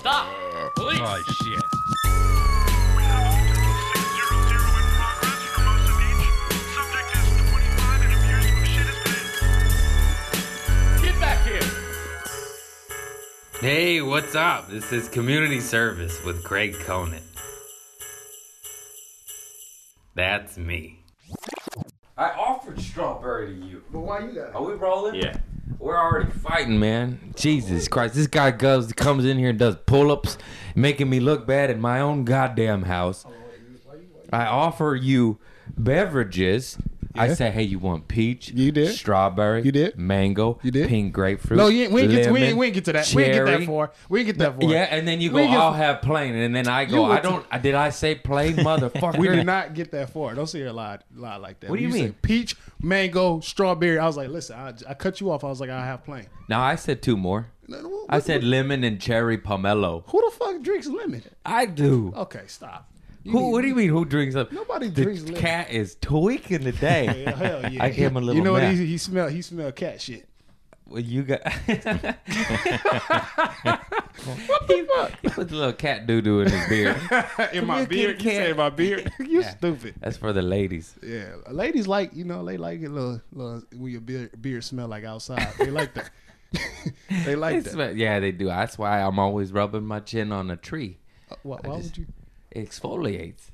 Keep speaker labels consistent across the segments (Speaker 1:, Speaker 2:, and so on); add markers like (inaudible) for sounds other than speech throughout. Speaker 1: Stop! Police!
Speaker 2: Oh shit.
Speaker 1: Get back here!
Speaker 3: Hey, what's up? This is Community Service with Greg Conant. That's me. I offered strawberry to you.
Speaker 4: But why you got
Speaker 3: Are we rolling? Yeah. We're already fighting, man. Jesus Christ. This guy goes, comes in here and does pull ups, making me look bad in my own goddamn house.
Speaker 4: Oh,
Speaker 3: I offer you beverages. I
Speaker 4: Yeah.
Speaker 3: say, hey, you want peach?
Speaker 4: You did.
Speaker 3: Strawberry.
Speaker 4: You did.
Speaker 3: Mango.
Speaker 4: You did.
Speaker 3: Pink grapefruit.
Speaker 4: No, you ain't, we, ain't get to, we,
Speaker 3: lemon,
Speaker 4: ain't, we ain't get to that. We ain't get
Speaker 3: cherry.
Speaker 4: that far. We ain't get that far.
Speaker 3: Yeah, and then you go,
Speaker 4: We get-
Speaker 3: I'll have plain. And then I
Speaker 4: You
Speaker 3: go,
Speaker 4: went
Speaker 3: I don't, I did I say plain,
Speaker 4: (laughs)
Speaker 3: motherfucker?
Speaker 4: We did not get that far. Don't sit here and lie, lie like that.
Speaker 3: What do
Speaker 4: When
Speaker 3: you mean?
Speaker 4: said peach, mango, strawberry. I was like, listen, I, I cut you off. I was like, I have plain.
Speaker 3: No, I said two more.
Speaker 4: No, no,
Speaker 3: I
Speaker 4: what-
Speaker 3: said lemon and cherry pomelo.
Speaker 4: who the fuck drinks lemon?
Speaker 3: I do.
Speaker 4: Okay, stop. You
Speaker 3: Who,
Speaker 4: need-
Speaker 3: what do you mean? Who drinks up?
Speaker 4: Nobody
Speaker 3: the
Speaker 4: drinks lemon.
Speaker 3: cat is tweaking today.
Speaker 4: Yeah, (laughs) hell yeah.
Speaker 3: (laughs) I gave him a little.
Speaker 4: You know what?
Speaker 3: nap.
Speaker 4: He, he smelled. He smelled cat shit. (laughs)
Speaker 3: Well, you got. what the fuck? He put a little cat doo doo in his
Speaker 4: (laughs)
Speaker 3: beard.
Speaker 4: in my
Speaker 3: here,
Speaker 4: beard.
Speaker 3: kitty
Speaker 4: You
Speaker 3: cat.
Speaker 4: say my
Speaker 3: (laughs)
Speaker 4: beard. you
Speaker 3: Yeah.
Speaker 4: stupid.
Speaker 3: That's for the ladies.
Speaker 4: Yeah, ladies like you know they like it little little when your beard beard smell like outside. They like that. (laughs) they like
Speaker 3: It's
Speaker 4: that.
Speaker 3: what- yeah, they do. That's why I'm always rubbing my chin on a tree.
Speaker 4: Why, why would you?
Speaker 3: It exfoliates,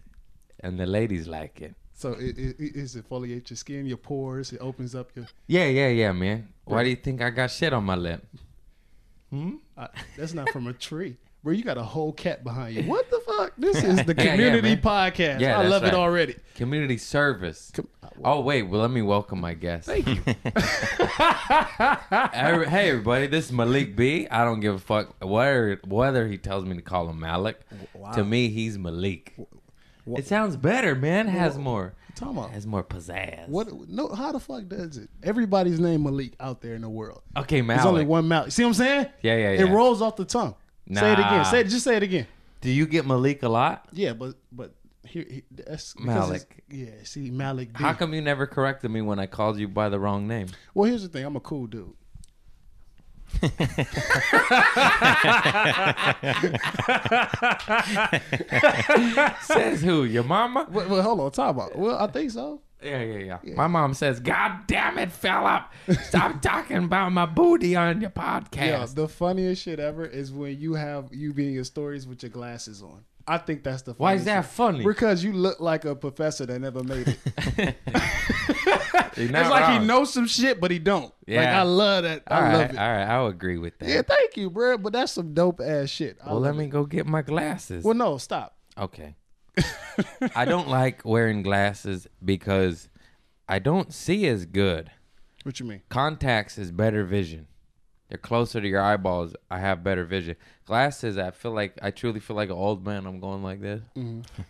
Speaker 3: and the ladies like it.
Speaker 4: So it, it, it is it foliate your skin, your pores. It opens up your.
Speaker 3: Yeah, yeah, yeah, man. Why do you think I got shit on my lip?
Speaker 4: Uh, that's not from a tree. Bro, you got a whole cat behind you. What the fuck? (laughs) This is the
Speaker 3: Yeah, yeah,
Speaker 4: community
Speaker 3: man.
Speaker 4: podcast.
Speaker 3: Yeah,
Speaker 4: I
Speaker 3: that's
Speaker 4: love
Speaker 3: right.
Speaker 4: it already.
Speaker 3: Community service.
Speaker 4: Com-
Speaker 3: Oh wait, well let me welcome my guest. Thank (laughs) you. hey everybody, this is Malik B. I don't give a fuck whether whether he tells me to call him Malik. To me, he's Malik.
Speaker 4: wha-
Speaker 3: it sounds better, man. Has more
Speaker 4: Talking about
Speaker 3: has more pizzazz.
Speaker 4: (laughs) what? No, how the fuck does it? Everybody's name Malik out there in the world.
Speaker 3: Okay, Malik.
Speaker 4: There's only one Malik. See what I'm saying?
Speaker 3: Yeah, yeah,
Speaker 4: It
Speaker 3: yeah.
Speaker 4: rolls off the tongue. Say it
Speaker 3: Nah.
Speaker 4: again. Say it. Just say it again.
Speaker 3: Do you get Malik a lot?
Speaker 4: Yeah, but but here, he- that's because it's-
Speaker 3: Malik.
Speaker 4: Yeah, see Malik. B.
Speaker 3: How come you never corrected me when I called you by the wrong name?
Speaker 4: well, here's the thing. I'm a cool dude.
Speaker 3: Says who? Your mama?
Speaker 4: Well, well hold on. Talk about. Well, I think so.
Speaker 3: Yeah, yeah, yeah, My mom says, "God damn it, Philip,
Speaker 4: (laughs)
Speaker 3: stop talking about my booty on your podcast."
Speaker 4: Yeah, the funniest shit ever is when you have you being in stories with your glasses on. I think that's the.
Speaker 3: Why is that
Speaker 4: funniest
Speaker 3: funny?
Speaker 4: shit. Because you look like a professor that never made it. it's
Speaker 3: You're (laughs) not
Speaker 4: like he
Speaker 3: wrong.
Speaker 4: knows some shit, but he don't. Like
Speaker 3: Yeah.
Speaker 4: I love that.
Speaker 3: All
Speaker 4: I love
Speaker 3: right,
Speaker 4: it.
Speaker 3: all right, I'll agree with that.
Speaker 4: Yeah, thank you, bro. But that's some dope ass shit. I
Speaker 3: well,
Speaker 4: love
Speaker 3: let me
Speaker 4: it.
Speaker 3: go get my glasses.
Speaker 4: Well, no, stop. (laughs)
Speaker 3: okay. I don't like wearing glasses because I don't see as good.
Speaker 4: What you mean?
Speaker 3: Contacts is better vision. They're closer to your eyeballs. I have better vision. Glasses, I feel like I truly feel like an old man. I'm going like this.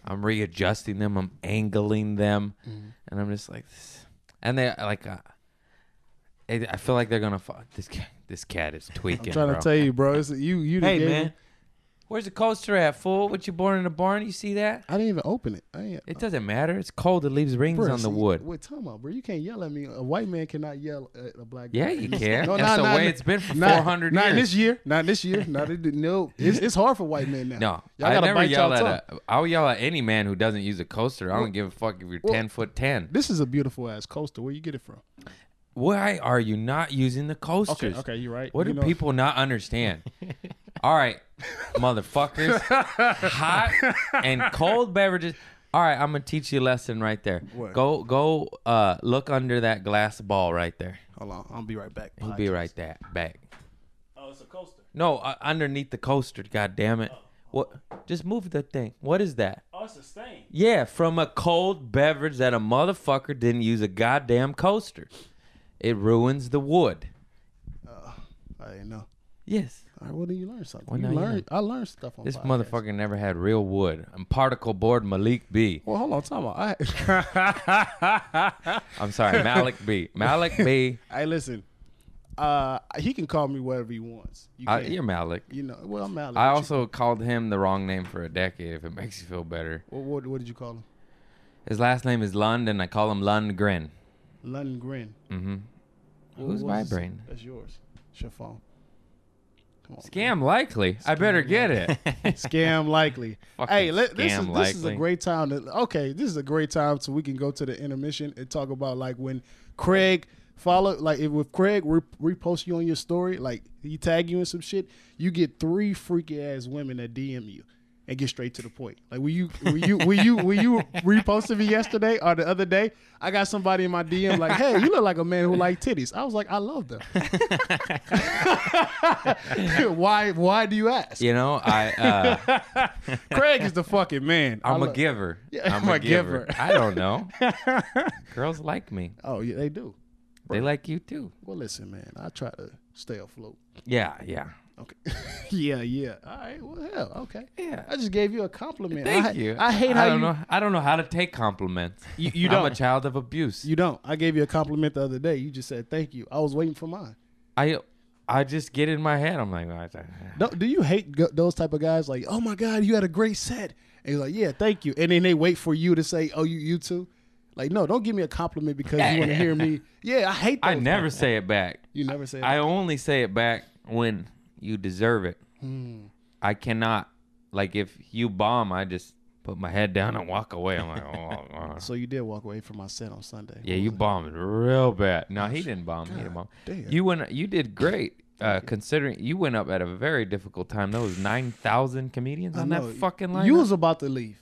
Speaker 3: I'm readjusting them. I'm angling them, and I'm just like this. And they like, uh, it, I feel like they're gonna fuck this. Cat, this cat is tweaking.
Speaker 4: I'm trying
Speaker 3: bro.
Speaker 4: to tell you, bro. It's, you, you. done
Speaker 3: Hey
Speaker 4: gave me-
Speaker 3: man, where's the coaster at, fool? What you born in a barn? You see that?
Speaker 4: I didn't even open it. I ain't,
Speaker 3: It doesn't matter. It's cold. It leaves rings
Speaker 4: Bruh,
Speaker 3: on the
Speaker 4: see,
Speaker 3: wood.
Speaker 4: Wait, time out, bro. You can't yell at me. A white man cannot yell at a black.
Speaker 3: Yeah,
Speaker 4: guy.
Speaker 3: you can.
Speaker 4: (laughs) No,
Speaker 3: That's
Speaker 4: not-
Speaker 3: the
Speaker 4: not-
Speaker 3: way it's been for
Speaker 4: not-
Speaker 3: 400
Speaker 4: Not
Speaker 3: years.
Speaker 4: this year. Not this year. Not it,
Speaker 3: (laughs)
Speaker 4: no. It's, it's hard for white men now.
Speaker 3: No,
Speaker 4: y'all
Speaker 3: I
Speaker 4: gotta
Speaker 3: never
Speaker 4: bite
Speaker 3: yell
Speaker 4: y'all
Speaker 3: at.
Speaker 4: tongue.
Speaker 3: A, I'll yell at any man who doesn't use a coaster. I don't give a fuck if you're
Speaker 4: well-
Speaker 3: ten foot ten.
Speaker 4: This is a beautiful ass coaster. Where you get it from?
Speaker 3: Why are you not using the coasters?
Speaker 4: okay, you're right.
Speaker 3: What
Speaker 4: You
Speaker 3: do
Speaker 4: know-
Speaker 3: people not
Speaker 4: (laughs)
Speaker 3: understand? All right, motherfuckers, hot and cold beverages. All right, I'm gonna teach you a lesson right there.
Speaker 4: What?
Speaker 3: Go, go, uh, look under that glass ball right there.
Speaker 4: Hold on, I'll be right back.
Speaker 3: He'll be right there. Back.
Speaker 4: Oh, it's a coaster.
Speaker 3: No, uh, underneath the coaster. God damn it. What? Just move the thing. What is that?
Speaker 4: Oh, it's a stain.
Speaker 3: Yeah, from a cold beverage that a motherfucker didn't use a goddamn coaster. It ruins the wood.
Speaker 4: I didn't know.
Speaker 3: Yes.
Speaker 4: All right, well then you learn something.
Speaker 3: Well,
Speaker 4: you
Speaker 3: now you
Speaker 4: learn. I learned stuff on
Speaker 3: This
Speaker 4: podcasts.
Speaker 3: motherfucker never had real wood. I'm particle board Malik B.
Speaker 4: Well, hold on, time out. I, (laughs)
Speaker 3: I'm sorry, (laughs) Malik B. Malik (laughs) B.
Speaker 4: hey, listen. Uh, he can call me whatever he wants. You
Speaker 3: I,
Speaker 4: can't-
Speaker 3: you're Malik.
Speaker 4: you know. Well, I'm out.
Speaker 3: I also called him the wrong name for a decade. If it makes you feel better,
Speaker 4: What, what, what did you call him?
Speaker 3: his last name is Lund, and I call him Lundgren.
Speaker 4: Lundgren.
Speaker 3: Mm-hmm.
Speaker 4: What
Speaker 3: Who's
Speaker 4: was his-
Speaker 3: vibrating?
Speaker 4: That's yours. It's your phone. Come on.
Speaker 3: Scam likely. I better get it.
Speaker 4: (laughs)
Speaker 3: (laughs)
Speaker 4: Scam likely.
Speaker 3: Fucking
Speaker 4: hey, let, this,
Speaker 3: scam
Speaker 4: is, this is a
Speaker 3: likely.
Speaker 4: great time. To, okay, this is a great time so we can go to the intermission and talk about like when Craig follow like if with Craig re- repost you on your story, like he tag you in some shit, you get three freaky ass women that DM you. And get straight to the point. Like, were you, were you, were you, were you reposted me yesterday or the other day? I got somebody in my DM like, "Hey, you look like a man who like titties." I was like, "I love them." (laughs) why? Why do you ask?
Speaker 3: You know, I (laughs) uh,
Speaker 4: (laughs) Craig is the fucking man. I
Speaker 3: I'm a
Speaker 4: lo-
Speaker 3: giver.
Speaker 4: Yeah,
Speaker 3: I'm a giver. I don't (laughs) know.
Speaker 4: (laughs)
Speaker 3: Girls like me.
Speaker 4: Oh, yeah, they do.
Speaker 3: They like you too.
Speaker 4: Well, listen, man. I try to stay afloat.
Speaker 3: Yeah, yeah.
Speaker 4: Okay. (laughs) yeah, yeah. All right. Well, hell, okay.
Speaker 3: Yeah.
Speaker 4: I just gave you a compliment.
Speaker 3: Thank
Speaker 4: I,
Speaker 3: you.
Speaker 4: I hate
Speaker 3: I
Speaker 4: how
Speaker 3: don't
Speaker 4: you.
Speaker 3: know. I don't know how to take compliments.
Speaker 4: You, you
Speaker 3: I'm a
Speaker 4: don't.
Speaker 3: child of abuse.
Speaker 4: You don't. I gave you a compliment the other day. You just said thank you. I was waiting for mine.
Speaker 3: I I just get in my head. I'm like, "Ah, ah, ah."
Speaker 4: Do, do you hate go- those type of guys? Like, oh my god, you had a great set. And he's like, yeah, thank you. And then they wait for you to say, oh, you, you too. Like, no, don't give me a compliment because
Speaker 3: (laughs)
Speaker 4: you want to hear me. Yeah, I hate. Those
Speaker 3: I never say it back.
Speaker 4: You never say.
Speaker 3: I only say it back when you deserve it.
Speaker 4: Hmm.
Speaker 3: I cannot. Like if you bomb, I just put my head down and walk away. I'm like, oh, oh.
Speaker 4: So you did walk away from my set on Sunday.
Speaker 3: yeah, you bombed real bad. No, he didn't bomb. he didn't bomb.
Speaker 4: damn.
Speaker 3: You went. You did great. Uh, considering you went up at a very difficult time, there was nine thousand comedians on
Speaker 4: know.
Speaker 3: that fucking line.
Speaker 4: You was about to leave.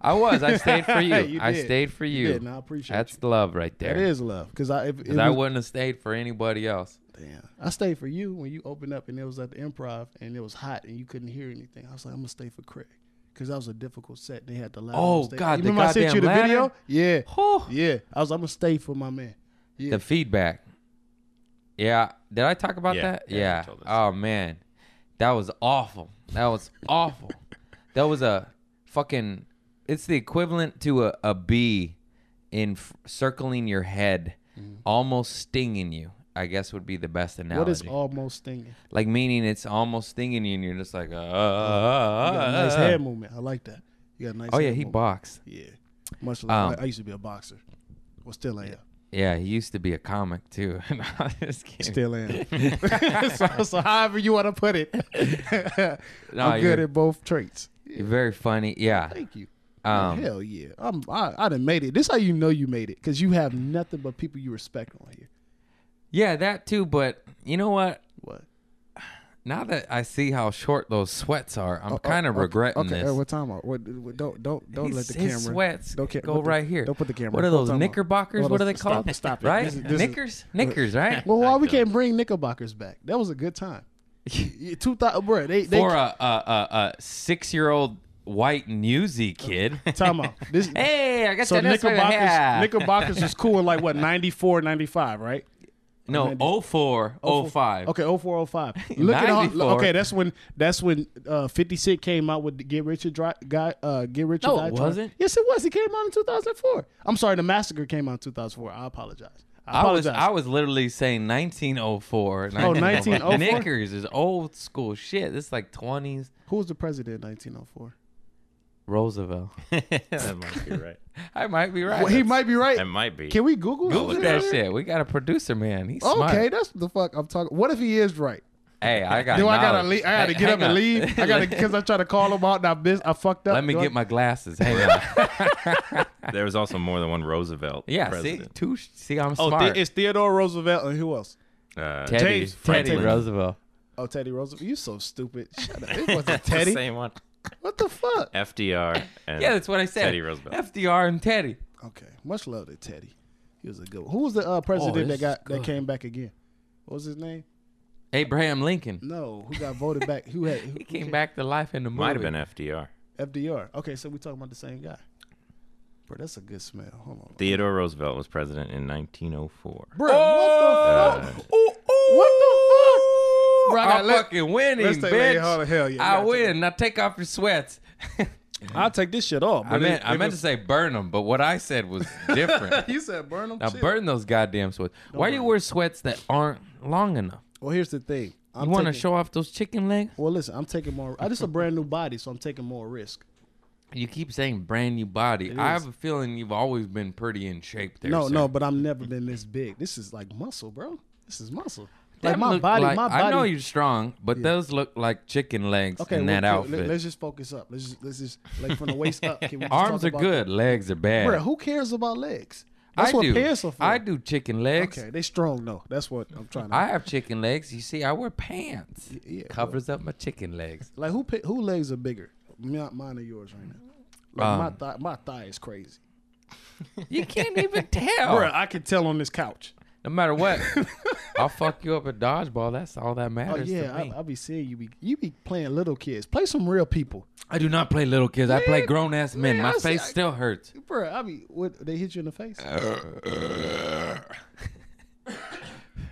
Speaker 3: I was. I stayed
Speaker 4: (laughs)
Speaker 3: for you.
Speaker 4: You
Speaker 3: I
Speaker 4: did.
Speaker 3: stayed for you.
Speaker 4: You did, and I appreciate
Speaker 3: That's
Speaker 4: you.
Speaker 3: the love right there.
Speaker 4: That is love, because I if, it
Speaker 3: 'Cause I
Speaker 4: was-
Speaker 3: wouldn't have stayed for anybody else.
Speaker 4: damn, I stayed for you when you opened up, and it was at the improv, and it was hot, and you couldn't hear anything. I was like, I'm gonna stay for Craig, because that was a difficult set. They had the ladder.
Speaker 3: Oh,
Speaker 4: on stage.
Speaker 3: God,
Speaker 4: you
Speaker 3: the
Speaker 4: remember I sent
Speaker 3: goddamn
Speaker 4: you the
Speaker 3: ladder?
Speaker 4: video? Yeah,
Speaker 3: Whew.
Speaker 4: yeah. I was, I'm gonna stay for my man. Yeah.
Speaker 3: The feedback. Yeah. Did I talk about
Speaker 1: Yeah.
Speaker 3: that?
Speaker 1: Yeah,
Speaker 3: Yeah.
Speaker 1: you told us.
Speaker 3: Oh man. That was awful. That was awful. That was a fucking it's the equivalent to a, a bee in f- circling your head, almost stinging you. I guess would be the best analogy.
Speaker 4: Mm-hmm. What is almost stinging?
Speaker 3: like meaning it's almost stinging you and you're just like uh,
Speaker 4: You got a nice
Speaker 3: uh, uh,
Speaker 4: head movement. I like that. You got a nice.
Speaker 3: Oh yeah,
Speaker 4: head
Speaker 3: he
Speaker 4: movement.
Speaker 3: boxed.
Speaker 4: Yeah, much like
Speaker 3: Um,
Speaker 4: I, I used to be a boxer. Well, still am.
Speaker 3: Yeah, he used to be a comic too. (laughs) no, I'm just kidding.
Speaker 4: Still am.
Speaker 3: (laughs)
Speaker 4: (laughs) so, so however you want to put it, I'm good
Speaker 3: you're-
Speaker 4: at both traits.
Speaker 3: You're very funny. Yeah.
Speaker 4: Thank you.
Speaker 3: Um,
Speaker 4: Hell yeah, I'm, I I done made it. This how you know you made it because you have nothing but people you respect on here.
Speaker 3: Yeah, that too. But you know what?
Speaker 4: What?
Speaker 3: Now that I see how short those sweats are, I'm kind of regretting
Speaker 4: Oh, okay,
Speaker 3: this.
Speaker 4: Okay, what time? Are, what, what- don't don't don't
Speaker 3: He's-
Speaker 4: let the
Speaker 3: his
Speaker 4: camera.
Speaker 3: sweats
Speaker 4: don't ca-
Speaker 3: go
Speaker 4: put the-
Speaker 3: right here.
Speaker 4: Don't put the camera.
Speaker 3: What are those
Speaker 4: time out.
Speaker 3: knickerbockers?
Speaker 4: Hold
Speaker 3: what are
Speaker 4: on,
Speaker 3: they
Speaker 4: stop-
Speaker 3: called?
Speaker 4: Stop it.
Speaker 3: Right?
Speaker 4: This is- this is-
Speaker 3: knickers, knickers, right?
Speaker 4: (laughs) well, why we can't bring knickerbockers back? That was a
Speaker 3: (laughs)
Speaker 4: good time. Two thousand, bro. They they
Speaker 3: For a, a, a, a six-year-old white newsy kid.
Speaker 4: time out. This
Speaker 3: (laughs) hey, I got
Speaker 4: so
Speaker 3: that. that's what I (laughs)
Speaker 4: knickerbockers
Speaker 3: had.
Speaker 4: knickerbockers was cool in like what 94, 95, right?
Speaker 3: No, 04, 05. (laughs)
Speaker 4: Okay, 0405. Look at all,
Speaker 3: 94.
Speaker 4: okay, that's when that's when uh, 50 Cent came out with the Get Rich or Dry, guy, uh, Get Rich or
Speaker 3: No,
Speaker 4: Die
Speaker 3: it
Speaker 4: Trying.
Speaker 3: wasn't.
Speaker 4: Yes, it was. It came out in 2004. I'm sorry, The Massacre came out in 2004. I apologize. I
Speaker 3: I was
Speaker 4: apologize.
Speaker 3: I was literally saying 1904.
Speaker 4: Oh, 1904?
Speaker 3: (laughs) Knickers is old school shit. This is like 20s.
Speaker 4: Who was the president in 1904?
Speaker 1: (laughs)
Speaker 3: Roosevelt.
Speaker 1: that might be
Speaker 3: (laughs)
Speaker 1: right.
Speaker 3: I might be right.
Speaker 4: Well, he might be right.
Speaker 1: That might be.
Speaker 4: Can we Google,
Speaker 3: Google
Speaker 4: it?
Speaker 3: that shit. We got a producer, man. He's smart.
Speaker 4: Okay, that's the fuck I'm talking. What if he is right?
Speaker 3: Hey, I got.
Speaker 4: Do I gotta
Speaker 3: knowledge.
Speaker 4: leave? I gotta
Speaker 3: Hey,
Speaker 4: get up
Speaker 3: hang
Speaker 4: and
Speaker 3: on.
Speaker 4: leave.
Speaker 3: (laughs)
Speaker 4: I gotta because I tried to call him out and I missed. I fucked up.
Speaker 3: Let me
Speaker 4: Do I-
Speaker 3: get my glasses. Hang on.
Speaker 1: (laughs) there was also more than one Roosevelt.
Speaker 3: Yeah, see,
Speaker 1: president.
Speaker 3: two. See, I'm
Speaker 4: Oh,
Speaker 3: smart.
Speaker 4: the- it's Theodore Roosevelt and who else?
Speaker 1: Uh,
Speaker 3: Teddy,
Speaker 4: James
Speaker 3: Teddy
Speaker 4: Franklin.
Speaker 3: Roosevelt.
Speaker 4: Oh, Teddy Roosevelt. You
Speaker 3: (laughs)
Speaker 4: so stupid. Shut up. It wasn't Teddy.
Speaker 1: Same one.
Speaker 4: What the
Speaker 3: (laughs)
Speaker 4: fuck?
Speaker 1: FDR. And
Speaker 3: Yeah, that's what I said.
Speaker 1: Teddy Roosevelt.
Speaker 3: FDR and Teddy.
Speaker 4: Okay. Much love to Teddy. He was a good one. Who was the uh, president
Speaker 3: Oh, this
Speaker 4: that got
Speaker 3: is
Speaker 4: that
Speaker 3: good.
Speaker 4: came back again? What was his name?
Speaker 3: Abraham Lincoln.
Speaker 4: No, who got voted back? Who had who,
Speaker 3: (laughs) He came back to life in the movie.
Speaker 1: might have been FDR.
Speaker 4: FDR. Okay, so we talking about the same guy. Bro, that's a good smell. Hold on.
Speaker 1: Theodore Roosevelt was president in
Speaker 3: (laughs)
Speaker 1: 1904.
Speaker 4: Bro,
Speaker 3: Oh,
Speaker 4: what the fuck?
Speaker 1: Uh,
Speaker 3: Ooh, ooh,
Speaker 4: What the fuck? Bro, I
Speaker 3: I'm
Speaker 4: gotta let-
Speaker 3: fucking winning,
Speaker 4: let's take-
Speaker 3: bitch.
Speaker 4: hold on, hell yeah, you
Speaker 3: I
Speaker 4: gotta take-
Speaker 3: win. Now take off your sweats. (laughs)
Speaker 4: I'll take this shit off.
Speaker 3: I
Speaker 4: but
Speaker 3: meant
Speaker 4: it-
Speaker 3: I
Speaker 4: it
Speaker 3: meant
Speaker 4: was-
Speaker 3: to say burn them, but what I said
Speaker 4: (laughs)
Speaker 3: was different.
Speaker 4: You said burn him.
Speaker 3: now burn those goddamn sweats. Why you wear sweats that aren't long enough?
Speaker 4: Well, here's the thing. I'm
Speaker 3: You want to
Speaker 4: taking-
Speaker 3: show off those chicken legs?
Speaker 4: Well, listen, I'm taking more. I just a brand new body, so I'm taking more risk.
Speaker 3: You keep saying brand new body. I have a feeling you've always been pretty in shape there.
Speaker 4: No,
Speaker 3: sir.
Speaker 4: no, but I've never been this big. This is like muscle, bro. This is muscle. Like
Speaker 3: Them
Speaker 4: my
Speaker 3: look
Speaker 4: body,
Speaker 3: like-
Speaker 4: my body.
Speaker 3: I know you're strong, but
Speaker 4: Yeah.
Speaker 3: those look like chicken legs
Speaker 4: okay,
Speaker 3: in
Speaker 4: well,
Speaker 3: that
Speaker 4: let-
Speaker 3: outfit.
Speaker 4: Let, us just focus up. Let's just, let's just like from the waist up. Can we just
Speaker 3: Arms
Speaker 4: talk
Speaker 3: are
Speaker 4: about
Speaker 3: good, legs are
Speaker 4: that?
Speaker 3: bad.
Speaker 4: Bruh, who cares about legs? That's
Speaker 3: I
Speaker 4: what
Speaker 3: do.
Speaker 4: pants are for.
Speaker 3: I do chicken legs.
Speaker 4: Okay, they strong though. That's what I'm trying to.
Speaker 3: I have chicken legs. You see, I wear pants.
Speaker 4: yeah, well-
Speaker 3: Covers up my chicken
Speaker 4: (laughs)
Speaker 3: legs.
Speaker 4: like who pi- who legs are bigger? Mi- Mine or yours right now? Like
Speaker 3: Um,
Speaker 4: my thigh, my thigh is crazy.
Speaker 3: You can't even
Speaker 4: (laughs)
Speaker 3: tell.
Speaker 4: Bruh, I can tell on this couch.
Speaker 3: No matter
Speaker 4: (laughs)
Speaker 3: what, I'll fuck you up at dodgeball. That's all that
Speaker 4: Oh
Speaker 3: matters
Speaker 4: yeah,
Speaker 3: to me.
Speaker 4: I, I be seeing you be you be playing little kids. Play some real people,
Speaker 3: I, do not play little kids. I play
Speaker 4: Man,
Speaker 3: grown ass men.
Speaker 4: man,
Speaker 3: my
Speaker 4: I see-
Speaker 3: face
Speaker 4: I-
Speaker 3: still hurts.
Speaker 4: Bruh, I be what they hit you in the face.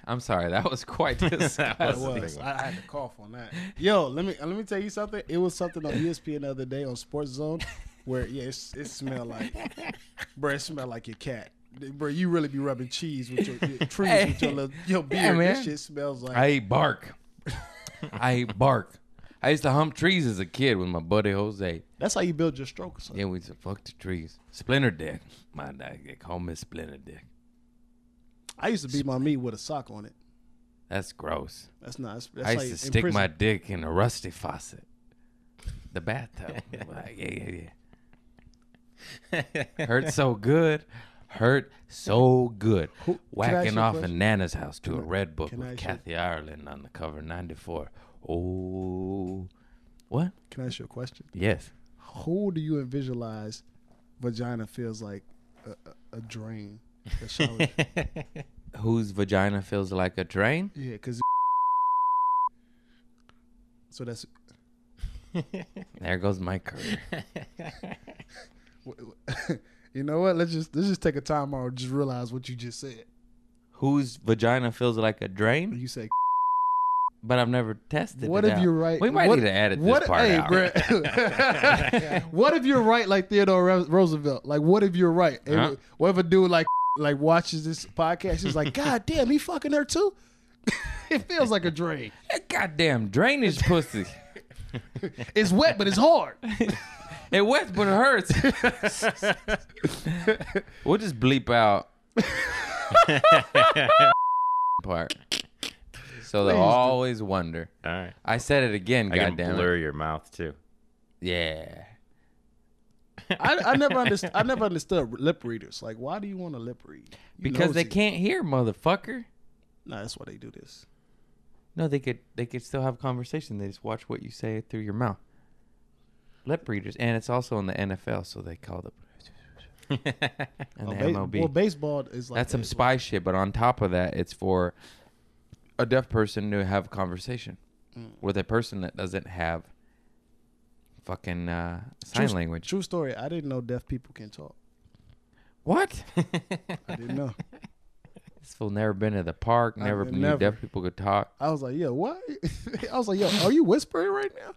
Speaker 3: I'm sorry. That was
Speaker 4: (laughs)
Speaker 3: quite
Speaker 4: It
Speaker 3: disgusting.
Speaker 4: was. I, I had to cough on that. Yo, let me let me tell you something. It was something on E ESPN the other day on Sports Zone where yeah, it's, it smelled like, bro, it smelled like your cat, bro. You really be rubbing cheese with your, your trees with your
Speaker 3: Hey.
Speaker 4: little, your beard.
Speaker 3: Yeah,
Speaker 4: this
Speaker 3: man.
Speaker 4: shit smells like.
Speaker 3: I ate bark. I ate bark. I used to hump trees as a kid with my buddy Jose.
Speaker 4: that's how you build your stroke. Son.
Speaker 3: Yeah, we used to fuck the trees. Splinter dick. My dad, they call me splinter dick.
Speaker 4: I used to beat my meat with a sock on it.
Speaker 3: That's gross.
Speaker 4: That's not. That's, that's
Speaker 3: I
Speaker 4: how
Speaker 3: used
Speaker 4: you-
Speaker 3: to
Speaker 4: in
Speaker 3: stick
Speaker 4: prison.
Speaker 3: my dick in a rusty faucet. The bathtub. Like, yeah, yeah, yeah.
Speaker 4: (laughs)
Speaker 3: Hurt so good. Hurt so good.
Speaker 4: Who- can I ask
Speaker 3: Whacking
Speaker 4: you a
Speaker 3: off
Speaker 4: question?
Speaker 3: in Nana's house to a red book
Speaker 4: can I
Speaker 3: with
Speaker 4: ask you-
Speaker 3: Kathy Ireland on the cover 94. Oh. What?
Speaker 4: Can I ask you a question?
Speaker 3: Yes.
Speaker 4: Who do you visualize vagina feels like a, a, a drain? A shower?
Speaker 3: Whose vagina feels like a drain?
Speaker 4: yeah, because. So that's (laughs)
Speaker 3: There goes my career.
Speaker 4: W- w- you know what? Let's just let's just take a time out and just realize what you just said.
Speaker 3: (laughs) Whose vagina feels like a drain?
Speaker 4: You say,
Speaker 3: But I've never tested
Speaker 4: "What
Speaker 3: it
Speaker 4: if
Speaker 3: out.
Speaker 4: you're right?"
Speaker 3: We might
Speaker 4: what,
Speaker 3: need to edit this
Speaker 4: what-
Speaker 3: part
Speaker 4: hey,
Speaker 3: out. (laughs)
Speaker 4: bruh. (laughs) what if you're right, like Theodore Ro- Roosevelt? Like, what if you're right? And
Speaker 3: Huh?
Speaker 4: Whatever dude like like watches this podcast, he's like, "God damn, he fucking her too." (laughs) it feels like a drain.
Speaker 3: That goddamn drainage pussy.
Speaker 4: It's wet, but it's hard.
Speaker 3: It wets, but it hurts.
Speaker 4: (laughs)
Speaker 3: we'll just bleep out part. So they'll
Speaker 4: Please do.
Speaker 3: always wonder.
Speaker 1: (laughs) All right.
Speaker 3: I said it again,
Speaker 1: I can
Speaker 3: goddamn
Speaker 1: blur
Speaker 3: it.
Speaker 1: your mouth too.
Speaker 3: (laughs)
Speaker 1: (laughs)
Speaker 3: Yeah.
Speaker 4: I, I never understood. I never understood lip readers. Like, why do you want to lip read? You
Speaker 3: Because they
Speaker 4: nosy.
Speaker 3: can't hear, motherfucker.
Speaker 4: Nah, that's why they do this.
Speaker 3: No, they could they could still have conversation. They just watch what you say through your mouth. Lip readers, and it's also in the NFL, so they call
Speaker 4: (laughs)
Speaker 3: the and
Speaker 4: Oh,
Speaker 3: the
Speaker 4: ba-
Speaker 3: MLB.
Speaker 4: Well, baseball is like
Speaker 3: That's some
Speaker 4: that.
Speaker 3: spy shit. But on top of that, it's for a deaf person to have a conversation
Speaker 4: Mm.
Speaker 3: with a person that doesn't have fucking uh, sign
Speaker 4: True-
Speaker 3: language.
Speaker 4: True story. I didn't know deaf people can talk.
Speaker 3: What?
Speaker 4: I didn't know.
Speaker 3: (laughs) this fool never been to the park. Never
Speaker 4: did-
Speaker 3: knew
Speaker 4: never.
Speaker 3: deaf people could talk.
Speaker 4: I was like, yo, what? (laughs) I was like, yo, are you whispering right now?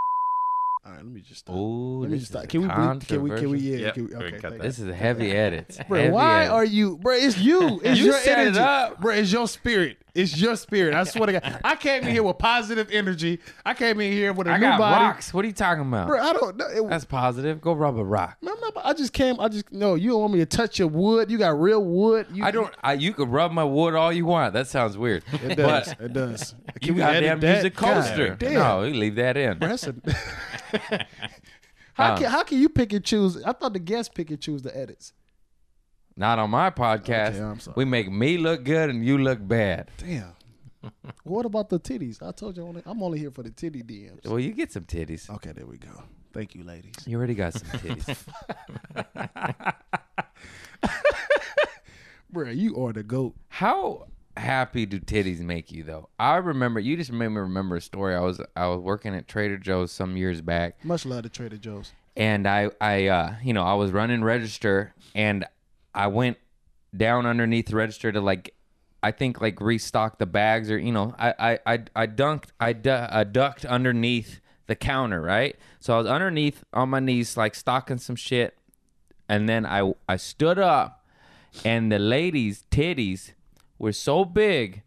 Speaker 4: (laughs) All right, let me just stop.
Speaker 3: Oh,
Speaker 4: let me
Speaker 3: this
Speaker 4: just
Speaker 3: is
Speaker 4: stop. Can we, bleep- can we? Can we? Yeah.
Speaker 1: Yep,
Speaker 4: Can
Speaker 1: we
Speaker 4: we,
Speaker 1: can
Speaker 4: okay.
Speaker 1: cut
Speaker 4: thank
Speaker 1: that.
Speaker 4: you.
Speaker 3: This is a
Speaker 4: (laughs)
Speaker 3: heavy edit.
Speaker 4: Bro,
Speaker 3: Heavy
Speaker 4: why
Speaker 3: edit.
Speaker 4: are you, bro?
Speaker 3: (laughs)
Speaker 4: It's you. It's
Speaker 3: You
Speaker 4: your
Speaker 3: set it
Speaker 4: energy,
Speaker 3: up.
Speaker 4: bro. It's your spirit. It's your spirit. I swear to God, I came in here with positive energy. I came in here with a
Speaker 3: I
Speaker 4: new
Speaker 3: got
Speaker 4: body,
Speaker 3: rocks. What are you talking about?
Speaker 4: bro. I don't know. It,
Speaker 3: That's positive. Go rub a rock.
Speaker 4: man, I'm not- I just came. I just no. You don't want me to touch your wood. You got real wood. You,
Speaker 3: I don't. I, you can rub my wood all you want. That sounds weird.
Speaker 4: It does. it does.
Speaker 3: you
Speaker 4: we
Speaker 3: goddamn
Speaker 4: edit
Speaker 3: use
Speaker 4: that?
Speaker 3: a coaster.
Speaker 4: God damn.
Speaker 3: No, you leave that in.
Speaker 4: Bro,
Speaker 3: (laughs)
Speaker 4: that's a-
Speaker 3: Um,
Speaker 4: how, can, how can you pick and choose? I thought the guests pick and choose the edits.
Speaker 3: Not on my podcast.
Speaker 4: Okay, I'm sorry.
Speaker 3: We make me look good and you look bad.
Speaker 4: Damn. (laughs) what about the titties? I told you I only, I'm only here for the titty DMs.
Speaker 3: Well, you get some titties.
Speaker 4: Okay, there we go. Thank you, ladies.
Speaker 3: Uh, You already got some titties. (laughs)
Speaker 4: Bruh, you are the goat.
Speaker 3: How happy do titties make you though? I remember you just made me remember a story. I was I was working at Trader Joe's some years back
Speaker 4: Much love to Trader Joe's.
Speaker 3: and I, I, uh, you know, I was running register, and I went down underneath the register to like, I think like restock the bags or you know, I, I, I, I dunked, I, du- I ducked underneath the counter, right? So I was underneath on my knees, like stocking some shit, and then I, I stood up, and the ladies' titties were so big,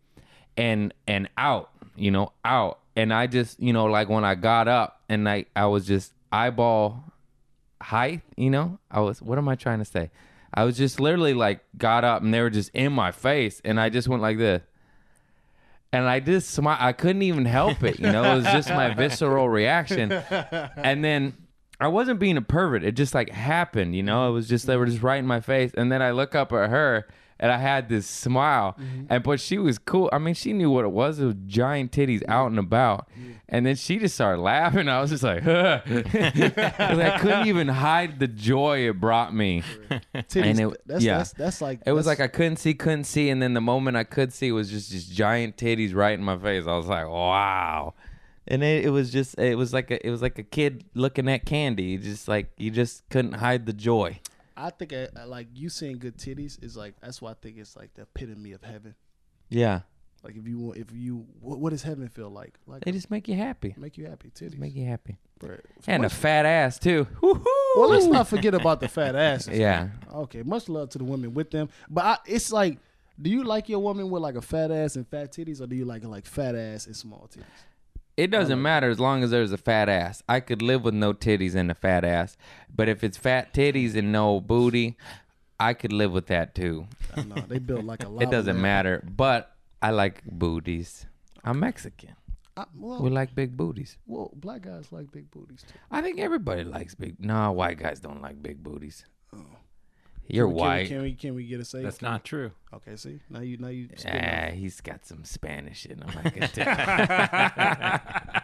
Speaker 3: and and out, you know, out. And I just, you know, like when I got up and I, I was just eyeball height, you know? I was what am I trying to say? I was just literally like got up and they were just in my face and I just went like this. and I just smile. I couldn't even help it. You know, it was just my visceral reaction. And then I wasn't being a pervert. It just like happened. You know, it was just they were just right in my face. And then I look up at her. And I had this smile, and but she was cool. I mean, she knew what it was. It was giant titties out and about, and then she just started laughing. I was just like, (laughs) 'Cause I couldn't even hide the joy it brought me. (laughs)
Speaker 4: Titties,
Speaker 3: And it-
Speaker 4: that's,
Speaker 3: yeah.
Speaker 4: that's that's like
Speaker 3: It was
Speaker 4: that's-
Speaker 3: like I couldn't see, couldn't see, and then the moment I could see was just just giant titties right in my face. I was like, wow. And it, it was just it was like a it was like a kid looking at candy. You just like you just couldn't hide the joy.
Speaker 4: I think I, I like you seeing good titties is like that's why I think it's like the epitome of heaven.
Speaker 3: Yeah.
Speaker 4: Like if you want, if you what, what does heaven feel like? Like uh,
Speaker 3: They just make you happy.
Speaker 4: make you happy titties.
Speaker 3: Make you happy.
Speaker 4: Right.
Speaker 3: And a
Speaker 4: Much-
Speaker 3: fat ass too. Woo-hoo!
Speaker 4: well,
Speaker 3: (laughs)
Speaker 4: let's not forget about the fat asses.
Speaker 3: Yeah.
Speaker 4: Okay, much love to the women with them, but I, it's like, do you like your woman with like a fat ass and fat titties, or do you like like fat ass and small titties?
Speaker 3: It doesn't matter as long as there's a fat ass. I could live with no titties and a fat ass. But if it's fat titties and no booty, I could live with that too.
Speaker 4: I don't know they build like a lot.
Speaker 3: (laughs) It doesn't matter, but I like booties. I'm Mexican.
Speaker 4: I, well,
Speaker 3: We like big booties.
Speaker 4: well, black guys like big booties too.
Speaker 3: I think everybody likes big. Nah, white guys don't like big booties. You're
Speaker 4: Oh. Can we-
Speaker 3: white.
Speaker 4: Can we can we get a say?
Speaker 1: That's not true.
Speaker 4: okay, see now you now you.
Speaker 3: Ah, he's got some Spanish in him. I can
Speaker 4: (laughs)
Speaker 3: tell. Ah.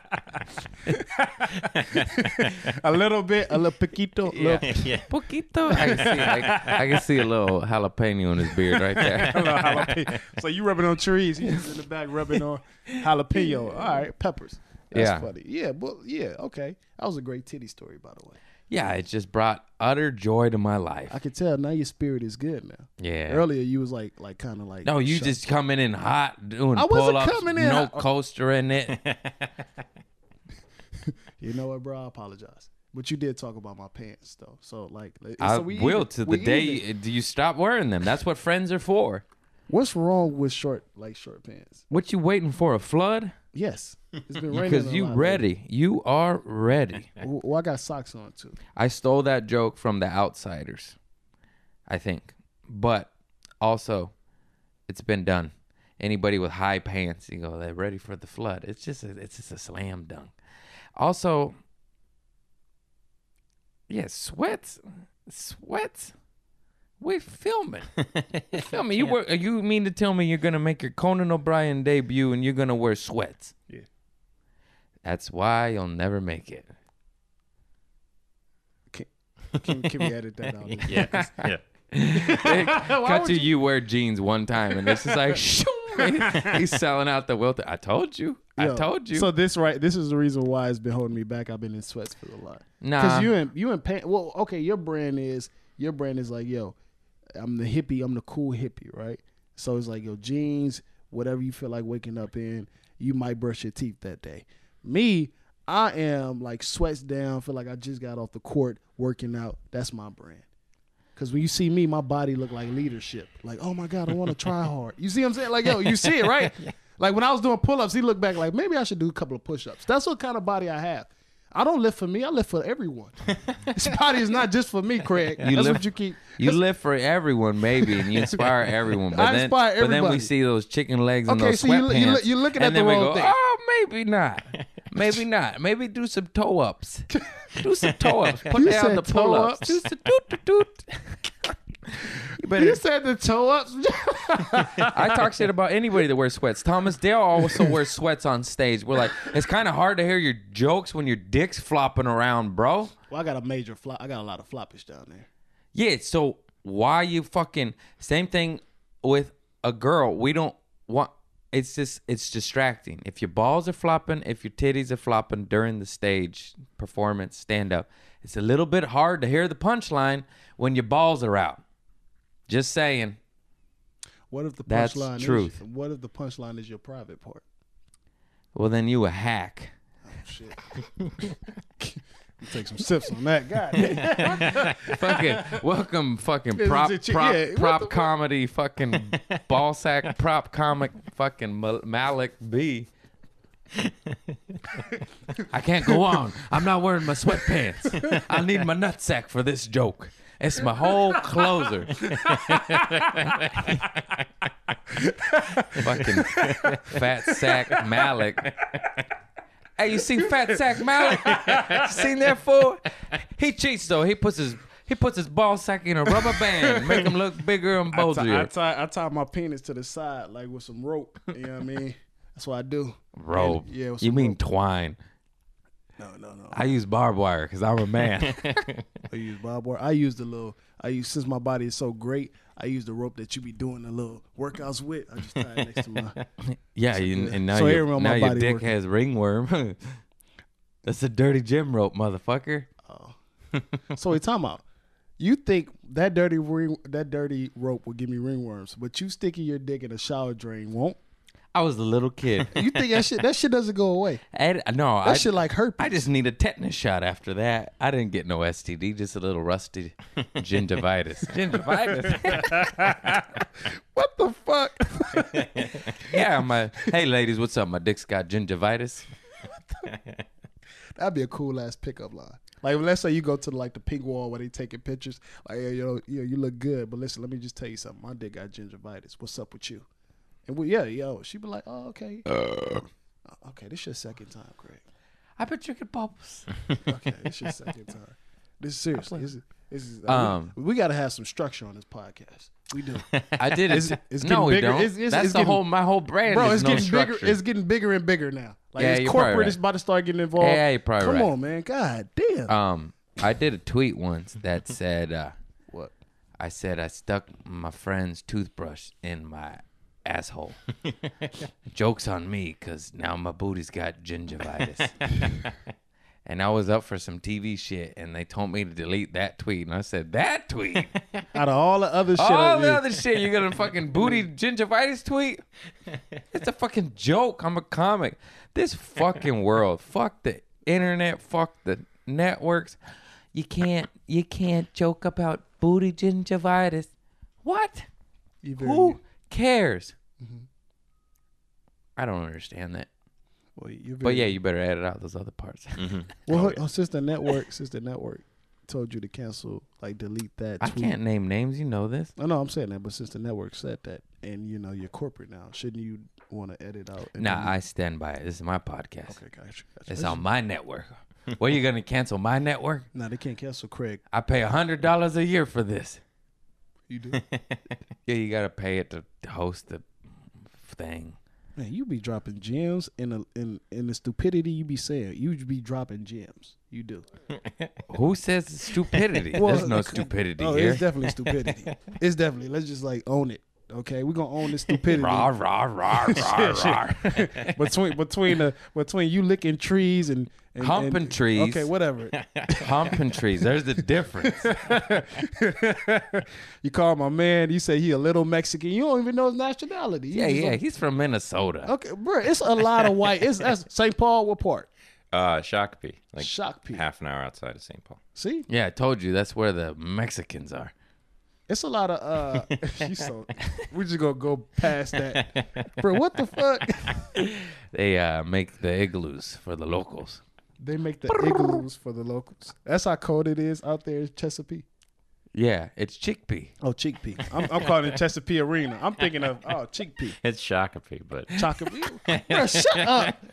Speaker 4: a little bit, a little
Speaker 3: (laughs)
Speaker 4: piquito. Look,
Speaker 1: yeah.
Speaker 3: Poquito. I can see. Like, I can see a little jalapeno in his beard right
Speaker 4: (laughs)
Speaker 3: there.
Speaker 4: jalapeno. So you rubbing on trees. He's just in the back rubbing on jalapeno. All right, peppers. That's
Speaker 3: Yeah.
Speaker 4: funny. Yeah, well, yeah, okay. That was a great titty story, by the way.
Speaker 3: Yeah, it just brought utter joy to my life.
Speaker 4: I could tell now your spirit is good now.
Speaker 3: Yeah.
Speaker 4: Earlier you was like, like kind of like.
Speaker 3: No, you
Speaker 4: shut-
Speaker 3: just coming in hot doing
Speaker 4: I wasn't
Speaker 3: pull ups,
Speaker 4: coming in
Speaker 3: no
Speaker 4: hot.
Speaker 3: coaster in it.
Speaker 4: You know what, bro? I apologize, but you did talk about my pants though. So like, it's-
Speaker 3: I
Speaker 4: so we
Speaker 3: will
Speaker 4: even-
Speaker 3: to the
Speaker 4: we
Speaker 3: day
Speaker 4: even.
Speaker 3: you, do you stop wearing them. That's what friends are for.
Speaker 4: What's wrong with short, like short pants?
Speaker 3: What you waiting for? A flood?
Speaker 4: Yes, it's been raining.
Speaker 3: Because (laughs)
Speaker 4: a
Speaker 3: you
Speaker 4: lot lately.
Speaker 3: ready. You are ready.
Speaker 4: Well, I got socks on too.
Speaker 3: I stole that joke from the outsiders, I think. But also, it's been done. Anybody with high pants, you go, they're ready for the flood. It's just a, it's just a slam dunk. Also, yeah, sweats, sweats. We're filming. We're filming. You were, you mean to tell me you're gonna make your Conan O'Brien debut and you're gonna wear sweats?
Speaker 4: Yeah.
Speaker 3: That's why you'll never make it.
Speaker 4: Can, can, can we edit
Speaker 3: (laughs)
Speaker 4: that out?
Speaker 1: Yeah. yeah.
Speaker 3: They cut to you? wear jeans one time, and this is like, shoom, he's selling out the wealth. I told you.
Speaker 4: Yo,
Speaker 3: I told you.
Speaker 4: So this right, this is the reason why it's been holding me back. I've been in sweats for a lot.
Speaker 3: nah.
Speaker 4: Because you and you and pants. Well, okay, your brand is your brand is like, yo, I'm the hippie. I'm the cool hippie, right? So it's like yo, jeans, whatever you feel like waking up in. You might brush your teeth that day. Me, I am like sweats down. Feel like I just got off the court working out. That's my brand. Cause when you see me, my body look like leadership. Like, oh my god, I want to try hard. You see what I'm saying? Like, yo, you see it
Speaker 3: (laughs)
Speaker 4: right? Like when I was doing pull ups, he looked back like maybe I should do a couple of push ups. That's what kind of body I have. I don't live for me. I live for
Speaker 3: (laughs)
Speaker 4: everyone. this body is not just for me, Craig.
Speaker 3: You
Speaker 4: That's
Speaker 3: live-
Speaker 4: what you keep.
Speaker 3: you live for everyone, maybe, and you
Speaker 4: (laughs)
Speaker 3: inspire everyone. But
Speaker 4: I
Speaker 3: then,
Speaker 4: inspire
Speaker 3: But then
Speaker 4: everybody.
Speaker 3: we see those chicken legs and
Speaker 4: Okay,
Speaker 3: those
Speaker 4: so you
Speaker 3: sweatpants.
Speaker 4: look- you look- you're looking at
Speaker 3: and
Speaker 4: the
Speaker 3: then we
Speaker 4: wrong
Speaker 3: go,
Speaker 4: thing.
Speaker 3: oh, maybe not. Maybe not. Maybe do some toe ups.
Speaker 4: (laughs)
Speaker 3: Do some toe ups. Put
Speaker 4: You
Speaker 3: down
Speaker 4: said
Speaker 3: the pull
Speaker 4: toe-ups?
Speaker 3: ups. Do some doot doot doot. You better
Speaker 4: You said the toe ups. (laughs)
Speaker 3: I talk shit about anybody that wears sweats. Thomas Dale also wears sweats on stage. We're like, it's kind of hard to hear your jokes when your dick's flopping around, bro.
Speaker 4: well, I got a major flop. I got a lot of floppish down there.
Speaker 3: Yeah, so why you fucking same thing with a girl? We don't want it's just it's distracting. If your balls are flopping, if your titties are flopping during the stage performance, stand up, it's a little bit hard to hear the punchline when your balls are out. Just saying.
Speaker 4: What if the
Speaker 3: That's
Speaker 4: punchline?
Speaker 3: truth.
Speaker 4: Is, what if the punchline is your private part?
Speaker 3: Well, then you a hack.
Speaker 4: Shit.
Speaker 3: (laughs)
Speaker 4: (laughs) Take some sips on that. God.
Speaker 3: fucking welcome fucking prop
Speaker 4: it's a chi-
Speaker 3: prop,
Speaker 4: yeah, what the
Speaker 3: prop
Speaker 4: fuck?
Speaker 3: comedy fucking ball
Speaker 4: (laughs)
Speaker 3: sack prop comic fucking Mal- Malik B. I can't go on. I'm not wearing my sweatpants. I need my nutsack for this joke. It's my whole closer. Fucking Fat Sack Malik. Hey, you seen Fat Sack Malik? You seen that fool? He cheats though. He puts his he puts his ball sack in a rubber band, make him look bigger and
Speaker 4: I tie, I,
Speaker 3: bulgier.
Speaker 4: tie, I tie my penis to the side like with some rope. You know what I mean? (laughs) That's what I do.
Speaker 3: Rope.
Speaker 4: Yeah, with
Speaker 3: you
Speaker 4: some
Speaker 3: mean
Speaker 4: rope.
Speaker 3: twine?
Speaker 4: No, no, no.
Speaker 3: I use barbed wire because I'm a
Speaker 4: (laughs)
Speaker 3: man.
Speaker 4: I use barbed wire. I use the little. I use since my body is so great. I use the rope that you be doing the little workouts with. I just tie it next to my. (laughs)
Speaker 3: yeah, you, and now,
Speaker 4: So here
Speaker 3: your,
Speaker 4: around
Speaker 3: now
Speaker 4: my
Speaker 3: your
Speaker 4: body
Speaker 3: dick
Speaker 4: working.
Speaker 3: has ringworm. (laughs) That's a dirty gym rope, motherfucker.
Speaker 4: So wait, time out. You think that dirty ring, that dirty rope will give me ringworms, but you sticking your dick in a shower drain won't.
Speaker 3: I was a little
Speaker 4: (laughs)
Speaker 3: kid.
Speaker 4: You think that shit that shit doesn't go away?
Speaker 3: I, no,
Speaker 4: That
Speaker 3: I,
Speaker 4: shit like herpes.
Speaker 3: I just need a tetanus shot after that. I didn't get no STD, just a little rusty gingivitis. gingivitis?
Speaker 4: what the fuck?
Speaker 3: (laughs) yeah, I'm a, hey ladies, what's up? My dick's got gingivitis.
Speaker 4: That'd be a cool ass pickup line. Like let's say you go to like the pink wall where they taking pictures. Like yo, yo, yo, you look good, but listen, let me just tell you something. My dick got gingivitis. What's up with you? And we, yeah, yo, she be like, oh okay, Uh, okay, this your second time, Craig.
Speaker 3: I've been drinking bubbles.
Speaker 4: Okay, this your second time. This seriously, this is, this is uh,
Speaker 3: Um,
Speaker 4: we, we got to have some structure on this podcast.
Speaker 3: (laughs)
Speaker 4: We do,
Speaker 3: I did
Speaker 4: It's-
Speaker 3: it.
Speaker 4: it's
Speaker 3: no,
Speaker 4: getting
Speaker 3: we
Speaker 4: bigger.
Speaker 3: don't.
Speaker 4: It's- it's-
Speaker 3: That's
Speaker 4: it's
Speaker 3: the
Speaker 4: getting-
Speaker 3: whole my whole brand.
Speaker 4: bro.
Speaker 3: is
Speaker 4: It's
Speaker 3: no
Speaker 4: getting
Speaker 3: structure.
Speaker 4: bigger. It's getting bigger and bigger now. Like
Speaker 3: Yeah,
Speaker 4: it's
Speaker 3: you're probably
Speaker 4: corporate
Speaker 3: right.
Speaker 4: is about to start getting involved.
Speaker 3: Yeah, you're probably
Speaker 4: Come
Speaker 3: right.
Speaker 4: on, man. God damn.
Speaker 3: um, I did a tweet once that (laughs) said, uh,
Speaker 4: what?
Speaker 3: "I said I stuck my friend's toothbrush in my asshole." Jokes on me, cause now my booty's got gingivitis. and I was up for some TV shit, and they told me to delete that tweet, and I said, "That tweet,
Speaker 4: Out of all the other shit,
Speaker 3: all
Speaker 4: I
Speaker 3: the
Speaker 4: did-
Speaker 3: other shit, you're gonna fucking
Speaker 4: (laughs)
Speaker 3: booty gingivitis tweet? It's a fucking joke. I'm a comic. This
Speaker 4: (laughs)
Speaker 3: fucking world, fuck the internet, fuck the networks. You can't, you can't joke about booty gingivitis. What?
Speaker 4: you Mm-hmm. very-
Speaker 3: Who cares? I don't understand that.
Speaker 4: well, you're
Speaker 3: But
Speaker 4: very-
Speaker 3: yeah, you better edit out those other parts.
Speaker 4: Well, oh, since the network, since the network told you to cancel, like delete that.
Speaker 3: I
Speaker 4: Tweet.
Speaker 3: can't name names. You know this.
Speaker 4: I know I'm saying that, but since the network said that, and you know you're corporate now, shouldn't you want to edit out? and
Speaker 3: Nah,
Speaker 4: delete-
Speaker 3: I stand by it. This is my podcast.
Speaker 4: Mm-hmm. okay, gotcha. gotcha.
Speaker 3: It's
Speaker 4: That's-
Speaker 3: on my
Speaker 4: (laughs)
Speaker 3: network. What you gonna cancel my network?
Speaker 4: Nah, they can't cancel Craig.
Speaker 3: I pay a hundred dollars a year for this. (laughs)
Speaker 4: You do.
Speaker 3: Yeah, you gotta pay it to to host the thing.
Speaker 4: Man, you be dropping gems in a, in in the stupidity you be saying. You be dropping gems. You do.
Speaker 3: Who says it's stupidity?
Speaker 4: (laughs)
Speaker 3: There's no stupidity
Speaker 4: oh,
Speaker 3: here.
Speaker 4: it's
Speaker 3: (laughs)
Speaker 4: definitely stupidity. it's definitely. Let's just like own it. Okay, we're gonna own this stupidity
Speaker 3: Rah rah rah rah
Speaker 4: (laughs)
Speaker 3: rah.
Speaker 4: between between the between you licking trees and, and
Speaker 3: Humping
Speaker 4: and-
Speaker 3: trees. (laughs)
Speaker 4: Okay, whatever.
Speaker 3: (laughs)
Speaker 4: (laughs)
Speaker 3: Humping trees. There's the difference.
Speaker 4: you call my man. You say he a little Mexican. You don't even know his nationality. You
Speaker 3: Yeah,
Speaker 4: just
Speaker 3: yeah.
Speaker 4: like-
Speaker 3: He's from Minnesota.
Speaker 4: (laughs) okay, bro. It's a lot of white.
Speaker 3: (laughs)
Speaker 4: It's that's St. Paul. What part?
Speaker 1: Uh, Shakopee, like
Speaker 4: Shakopee.
Speaker 1: half an hour outside of St. Paul.
Speaker 4: See,
Speaker 3: Yeah, I told you that's where the Mexicans are.
Speaker 4: It's a lot of
Speaker 3: (laughs)
Speaker 4: uh you so we just gonna go past that. Bro, what the fuck? (laughs)
Speaker 3: They uh, make the igloos for the locals.
Speaker 4: They make the igloos for the locals. That's how cold it is out there in Chesapeake.
Speaker 3: Yeah, it's chickpea.
Speaker 4: Oh, Chickpea. I'm, I'm calling it Chesapeake Arena. I'm thinking of oh Chickpea.
Speaker 1: It's Shakopee, but
Speaker 3: (laughs)
Speaker 4: Chocolate. Bro, shut (laughs) up.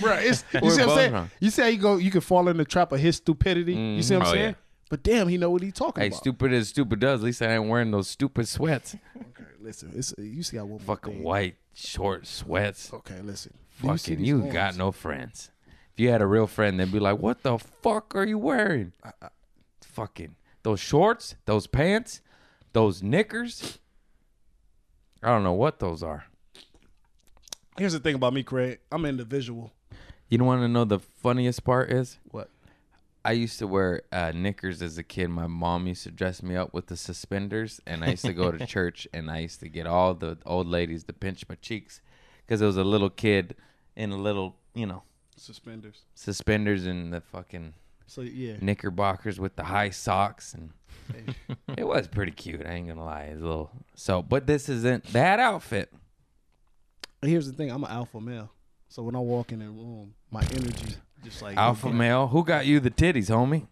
Speaker 4: Bro, it's you see what
Speaker 3: both
Speaker 4: I'm saying?
Speaker 3: wrong. Mm-hmm.
Speaker 4: You see how you go you can fall in the trap of his stupidity. You see what I'm
Speaker 1: Oh, yeah.
Speaker 4: saying? But damn, he know what he talking
Speaker 3: Hey,
Speaker 4: about.
Speaker 3: stupid as stupid does. At least I ain't wearing those stupid sweats.
Speaker 4: (laughs) Okay, listen, it's uh, you see how one more
Speaker 3: Fucking
Speaker 4: thing.
Speaker 3: white short sweats.
Speaker 4: Okay, listen. Do see
Speaker 3: Fucking,
Speaker 4: these
Speaker 3: you
Speaker 4: arms?
Speaker 3: got no friends. If you had a real friend, they'd be like, "What the fuck are you wearing?" Fucking those shorts, those pants, those knickers. I don't know what those are.
Speaker 4: Here's the thing about me, Craig. I'm in the visual.
Speaker 3: You don't want to know the funniest part is
Speaker 4: What?
Speaker 3: I used to wear uh, knickers as a kid. My mom used to dress me up with the suspenders, and I used to (laughs) go to church, and I used to get all the old ladies to pinch my cheeks because I was a little kid in a little, you know,
Speaker 4: Suspenders.
Speaker 3: suspenders and the fucking
Speaker 4: So yeah,
Speaker 3: knickerbockers with the high socks and it was pretty cute i ain't gonna lie it's a little so but this isn't that outfit
Speaker 4: here's the thing. I'm an alpha male, so when I walk in the room, my energy just like
Speaker 3: alpha male who got you the titties homie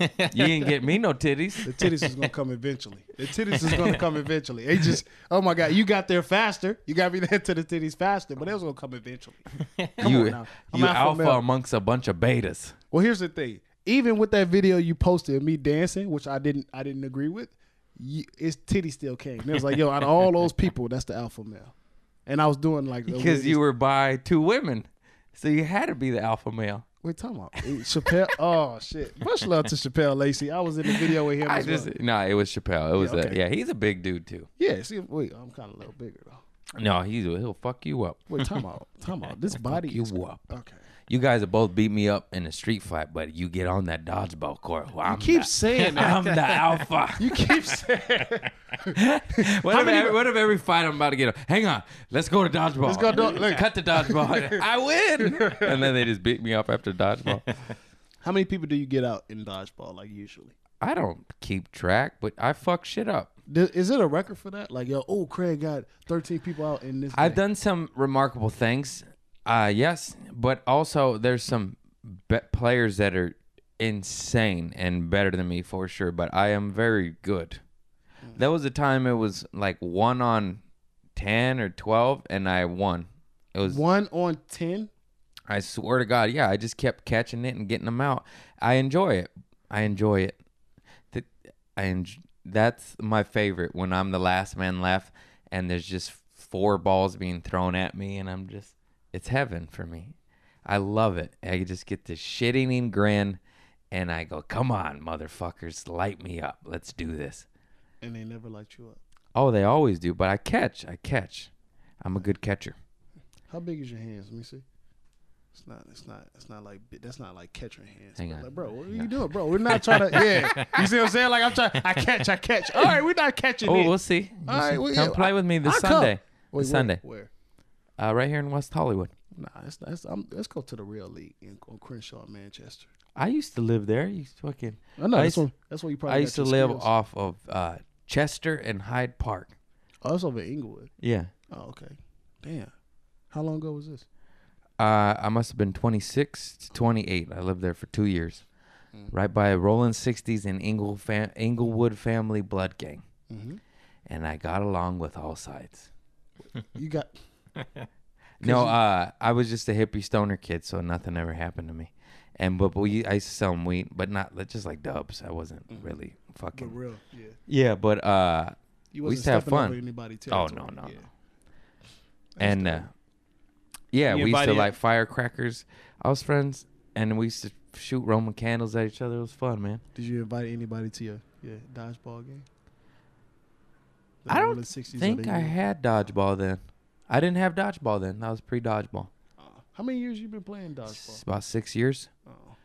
Speaker 3: You didn't get me no titties.
Speaker 4: The titties is gonna come eventually. The titties is gonna come eventually. It just, oh my god, you got there faster. You got me (laughs) there to the titties faster, but it was gonna come eventually. (laughs) Come
Speaker 3: you
Speaker 4: on now. I'm
Speaker 3: you
Speaker 4: alpha
Speaker 3: alpha
Speaker 4: male.
Speaker 3: amongst a bunch of betas.
Speaker 4: Well, here's the thing. Even with that video you posted of me dancing, which I didn't, I didn't agree with, you, it's titty still came. And it was like, yo, out of all those people, that's the alpha male. And I was doing like the
Speaker 3: Because you
Speaker 4: weirdest-
Speaker 3: were by two women. So you had to be the alpha male.
Speaker 4: What you talking about Eh, Chappelle. (laughs) oh shit! Much love to Chappelle Lacey. I was in the video with him.
Speaker 3: I
Speaker 4: as well.
Speaker 3: just no, it was Chappelle. It was
Speaker 4: Yeah,
Speaker 3: yeah,
Speaker 4: okay.
Speaker 3: yeah, he's a big dude too.
Speaker 4: Yeah, see, wait, I'm kind of a little bigger though.
Speaker 3: No, he's he'll fuck you up.
Speaker 4: Wait, time out, time out. This body
Speaker 3: You
Speaker 4: is
Speaker 3: up.
Speaker 4: okay.
Speaker 3: You guys have both beat me up in a street fight, but you get on that dodgeball court. Well, I'm
Speaker 4: Keep
Speaker 3: the, (laughs)
Speaker 4: saying that.
Speaker 3: I'm the alpha.
Speaker 4: (laughs) You keep saying.
Speaker 3: What if, every, what if every fight I'm about to get up? Hang on, let's go to dodgeball. Let's (laughs)
Speaker 4: go do- look.
Speaker 3: Cut the
Speaker 4: (laughs)
Speaker 3: dodgeball. I win. And then they just beat me up after dodgeball.
Speaker 4: How many people do you get out in dodgeball like usually?
Speaker 3: I don't keep track, but I fuck shit up.
Speaker 4: Th- Is it a record for that? Like, yo, oh, Craig got 13 people out in this.
Speaker 3: I've
Speaker 4: day.
Speaker 3: done some remarkable things, uh, yes, but also there's some be- players that are insane and better than me for sure. But I am very good. There was a time it was like one on ten or twelve, and I won. It was
Speaker 4: one on 10.
Speaker 3: I swear to God, yeah, I just kept catching it and getting them out. I enjoy it. I enjoy it. Th- I enj- that's my favorite when I'm the last man left and there's just four balls being thrown at me and I'm just it's heaven for me. I love it. I just get this shit eating grin and I go, "Come on, motherfuckers, light me up. Let's do this."
Speaker 4: And they never light you up.
Speaker 3: Oh, they always do, but I catch. I catch. I'm a good catcher.
Speaker 4: How big is your hands? Let me see. It's not. It's not. It's not like. bi- That's not like catching hands.
Speaker 3: Hang
Speaker 4: but
Speaker 3: on.
Speaker 4: Like, bro, what are you doing, bro? We're not trying to.
Speaker 3: (laughs)
Speaker 4: Yeah. You see what I'm saying? Like I'm trying. I catch. I catch. All right, we're not catching.
Speaker 3: Oh,
Speaker 4: it.
Speaker 3: we'll see. We'll
Speaker 4: All right,
Speaker 3: see.
Speaker 4: well,
Speaker 3: come
Speaker 4: yeah,
Speaker 3: play with me this
Speaker 4: I'll come.
Speaker 3: Sunday.
Speaker 4: Wait,
Speaker 3: this
Speaker 4: where-
Speaker 3: Sunday.
Speaker 4: Where?
Speaker 3: uh, right here in West Hollywood.
Speaker 4: Nah, it's not. It's, I'm, let's go to the real league in, on Crenshaw, Manchester.
Speaker 3: I used to live there. You fucking.
Speaker 4: I know.
Speaker 3: I used-
Speaker 4: that's, where, that's where you probably.
Speaker 3: I
Speaker 4: got
Speaker 3: used to
Speaker 4: your
Speaker 3: live
Speaker 4: skills.
Speaker 3: off of uh, Chester and Hyde Park.
Speaker 4: Oh, that's over in Inglewood.
Speaker 3: Yeah.
Speaker 4: Oh, okay. Damn. How long ago was this?
Speaker 3: Uh, I must have been 26 to 28. I lived there for two years, right by Rolling 60s and Ingle fam- Inglewood Family Blood Gang.
Speaker 4: Mm-hmm.
Speaker 3: And I got along with all sides.
Speaker 4: You got.
Speaker 3: No, uh, I was just a hippie stoner kid, so nothing ever happened to me. And but we, I used to sell 'em weed, but not like, just like dubs. I wasn't really
Speaker 4: But
Speaker 3: fucking.
Speaker 4: real, yeah.
Speaker 3: Yeah, but uh,
Speaker 4: You
Speaker 3: We
Speaker 4: wasn't
Speaker 3: used to have
Speaker 4: stepping
Speaker 3: fun.
Speaker 4: over anybody.
Speaker 3: Oh
Speaker 4: territory.
Speaker 3: no, no, no.
Speaker 4: Yeah.
Speaker 3: And uh, yeah,
Speaker 4: You
Speaker 3: we used to
Speaker 4: invited-
Speaker 3: light firecrackers. I was friends, and we used to shoot Roman candles at each other. It was fun, man.
Speaker 4: Did you invite anybody to your, your dodgeball game? The
Speaker 3: I don't
Speaker 4: Rollin' 60s or
Speaker 3: think
Speaker 4: the
Speaker 3: I
Speaker 4: Eagles?
Speaker 3: had dodgeball then. I didn't have dodgeball then. That was pre-dodgeball.
Speaker 4: Uh, how many years you been playing dodgeball?
Speaker 3: It's about six years.
Speaker 4: Oh,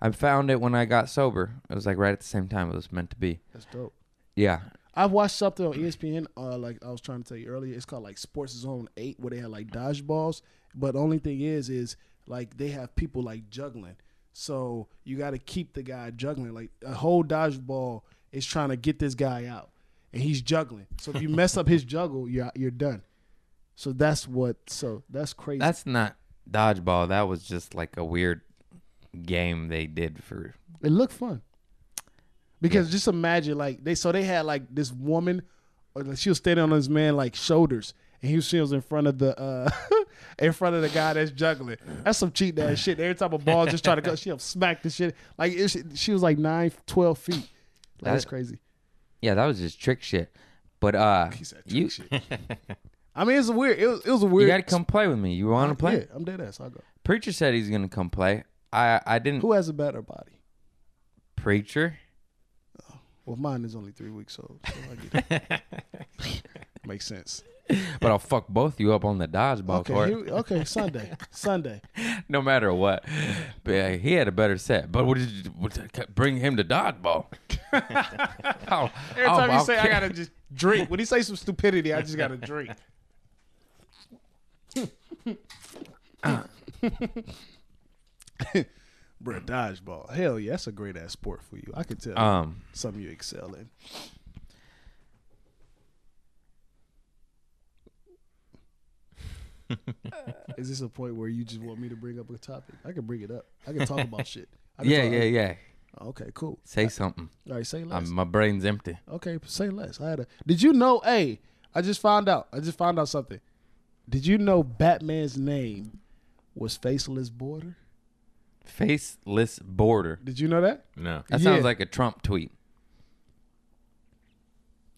Speaker 3: I found it when I got sober. It was like right at the same time it was meant to be.
Speaker 4: that's dope.
Speaker 3: Yeah,
Speaker 4: I've watched something on ESPN. Uh, like I was trying to tell you earlier, it's called like Sports Zone Eight, where they had like dodgeballs. But the only thing is, is like they have people like juggling, so you got to keep the guy juggling. Like a whole dodgeball is trying to get this guy out, and he's juggling. So if you mess up his juggle, you're you're done. So that's what. So that's crazy.
Speaker 3: that's not dodgeball. That was just like a weird game they did for.
Speaker 4: It looked fun. Because just imagine like they so they had like this woman or like she was standing on this man like shoulders and he was, she was in front of the uh (laughs) in front of the guy that's juggling. That's some cheat ass shit. Every time a ball just try to go, she'll smack the shit. Like it, she, she was like nine, 12 feet. Like, that's
Speaker 3: That-
Speaker 4: crazy.
Speaker 3: Yeah, that was just trick shit. But uh,
Speaker 4: said
Speaker 3: you (laughs)
Speaker 4: I mean, it's a weird. It was, it was a weird.
Speaker 3: you gotta come play with me. You wanna play?
Speaker 4: Yeah, I'm dead ass. I'll go.
Speaker 3: Preacher said he's gonna come play. I I didn't.
Speaker 4: Who has a better body?
Speaker 3: Preacher.
Speaker 4: Well, mine is only three weeks old. So I get
Speaker 3: (laughs)
Speaker 4: it. Makes sense.
Speaker 3: But I'll fuck both you up on the dodgeball
Speaker 4: Okay.
Speaker 3: court,
Speaker 4: here we- okay. Sunday. Sunday.
Speaker 3: (laughs) no matter what. But uh, he had a better set. But what did you what, bring him to
Speaker 4: (laughs)
Speaker 3: dodgeball? (laughs) I'll-
Speaker 4: (laughs) Every
Speaker 3: I'll-
Speaker 4: time you
Speaker 3: I'll
Speaker 4: say I
Speaker 3: kick-
Speaker 4: gotta just drink, when he say some stupidity, I just gotta drink. (laughs) Bruh, dodgeball. Hell yeah, that's a great ass sport for you. I can
Speaker 3: (laughs)
Speaker 4: tell
Speaker 3: um,
Speaker 4: something you excel
Speaker 3: (laughs)
Speaker 4: in.
Speaker 3: (laughs)
Speaker 4: Is this a point where you just want me to bring up a topic? I can bring it up. I can talk about shit. I can
Speaker 3: yeah,
Speaker 4: talk-
Speaker 3: yeah, yeah.
Speaker 4: Okay, cool.
Speaker 3: Say something.
Speaker 4: All right, say less.
Speaker 3: I'm, my brain's empty.
Speaker 4: Okay, say less. I had a. Did you know? Hey, I just found out. I just found out something. Did you know Batman's name was Faceless Border?
Speaker 3: Faceless border.
Speaker 4: Did you know that?
Speaker 3: (laughs)
Speaker 1: No.
Speaker 3: That
Speaker 4: Yeah.
Speaker 3: sounds like a Trump tweet.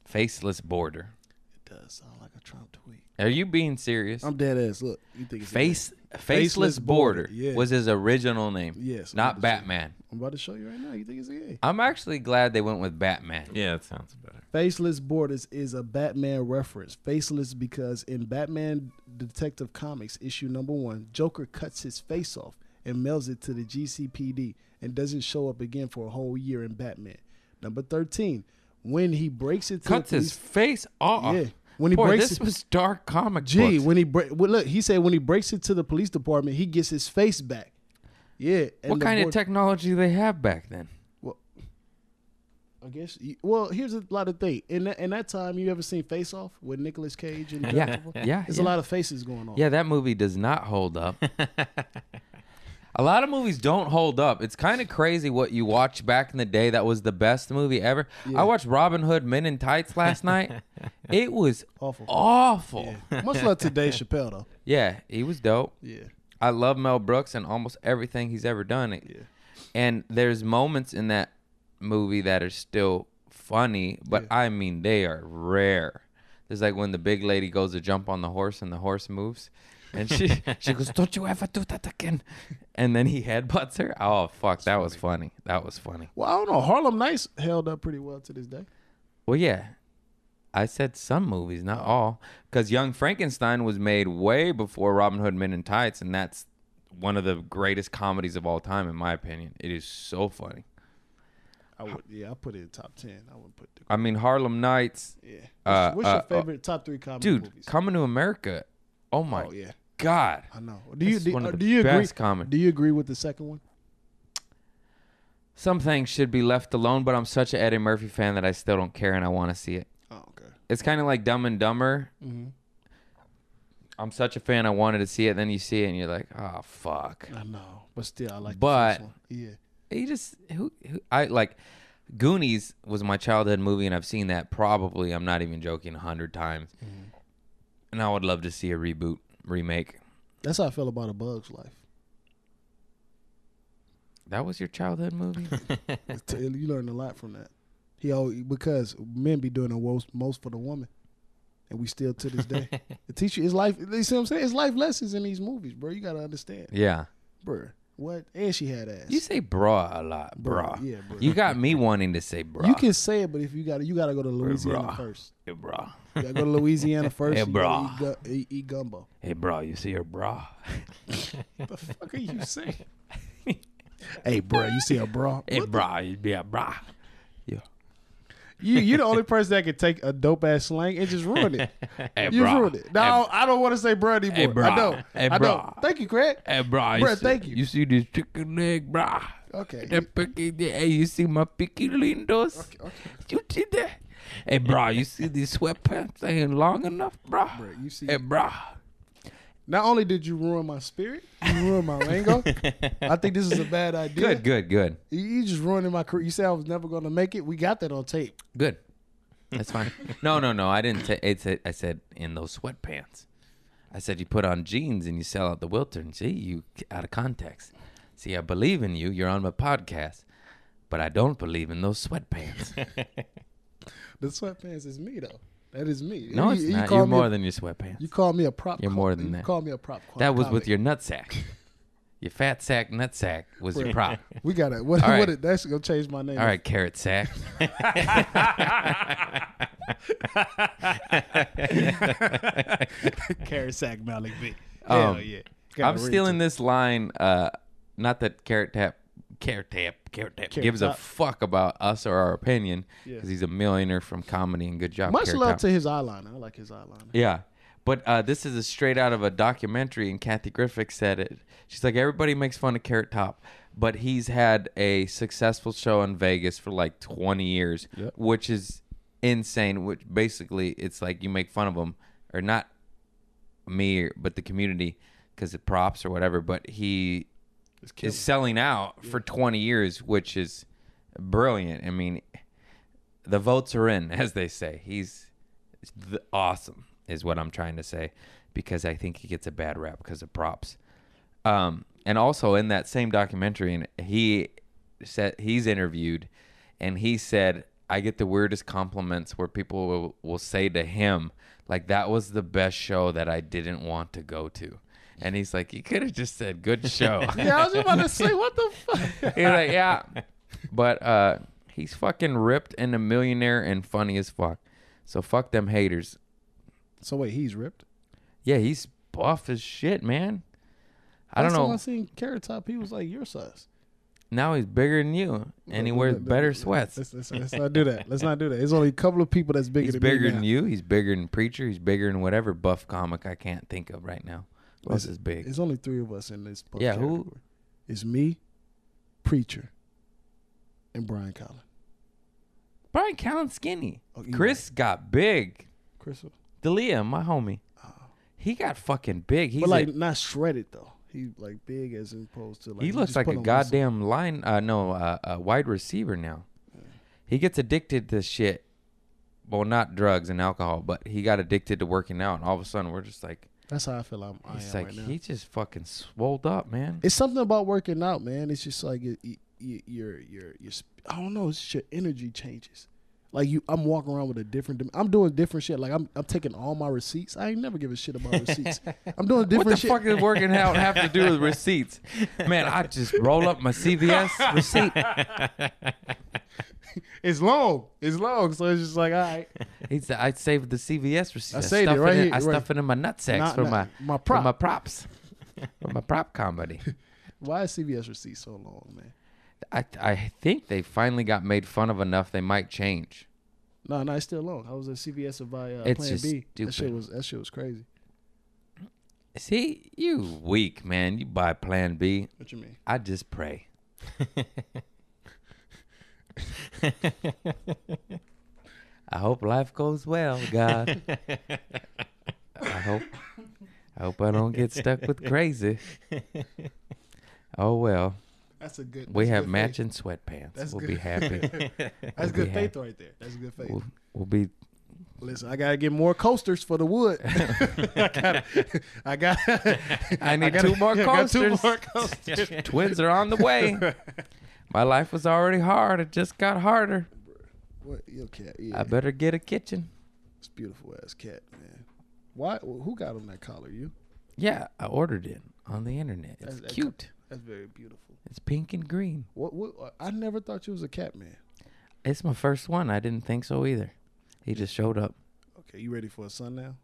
Speaker 3: Faceless border.
Speaker 4: It does sound like a Trump tweet.
Speaker 3: Are you being serious?
Speaker 4: I'm dead ass. Look, you think it's
Speaker 3: Face faceless,
Speaker 4: Faceless Border,
Speaker 3: border,
Speaker 4: yeah.
Speaker 3: was his original name.
Speaker 4: Yes,
Speaker 3: not
Speaker 4: I'm about to say-
Speaker 3: Batman.
Speaker 4: I'm about to show you right now. You think it's a
Speaker 3: I'm actually glad they went with Batman.
Speaker 1: Yeah, that sounds better.
Speaker 4: Faceless Borders is a Batman reference. Faceless because in Batman Detective Comics issue number one, Joker cuts his face off and mails it to the GCPD and doesn't show up again for a whole year in Batman. Number thirteen, when he breaks into
Speaker 3: Cuts
Speaker 4: the
Speaker 3: his
Speaker 4: police,
Speaker 3: face off.
Speaker 4: Yeah. When he
Speaker 3: Boy,
Speaker 4: breaks
Speaker 3: this
Speaker 4: it-
Speaker 3: was dark comic
Speaker 4: gee,
Speaker 3: books.
Speaker 4: when he break, well, look, he said when he breaks into the police department, he gets his face back. Yeah. and
Speaker 3: What
Speaker 4: the
Speaker 3: kind of
Speaker 4: board-
Speaker 3: technology do they have back then?
Speaker 4: Well, I guess. You, well, here's a lot of thing. In that, in that time, you ever seen Face Off with Nicolas Cage and
Speaker 3: (laughs) Yeah, yeah,
Speaker 4: There's
Speaker 3: yeah.
Speaker 4: a lot of faces going on.
Speaker 3: Yeah, that movie does not hold up. a lot of movies don't hold up. It's kind of crazy what you watch back in the day that was the best movie ever. I watched Robin Hood Men in Tights last night. it was
Speaker 4: Awful.
Speaker 3: awful. Yeah.
Speaker 4: Yeah. (laughs) Much love to (laughs) Dave Chappelle though.
Speaker 3: he was dope.
Speaker 4: Yeah.
Speaker 3: I love Mel Brooks and almost everything he's ever done.
Speaker 4: Yeah.
Speaker 3: And there's moments in that movie that are still funny, but I mean they are rare. There's like when the big lady goes to jump on the horse and the horse moves. And she she goes, Don't you ever do that again and then he headbutts her. Oh fuck, that was funny. That was funny.
Speaker 4: Well, I don't know. Harlem Nights held up pretty well to this day.
Speaker 3: Well yeah. I said some movies, not all. Because Young Frankenstein was made way before Robin Hood Men in Tights, and that's one of the greatest comedies of all time, in my opinion. It is so funny.
Speaker 4: I would. Yeah, I put it in top ten. I would put. The,
Speaker 3: I mean, Harlem Nights,
Speaker 4: yeah. What's,
Speaker 3: Uh,
Speaker 4: what's
Speaker 3: uh,
Speaker 4: your
Speaker 3: uh,
Speaker 4: favorite top three comedy
Speaker 3: dude,
Speaker 4: movies?
Speaker 3: coming to America. Oh my
Speaker 4: oh yeah,
Speaker 3: god,
Speaker 4: I know. Do you
Speaker 3: That's
Speaker 4: do,
Speaker 3: one
Speaker 4: uh,
Speaker 3: of the
Speaker 4: do you agree?
Speaker 3: best comedy.
Speaker 4: Do you agree with the second one?
Speaker 3: some things should be left alone. But I'm such an Eddie Murphy fan that I still don't care, and I want to see it.
Speaker 4: Oh okay.
Speaker 3: It's kind of like Dumb and Dumber.
Speaker 4: Mm-hmm.
Speaker 3: I'm such a fan. I wanted to see it. Then you see it, and you're like, oh fuck.
Speaker 4: I know, but still, I like.
Speaker 3: But-
Speaker 4: the first one. yeah,
Speaker 3: You just who, who I like. Goonies was my childhood movie, and I've seen that probably. I'm not even joking, a hundred times. And I would love to see a reboot, remake.
Speaker 4: that's how I feel about A Bug's Life.
Speaker 3: That was your childhood (laughs) movie.
Speaker 4: It's t- you learn a lot from that. He always, because men be doing the most, most for the woman, and we still to
Speaker 3: (laughs)
Speaker 4: this day. the teacher is life. You see what I'm saying? It's life lessons in these movies, bro. You gotta understand,
Speaker 3: yeah.
Speaker 4: bro. What? And she had ass.
Speaker 3: You say bra a lot, bra.
Speaker 4: Yeah, bro.
Speaker 3: You got me wanting to say bra.
Speaker 4: You can say it, but if you gotta, you gotta go to Louisiana
Speaker 3: bruh.
Speaker 4: first.
Speaker 3: hey, bra.
Speaker 4: You gotta go to
Speaker 3: (laughs)
Speaker 4: Louisiana first.
Speaker 3: Hey,
Speaker 4: and you gotta
Speaker 3: bruh.
Speaker 4: Eat, gu- eat, eat gumbo.
Speaker 3: Hey, bra. You see her bra.
Speaker 4: What the fuck are
Speaker 3: (laughs)
Speaker 4: you saying? hey, bro, you see a bra?
Speaker 3: Hey, bra. You be a bra. Yeah.
Speaker 4: (laughs) You, you the only person that could take a dope ass slang and just
Speaker 3: (laughs)
Speaker 4: ruin it.
Speaker 3: Hey,
Speaker 4: You
Speaker 3: bra.
Speaker 4: ruined it. No, I don't want to say bro anymore.
Speaker 3: Hey, bro.
Speaker 4: I know.
Speaker 3: Hey,
Speaker 4: I
Speaker 3: bro.
Speaker 4: know. Thank you, Craig.
Speaker 3: Hey, bra.
Speaker 4: Bro,
Speaker 3: see,
Speaker 4: thank you.
Speaker 3: You see this chicken leg, bra.
Speaker 4: Okay.
Speaker 3: That picky, hey, you see my picky lindos? You see that? Hey, bro, you see these sweatpants ain't long enough, bro?
Speaker 4: you see-
Speaker 3: hey, bro.
Speaker 4: Not only did you ruin my spirit, you ruined my lingo. I think this is
Speaker 3: (laughs)
Speaker 4: a bad idea.
Speaker 3: Good, good, good,
Speaker 4: You, you just ruining my career. You said I was never going to make it. We got that on tape.
Speaker 3: good. That's fine. no, no, no. I didn't. T- it's a, I said in those sweatpants. I said you put on jeans and you sell out the Wilton. See, you out of context. See, I believe in you. You're on my podcast, but I don't believe in those
Speaker 4: (laughs)
Speaker 3: sweatpants.
Speaker 4: The sweatpants is me though. That is me.
Speaker 3: No,
Speaker 4: You-
Speaker 3: it's
Speaker 4: you
Speaker 3: not.
Speaker 4: call
Speaker 3: You're
Speaker 4: me
Speaker 3: more
Speaker 4: a-
Speaker 3: than your sweatpants.
Speaker 4: you call me a prop.
Speaker 3: You're
Speaker 4: co-
Speaker 3: more than
Speaker 4: you
Speaker 3: that.
Speaker 4: Call me a prop. co-
Speaker 3: That was
Speaker 4: comic.
Speaker 3: with your
Speaker 4: (laughs)
Speaker 3: nutsack. Your fat sack nutsack was your prop.
Speaker 4: We
Speaker 3: (laughs)
Speaker 4: got it. What?
Speaker 3: All right.
Speaker 4: what it- that's gonna change my name.
Speaker 3: All
Speaker 4: (laughs)
Speaker 3: right, carrot sack. (laughs)
Speaker 4: Carrot sack Malik B.
Speaker 3: Um,
Speaker 4: Hell yeah.
Speaker 3: I'm
Speaker 4: Gotta read
Speaker 3: stealing
Speaker 4: it.
Speaker 3: this line. Uh, not that carrot tap, carrot tap, carrot tap
Speaker 4: Carrot
Speaker 3: gives
Speaker 4: Top.
Speaker 3: a fuck about us or our opinion
Speaker 4: Yeah.
Speaker 3: because he's a millionaire from comedy and good job.
Speaker 4: Much
Speaker 3: Carrot
Speaker 4: love
Speaker 3: Top.
Speaker 4: to his eyeliner. I like his eyeliner.
Speaker 3: Yeah. But uh, this is a straight out of a documentary, and Kathy Griffith said it. She's like, everybody makes fun of Carrot Top, but he's had a successful show in Vegas for like 20 years,
Speaker 4: Yep.
Speaker 3: which is insane. Which basically, it's like you make fun of him, or not me, but the community, because it props or whatever. But he
Speaker 4: It's
Speaker 3: is selling out for 20 years, which is brilliant. I mean, the votes are in, (laughs) as they say. He's the, awesome, is what I'm trying to say, because I think he gets a bad rap because of props. Um, and also in that same documentary, and he said he's interviewed, and he said, "I get the weirdest compliments where people will, will say to him, like that was the best show that I didn't want to go to." And he's like, "You could have just said good show."
Speaker 4: (laughs) Yeah, I was about to say, what the fuck?
Speaker 3: (laughs) He's like, yeah. But uh, he's fucking ripped and a millionaire and funny as fuck. So fuck them haters.
Speaker 4: (laughs) so wait, he's ripped.
Speaker 3: Yeah, he's buff as shit, man. I
Speaker 4: Last
Speaker 3: don't
Speaker 4: time
Speaker 3: know.
Speaker 4: I seen Carrot Top. He was like your size.
Speaker 3: Now he's bigger than you, and he
Speaker 4: Look,
Speaker 3: wears
Speaker 4: look, look,
Speaker 3: better
Speaker 4: look,
Speaker 3: sweats.
Speaker 4: (laughs) Let's, let's, let's not do that. Let's not do that. There's only a couple of people that's bigger
Speaker 3: He's
Speaker 4: than
Speaker 3: bigger
Speaker 4: me
Speaker 3: than
Speaker 4: now.
Speaker 3: you. He's bigger than preacher. He's bigger than whatever buff comic I can't think of right now. Who else
Speaker 4: Is-
Speaker 3: is big?
Speaker 4: There's only three of us in this.
Speaker 3: Yeah, who-
Speaker 4: It's me, preacher, and Brian Collin.
Speaker 3: Brian Callen's skinny.
Speaker 4: Oh, you
Speaker 3: Chris got big.
Speaker 4: Crystal.
Speaker 3: Dalia, my homie, he got fucking big. He's
Speaker 4: Uh, but like
Speaker 3: a-
Speaker 4: not shredded though. He like big as opposed to like
Speaker 3: he
Speaker 4: you
Speaker 3: looks
Speaker 4: just
Speaker 3: like
Speaker 4: put
Speaker 3: a
Speaker 4: on one side.
Speaker 3: goddamn line. Uh, no, uh, a wide receiver now. He gets addicted to shit. Well, not drugs and alcohol, but he got addicted to working out, and all of a sudden we're just like,
Speaker 4: That's how I feel. I'm. I
Speaker 3: he's
Speaker 4: am
Speaker 3: like,
Speaker 4: Oh, right now.
Speaker 3: he just fucking swolled up, man.
Speaker 4: It's something about working out, man. It's just like you, you, you- your your your. sp- I don't know. It's just your energy changes. Like you, I'm walking around with a different. dim- I'm doing different shit. Like I'm, I'm taking all my receipts. I ain't never give a shit about (laughs) receipts. I'm doing different
Speaker 3: What the
Speaker 4: shit.
Speaker 3: fuck
Speaker 4: (laughs)
Speaker 3: does working out have to do with receipts? Man, I just roll up my CVS
Speaker 4: (laughs)
Speaker 3: receipt.
Speaker 4: It's long. It's long. So it's just like,
Speaker 3: (laughs)
Speaker 4: all right.
Speaker 3: He's, I saved the CVS receipt.
Speaker 4: I saved it
Speaker 3: stuff
Speaker 4: right
Speaker 3: in,
Speaker 4: here,
Speaker 3: I
Speaker 4: right.
Speaker 3: stuff it in my nutsacks
Speaker 4: Not-
Speaker 3: for
Speaker 4: not-
Speaker 3: my
Speaker 4: my
Speaker 3: for
Speaker 4: prop.
Speaker 3: my props, for my prop comedy.
Speaker 4: Why is CVS receipt so long, man?
Speaker 3: I I think they finally got made fun of enough. They might change.
Speaker 4: No, no, it's still long. I was at CVS to buy uh,
Speaker 3: It's
Speaker 4: Plan
Speaker 3: just
Speaker 4: B. That shit
Speaker 3: stupid.
Speaker 4: was that shit was crazy.
Speaker 3: See, you weak man. You buy Plan B.
Speaker 4: What you mean?
Speaker 3: I just pray. I hope life goes well, (laughs) God. I hope I hope I don't get stuck with crazy. Oh well,
Speaker 4: That's a good.
Speaker 3: we
Speaker 4: that's
Speaker 3: have
Speaker 4: good faith.
Speaker 3: matching sweatpants.
Speaker 4: That's
Speaker 3: we'll
Speaker 4: good.
Speaker 3: be happy.
Speaker 4: (laughs) That's
Speaker 3: We'll be
Speaker 4: good faith right there. That's good faith.
Speaker 3: We'll, we'll be
Speaker 4: Listen, I gotta get more coasters for the wood. (laughs) I got. I got.
Speaker 3: I need
Speaker 4: gotta-
Speaker 3: two more
Speaker 4: (laughs) I got two
Speaker 3: coasters.
Speaker 4: more coasters.
Speaker 3: Twins are on the
Speaker 4: (laughs)
Speaker 3: way. My life was already hard. It just got harder.
Speaker 4: What your cat?
Speaker 3: I
Speaker 4: Yeah,
Speaker 3: better get a kitchen.
Speaker 4: it's beautiful ass cat, man. Why? Who got on that collar? You?
Speaker 3: Yeah, I ordered it on the internet. It's
Speaker 4: That's- that-
Speaker 3: cute.
Speaker 4: That's very beautiful.
Speaker 3: It's pink and green.
Speaker 4: What? What? I never thought you was a cat man.
Speaker 3: It's my first one. I didn't think so either. He just showed up.
Speaker 4: Okay, you ready for a son now?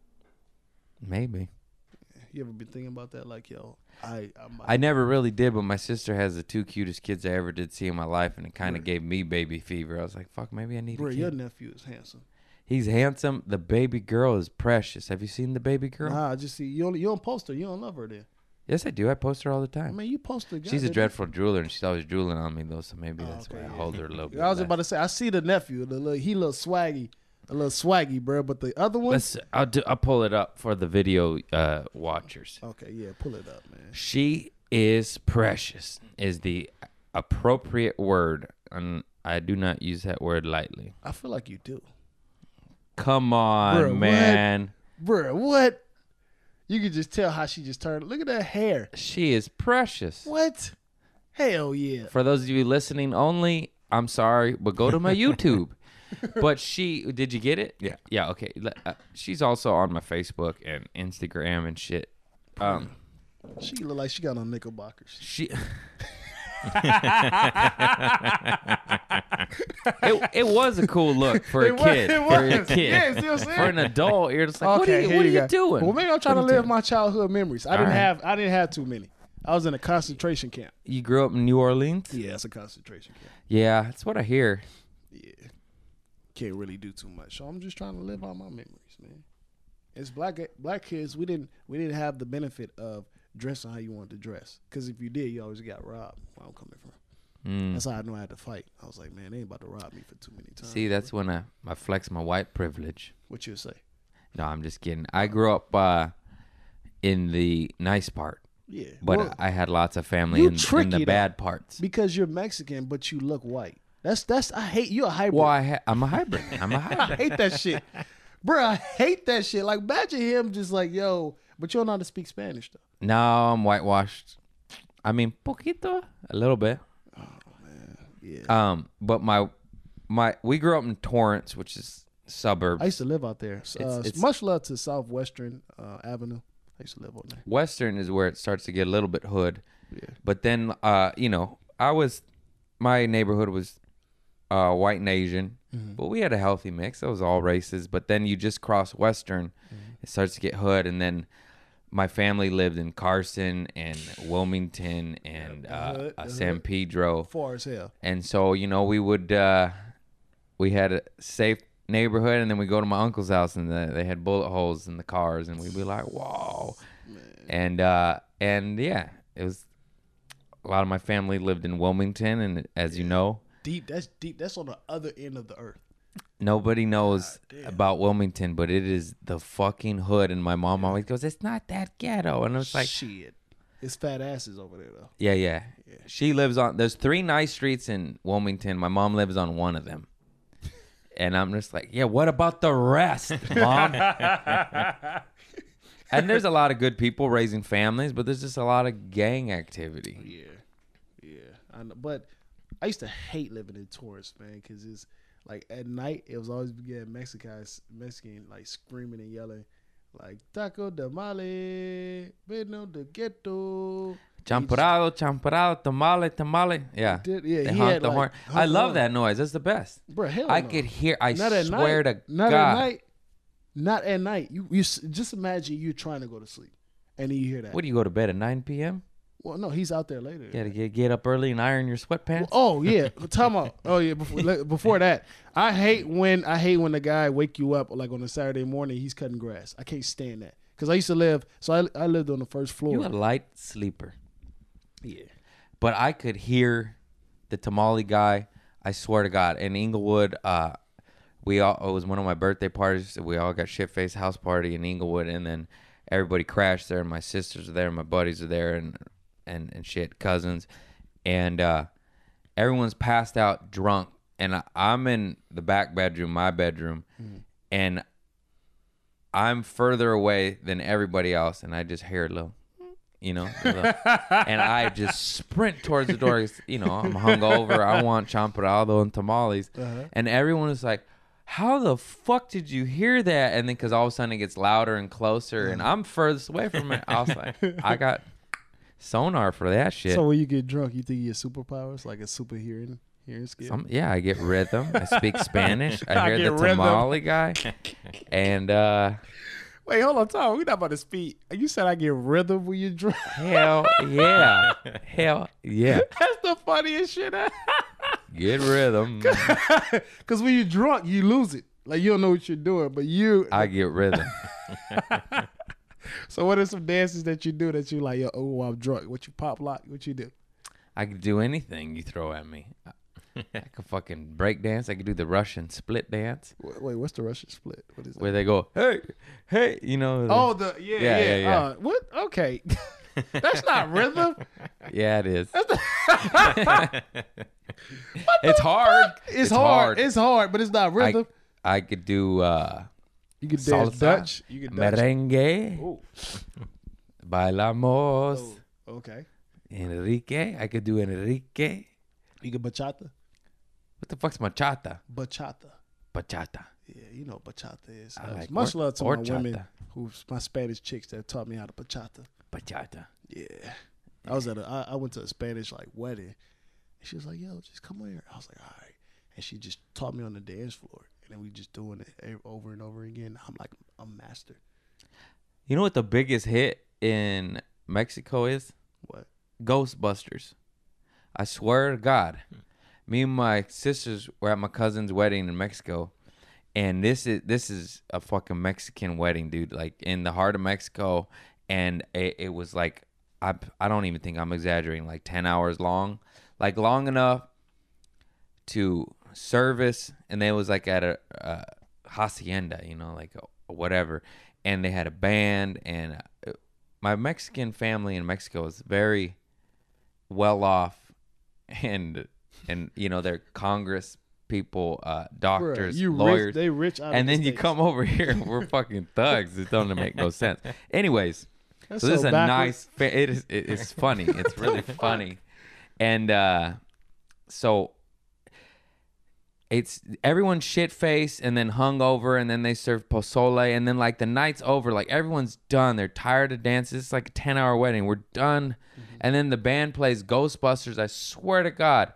Speaker 3: Maybe.
Speaker 4: You ever been thinking about that? Like, yo, I, I, might,
Speaker 3: I never really did, but my sister has the two cutest kids I ever did see in my life, and it kind of gave me baby fever. I was like, fuck, maybe I need
Speaker 4: bro,
Speaker 3: a
Speaker 4: your
Speaker 3: kid.
Speaker 4: nephew is handsome.
Speaker 3: He's handsome. The baby girl is precious. Have you seen the baby girl?
Speaker 4: Nah, I just see you. Only, you don't post her. You don't love her then.
Speaker 3: Yes, I do. I post her all the
Speaker 4: I
Speaker 3: time.
Speaker 4: mean, you post her.
Speaker 3: She's a
Speaker 4: goddamn-
Speaker 3: dreadful drooler, and she's always drooling on me though. So maybe
Speaker 4: Oh,
Speaker 3: that's
Speaker 4: okay,
Speaker 3: why I
Speaker 4: yeah.
Speaker 3: hold her a
Speaker 4: (laughs)
Speaker 3: little bit.
Speaker 4: I was about
Speaker 3: less.
Speaker 4: to say, I see the nephew. The little, he look swaggy, a little swaggy, bro. But the other one,
Speaker 3: Let's. I'll do. I'll pull it up for the video uh, watchers.
Speaker 4: okay, yeah, pull it up, man.
Speaker 3: She is precious. Is the appropriate word, and I do not use that word lightly.
Speaker 4: I feel like you do,
Speaker 3: Come on,
Speaker 4: Bruh, what?
Speaker 3: man.
Speaker 4: bro. What? You could just tell how she just turned. Look at that hair.
Speaker 3: She is precious.
Speaker 4: What? Hell yeah.
Speaker 3: For those of you listening only, I'm sorry, but go
Speaker 4: (laughs)
Speaker 3: to my YouTube. but she, did you get it? Yeah. Yeah. Okay. Le- uh, She's also on my Facebook and Instagram and shit. Um,
Speaker 4: She look like she got on Knickerbockers. (laughs)
Speaker 3: she. it, it was a cool look for a
Speaker 4: It was-
Speaker 3: kid.
Speaker 4: it
Speaker 3: for a
Speaker 4: was.
Speaker 3: kid.
Speaker 4: Yeah, see what I'm saying?
Speaker 3: for an adult, you're just like, what are you,
Speaker 4: here
Speaker 3: what are you
Speaker 4: go.
Speaker 3: doing?
Speaker 4: Well, maybe I'm trying to
Speaker 3: What are
Speaker 4: live
Speaker 3: you
Speaker 4: my childhood memories. I didn't
Speaker 3: right.
Speaker 4: have, I didn't have too many. I was in a concentration camp.
Speaker 3: doing? You grew up in New Orleans?
Speaker 4: Yeah, it's a concentration camp.
Speaker 3: Yeah, that's what I hear.
Speaker 4: Yeah. Can't really do too much. So I'm just trying to live out my memories, man. As black black kids, we didn't we didn't have the benefit of dressing how you wanted to dress. Cause if you did, you always got robbed. Where I'm coming from.
Speaker 3: Mm.
Speaker 4: That's how I know I had to fight. I was like, man, they ain't about to rob me for too many times.
Speaker 3: See, that's when I, I flex my white privilege.
Speaker 4: what you say?
Speaker 3: No, I'm just kidding. I grew up uh, in the nice part,
Speaker 4: Yeah,
Speaker 3: but
Speaker 4: Well,
Speaker 3: I had lots of family
Speaker 4: you
Speaker 3: in, in
Speaker 4: tricky,
Speaker 3: the
Speaker 4: though.
Speaker 3: bad parts.
Speaker 4: because you're Mexican, but you look white. That's that's I hate you a hybrid.
Speaker 3: Well, I ha- I'm a hybrid. I'm a hybrid.
Speaker 4: (laughs) I hate that
Speaker 3: (laughs)
Speaker 4: shit. Bro, I hate that shit. Like imagine him just like, yo, but you don't know how to speak Spanish though.
Speaker 3: no, I'm whitewashed. I mean, poquito, a little bit.
Speaker 4: Oh, Yeah.
Speaker 3: Um, but my my we grew up in Torrance, which is suburb.
Speaker 4: I used to live out there. So,
Speaker 3: It's-
Speaker 4: uh,
Speaker 3: it's-
Speaker 4: much love to Southwestern uh, Avenue. I used to live on there.
Speaker 3: Western is where it starts to get a little bit hood. But then, uh, you know, I was, my neighborhood was uh, white and Asian,
Speaker 4: Mm-hmm.
Speaker 3: but we had a healthy mix. It was all races. But then you just cross Western,
Speaker 4: Mm-hmm.
Speaker 3: it starts to get hood. And then my family lived in Carson and Wilmington and uh,
Speaker 4: hood,
Speaker 3: uh,
Speaker 4: the
Speaker 3: San Pedro.
Speaker 4: Far as hell.
Speaker 3: And so, you know, we would, uh, we had a safe neighborhood and then we go to my uncle's house and the, they had bullet holes in the cars and we'd be like, whoa. And, uh, and yeah, it was a lot of my family lived in Wilmington. And as you know,
Speaker 4: Deep. That's deep. That's on the other end of the earth.
Speaker 3: nobody knows about Wilmington, but it is the fucking hood. And my mom always goes, it's not that ghetto. And I was like,
Speaker 4: shit. It's fat asses over there though.
Speaker 3: yeah, yeah. She lives on, there's three nice streets in Wilmington. My mom lives on one of them. And I'm just like, yeah, what about the
Speaker 4: (laughs)
Speaker 3: rest, mom? and there's a lot of good people raising families, but there's just a lot of gang activity.
Speaker 4: Yeah, yeah. I know, but I used to hate living in Torrance, man, because it's like at night it was always getting Mexican, Mexican like screaming and yelling, like taco de male, vino de ghetto.
Speaker 3: Champurado, champurado, tamale, tamale. Yeah.
Speaker 4: did- yeah,
Speaker 3: they
Speaker 4: he
Speaker 3: honk
Speaker 4: had,
Speaker 3: the
Speaker 4: like,
Speaker 3: horn.
Speaker 4: honk
Speaker 3: I
Speaker 4: the
Speaker 3: love
Speaker 4: horn.
Speaker 3: that noise. That's the best.
Speaker 4: Bruh, hell
Speaker 3: I
Speaker 4: no.
Speaker 3: could hear, I
Speaker 4: Not at
Speaker 3: swear
Speaker 4: night.
Speaker 3: to
Speaker 4: not
Speaker 3: God.
Speaker 4: at night. Not at night. You you s- just imagine you trying to go to sleep, and then you hear that.
Speaker 3: What do you go to bed at 9 p.m.?
Speaker 4: Well, no, he's out there later.
Speaker 3: You gotta get, get up early and iron your sweatpants.
Speaker 4: Oh
Speaker 3: (laughs)
Speaker 4: yeah, time out. Oh yeah, before, le- before that, I hate when I hate when the guy wake you up like on a Saturday morning. He's cutting grass. I can't stand that because I used to live. So I, I lived on the first
Speaker 3: You a
Speaker 4: floor.
Speaker 3: light sleeper.
Speaker 4: Yeah,
Speaker 3: but I could hear the tamale guy. I swear to God, in Inglewood, uh, we all it was one of my birthday parties. We all got shit faced house party in Inglewood, and then everybody crashed there. And my sisters are there, and my buddies are there, and and and shit cousins, and uh, everyone's passed out drunk. And I, I'm in the back bedroom, my bedroom, and I'm further away than everybody else, and I just hear a little, you
Speaker 4: (laughs)
Speaker 3: know, a little- and I just sprint towards the door. 'cause, You know, I'm hungover. I want champurrado and tamales,
Speaker 4: Uh-huh.
Speaker 3: and everyone is like, "How the fuck did you hear that?" And then because all of a sudden it gets louder and closer, and I'm furthest away from it. I was
Speaker 4: (laughs)
Speaker 3: like, "I got sonar for that shit."
Speaker 4: So when you get drunk, you think you have superpowers like a super hearing hearing skill.
Speaker 3: Some- yeah, I get rhythm. I speak Spanish. I
Speaker 4: (laughs) I
Speaker 3: hear
Speaker 4: get
Speaker 3: the
Speaker 4: rhythm.
Speaker 3: tamale
Speaker 4: (laughs)
Speaker 3: guy, and uh,
Speaker 4: Wait, hold on, Tom. We not about to speak. You said I get rhythm when you drunk.
Speaker 3: hell yeah, hell yeah,
Speaker 4: (laughs) That's the funniest shit.
Speaker 3: get
Speaker 4: (laughs)
Speaker 3: rhythm.
Speaker 4: Because when you drunk, you lose it. Like you don't know what you're doing, but you.
Speaker 3: I get rhythm.
Speaker 4: so what are some dances that you do that you like? Yo, oh, I'm drunk. What you pop lock? What you do?
Speaker 3: I could do anything you throw at me. I, I could fucking break dance. I could do the Russian split dance
Speaker 4: Wait, wait, what's the Russian split? What is that?
Speaker 3: where they go, hey, hey, you know. the-
Speaker 4: Oh, the yeah,
Speaker 3: Yeah,
Speaker 4: yeah,
Speaker 3: yeah, yeah.
Speaker 4: Uh, what?
Speaker 3: (laughs)
Speaker 4: Okay, that's not rhythm.
Speaker 3: yeah, it is. (laughs) it's hard.
Speaker 4: It's, hard. It's hard, but it's not
Speaker 3: I,
Speaker 4: rhythm.
Speaker 3: I could do uh,
Speaker 4: you can dance
Speaker 3: salsa,
Speaker 4: Dutch. You can dance.
Speaker 3: merengue,
Speaker 4: Ooh.
Speaker 3: bailamos,
Speaker 4: Oh, okay.
Speaker 3: Enrique. I could do Enrique.
Speaker 4: You can bachata.
Speaker 3: What the fuck's machata?
Speaker 4: Bachata.
Speaker 3: Bachata.
Speaker 4: Yeah, you know what bachata is.
Speaker 3: I
Speaker 4: Uh,
Speaker 3: like
Speaker 4: much
Speaker 3: hor-
Speaker 4: love to my women
Speaker 3: horchata.
Speaker 4: who's my Spanish chicks that taught me how to bachata.
Speaker 3: Bachata.
Speaker 4: Yeah. I was at a I, I went to a Spanish like wedding. And she was like, yo, just come on here. I was like, all right. And she just taught me on the dance floor. And then we just doing it ev- over and over again. I'm like, I'm master.
Speaker 3: You know what the biggest hit in Mexico is?
Speaker 4: What?
Speaker 3: Ghostbusters. I swear to God, me and my sisters were at my cousin's wedding in Mexico, and this is this is a fucking Mexican wedding, dude. Like in the heart of Mexico, and it, it was like I I don't even think I'm exaggerating. Like ten hours long, like long enough to service, and they was like at a, a hacienda, you know, like whatever, and they had a band, and uh, my Mexican family in Mexico is very well off (laughs) and and you know they're Congress people, uh, doctors,
Speaker 4: you
Speaker 3: lawyers,
Speaker 4: rich, they rich. Out of
Speaker 3: and
Speaker 4: the
Speaker 3: then you
Speaker 4: States.
Speaker 3: come over here, and
Speaker 4: (laughs)
Speaker 3: we're fucking thugs. It doesn't make no sense. Anyways,
Speaker 4: That's
Speaker 3: so this
Speaker 4: so
Speaker 3: is a nice.
Speaker 4: backwards.
Speaker 3: Fa- it is. It, it's funny. It's
Speaker 4: (laughs)
Speaker 3: really funny, and uh, so it's everyone's shit faced and then hung over and then they serve pozole and then like the night's over like everyone's done they're tired of dances it's like a 10 hour wedding we're done
Speaker 4: Mm-hmm.
Speaker 3: and then the band plays ghostbusters i swear to god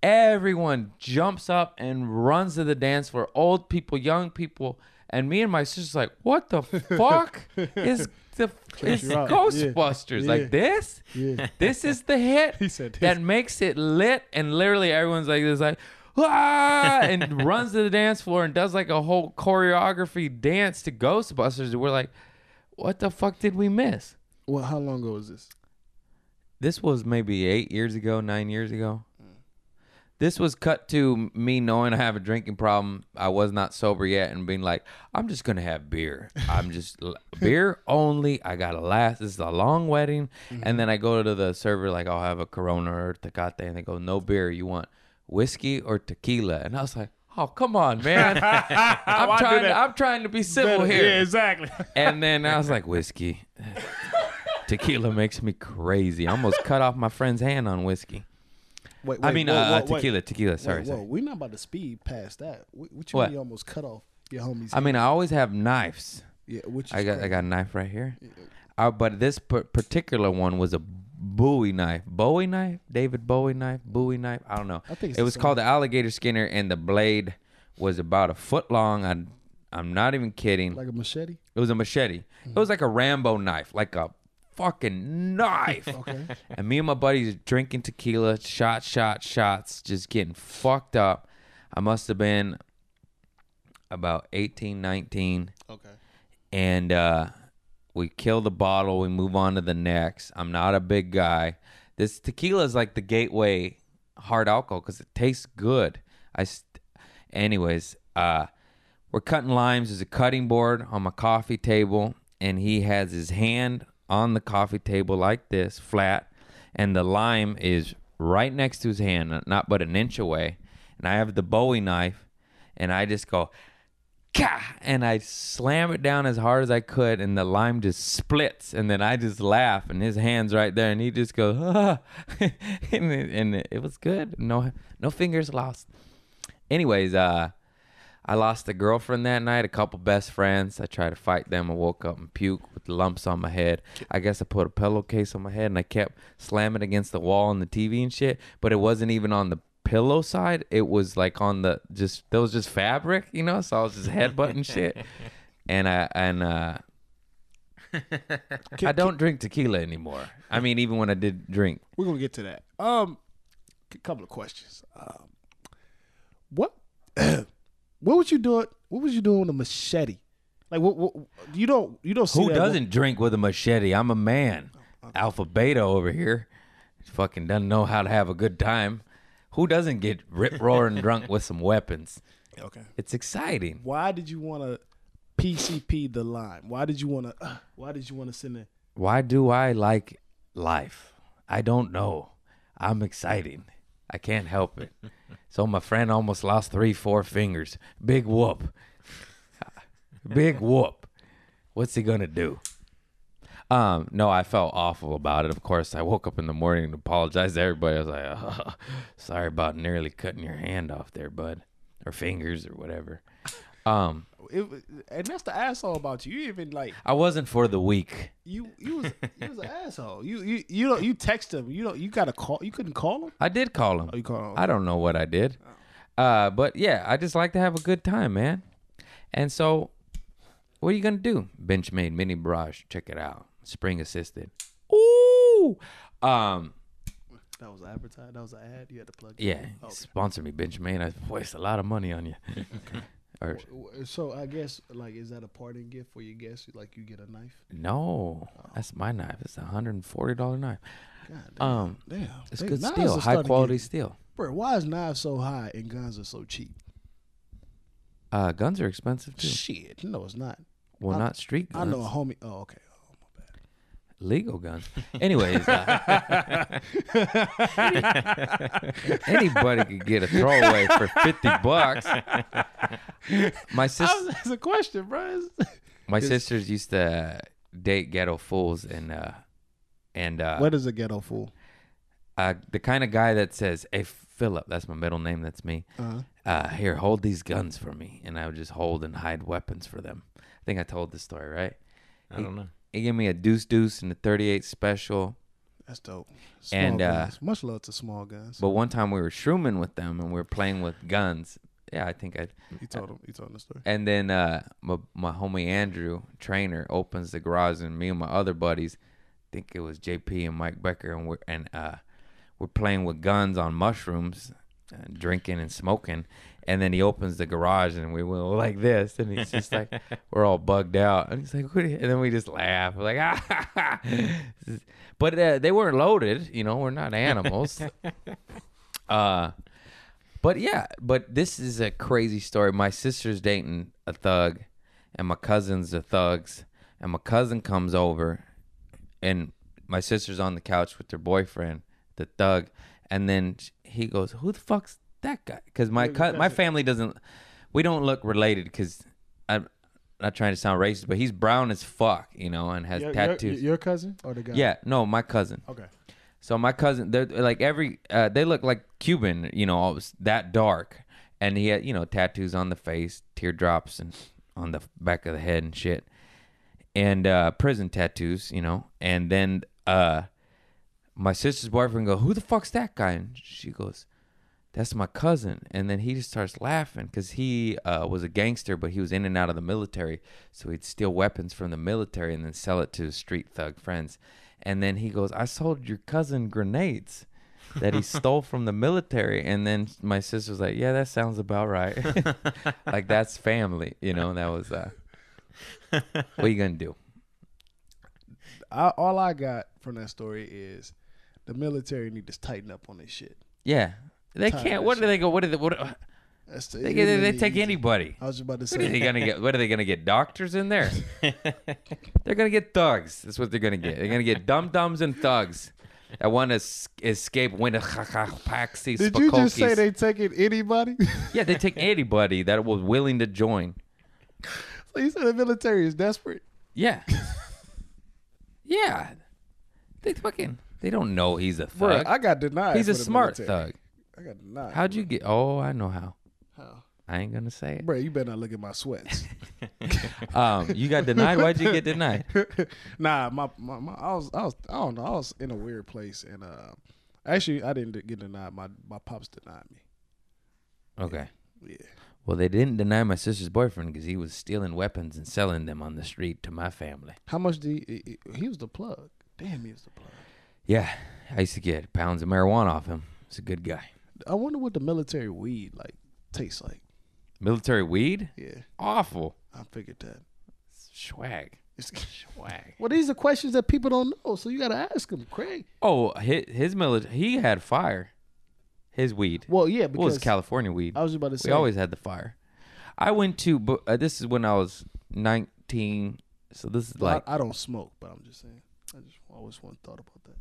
Speaker 3: everyone jumps up and runs to the dance floor old people young people and me and my sister's like what
Speaker 4: (laughs)
Speaker 3: the fuck is the is
Speaker 4: you out. Yeah.
Speaker 3: ghostbusters
Speaker 4: Yeah.
Speaker 3: like this
Speaker 4: Yeah.
Speaker 3: (laughs) this is the hit
Speaker 4: (laughs) He said this.
Speaker 3: that makes it lit and literally everyone's like this like ah,
Speaker 4: (laughs)
Speaker 3: and runs to the dance floor and does like a whole choreography dance to ghostbusters and we're like what the fuck did we miss
Speaker 4: Well, how long ago was this?
Speaker 3: this was maybe eight years ago nine years ago
Speaker 4: Mm.
Speaker 3: this was cut to me knowing i have a drinking problem i was not sober yet and being like i'm just gonna have beer i'm just
Speaker 4: (laughs)
Speaker 3: beer only i gotta last this is a long wedding
Speaker 4: Mm-hmm.
Speaker 3: and then i go to the server like i'll have a corona or tecate and they go no beer you want whiskey or tequila and i was like oh come on
Speaker 4: (laughs)
Speaker 3: man i'm
Speaker 4: do
Speaker 3: trying
Speaker 4: that?
Speaker 3: i'm trying to be civil
Speaker 4: Better-
Speaker 3: here
Speaker 4: Yeah, exactly.
Speaker 3: and then I was like, whiskey. Tequila makes me crazy. I almost cut off my friend's hand on whiskey.
Speaker 4: Wait,
Speaker 3: I mean,
Speaker 4: whoa,
Speaker 3: uh,
Speaker 4: whoa, wait.
Speaker 3: tequila, tequila. Sorry,
Speaker 4: Whoa,
Speaker 3: sorry.
Speaker 4: whoa, we're not about to speed past that. What, what you
Speaker 3: What?
Speaker 4: mean you almost cut off your homies?
Speaker 3: I mean, I always have knives.
Speaker 4: yeah, which is
Speaker 3: I got, I
Speaker 4: crazy.
Speaker 3: got a knife right here. Uh, but this par- particular one was a Bowie knife, Bowie knife, David Bowie knife, Bowie knife. I don't know.
Speaker 4: I think it's
Speaker 3: it
Speaker 4: the
Speaker 3: was
Speaker 4: same.
Speaker 3: called the alligator skinner, and the blade was about a foot long. I, I'm not even kidding.
Speaker 4: like a machete.
Speaker 3: It was a machete. It was like a Rambo knife, like a fucking knife.
Speaker 4: Okay.
Speaker 3: And me and my buddies drinking tequila, shot, shot, shots, just getting fucked up. I must have been about 18, 19.
Speaker 4: Okay.
Speaker 3: And uh, we kill the bottle. We move on to the next. I'm not a big guy. This tequila is like the gateway hard alcohol because it tastes good. I, st- anyways, uh, we're cutting limes. There's a cutting board on my coffee table, and he has his hand on the coffee table like this, flat, and the lime is right next to his hand, not but an inch away. And I have the Bowie knife, and I just go, Ka! and I slam it down as hard as I could, and the lime just splits, and then I just laugh, and his hand's right there, and he just goes, (laughs) ah. and, it, and it was good, no, no fingers lost. Anyways, uh, I lost a girlfriend that night, a couple best friends. I tried to fight them. I woke up and puked with lumps on my head. I guess I put a pillowcase on my head and I kept slamming against the wall and the TV and shit. But it wasn't even on the pillow side. It was like on the just there was just fabric, you know. So I was just headbutting shit. And I and uh, I don't drink tequila anymore. I mean, even when I did drink,
Speaker 4: We're gonna get to that. Um, a couple of questions. Um, what (clears throat) what was you doing? What was you doing with a machete? Like what? what you don't you don't see
Speaker 3: Who
Speaker 4: that-
Speaker 3: doesn't drink with a machete? I'm a man. Alpha beta over here. Fucking doesn't know how to have a good time. Who doesn't get rip roaring (laughs) drunk with some weapons?
Speaker 4: Okay.
Speaker 3: It's exciting.
Speaker 4: Why did you want to PCP the lime? Why did you want to? why did you want to send it?
Speaker 3: Why do I like life? I don't know. I'm exciting. I can't help
Speaker 4: (laughs)
Speaker 3: it. So my friend almost lost three, four fingers. Big whoop. Big whoop. What's he gonna do? Um, no, I felt awful about it. Of course, I woke up in the morning and apologized to everybody. I was like, oh, sorry about nearly cutting your hand off there, bud. Or fingers or whatever. Um,
Speaker 4: it was- and that's the asshole about you. You even like
Speaker 3: I wasn't for the weak.
Speaker 4: you you was
Speaker 3: (laughs)
Speaker 4: you was an asshole. You you you don't you text him. You don't you got to call. You couldn't call him.
Speaker 3: I did call him.
Speaker 4: Oh, you call him.
Speaker 3: I don't know what I did. Uh, but yeah, I just like to have a good time, man. And so, what are you going to do? Benchmade Mini Barrage. Check it out. Spring assisted. Ooh. Um,
Speaker 4: that was advertised. That was an ad. You had to plug. Oh, it.
Speaker 3: yeah. Sponsor me, Benchmade. I waste a lot of money on you. or,
Speaker 4: W- So I guess like is that a parting gift for your guests? Like you get a knife.
Speaker 3: no, that's my knife. It's a $140 knife.
Speaker 4: God damn.
Speaker 3: Um,
Speaker 4: damn.
Speaker 3: it's
Speaker 4: They-
Speaker 3: good
Speaker 4: knives
Speaker 3: steel,
Speaker 4: are
Speaker 3: high
Speaker 4: starting to
Speaker 3: quality
Speaker 4: get-
Speaker 3: steel.
Speaker 4: bro, why is knives so high and guns are so cheap?
Speaker 3: Uh, guns are expensive too.
Speaker 4: Shit, no, it's not.
Speaker 3: Well,
Speaker 4: I-
Speaker 3: not street
Speaker 4: I
Speaker 3: guns. (laughs)
Speaker 4: know a homie. Oh, okay.
Speaker 3: legal guns. Anyways, uh, (laughs) anybody could get a throwaway for fifty bucks. My sister,
Speaker 4: That's a question, bro. It's-
Speaker 3: my sisters used to date ghetto fools, and uh, and uh,
Speaker 4: what is a ghetto fool?
Speaker 3: uh, the kind of guy that says, "Hey, Philip, that's my middle name. That's me.
Speaker 4: Uh-huh.
Speaker 3: Uh, here, hold these guns for me," and I would just hold and hide weapons for them. I think I told this story, right?
Speaker 1: I don't know.
Speaker 3: He gave me a deuce deuce and a thirty-eight special.
Speaker 4: That's dope. Small
Speaker 3: And, uh,
Speaker 4: guns. much love to small guns.
Speaker 3: But one time we were shrooming with them and we were playing with guns. Yeah, I think I.
Speaker 4: He told him. He told him the story.
Speaker 3: And then uh, my my homie Andrew Trainer opens the garage, and me and my other buddies, I think it was JP and Mike Becker, and we're and uh, we're playing with guns on mushrooms, uh, drinking and smoking. And then he opens the garage, and we went like this, and he's just like, we're all bugged out, and he's like, what? And then we just laugh, we're like, ah, but uh, they weren't loaded, you know, we're not animals. uh, but yeah, but this is a crazy story. My sister's dating a thug, and my cousins are thugs, and my cousin comes over, and my sister's on the couch with her boyfriend, the thug, and then sh- he goes, "Who the fuck's that guy?" Because my cou- my family doesn't, we don't look related. Because I'm not trying to sound racist, but he's brown as fuck, you know, and has
Speaker 4: Your, your,
Speaker 3: tattoos.
Speaker 4: your cousin or the guy?
Speaker 3: yeah, no, my cousin.
Speaker 4: Okay.
Speaker 3: So my cousin, they're like every, uh, they look like Cuban, you know, all that dark, and he had, you know, tattoos on the face, teardrops, and on the back of the head and shit, and uh, prison tattoos, you know. And then uh, my sister's boyfriend go, "Who the fuck's that guy?" And she goes, "That's my cousin." And then he just starts laughing because he uh, was a gangster, but he was in and out of the military, so he'd steal weapons from the military and then sell it to his street thug friends. And then he goes, "I sold your cousin grenades." that he stole from the military and then my sister's like yeah that sounds about right (laughs) like that's family you know and that was uh what you gonna do
Speaker 4: I, all I got from that story is the military need to tighten up on this shit.
Speaker 3: yeah they
Speaker 4: Tired
Speaker 3: can't
Speaker 4: of
Speaker 3: what do they go what do they what do-
Speaker 4: That's the,
Speaker 3: they,
Speaker 4: it
Speaker 3: they,
Speaker 4: really
Speaker 3: they take
Speaker 4: easy.
Speaker 3: anybody
Speaker 4: I was about to
Speaker 3: What are they
Speaker 4: say.
Speaker 3: gonna get? What are they gonna get? Doctors in there? they're gonna get thugs. That's what they're gonna get. They're gonna get dum dums and thugs. that want to es- escape Winnipesaukee.
Speaker 4: Did you just say they taking anybody? (laughs)
Speaker 3: Yeah, they take anybody that was willing to join.
Speaker 4: so you said the military is desperate. (laughs)
Speaker 3: Yeah, yeah. They fucking. They don't know he's a
Speaker 4: Bro,
Speaker 3: thug.
Speaker 4: I got denied.
Speaker 3: he's a
Speaker 4: for the
Speaker 3: smart
Speaker 4: military.
Speaker 3: thug.
Speaker 4: I got denied.
Speaker 3: How'd you get? Oh, I know how.
Speaker 4: How?
Speaker 3: I ain't gonna say it.
Speaker 4: Bro, you better not look at
Speaker 3: (laughs)
Speaker 4: my sweats. (laughs)
Speaker 3: Um, you got denied. Why'd you get denied?
Speaker 4: nah, my, my, my I was I was I don't know I was in a weird place and uh, actually I didn't get denied. My my pops denied me.
Speaker 3: Okay.
Speaker 4: Yeah.
Speaker 3: Well, they didn't deny my sister's boyfriend because he was stealing weapons and selling them on the street to my family.
Speaker 4: How much did he, he- he was the plug? Damn, he was the plug.
Speaker 3: Yeah, I used to get pounds of marijuana off him. He's a good guy.
Speaker 4: I wonder what the military weed like tastes like.
Speaker 3: Military weed?
Speaker 4: Yeah,
Speaker 3: Awful.
Speaker 4: I figured that.
Speaker 3: Swag.
Speaker 4: It's, (laughs)
Speaker 3: Swag.
Speaker 4: well, these are questions that people don't know, so you gotta ask them, Craig.
Speaker 3: Oh, his, his military, he had fire. His weed.
Speaker 4: Well, yeah,
Speaker 3: Well, it was
Speaker 4: because
Speaker 3: California weed.
Speaker 4: I was about to
Speaker 3: We
Speaker 4: say
Speaker 3: always had the fire. I went to, bu- uh, this is when I was 19. So this is
Speaker 4: well,
Speaker 3: like,
Speaker 4: I, I don't smoke, but I'm just saying. I just always want thought about that.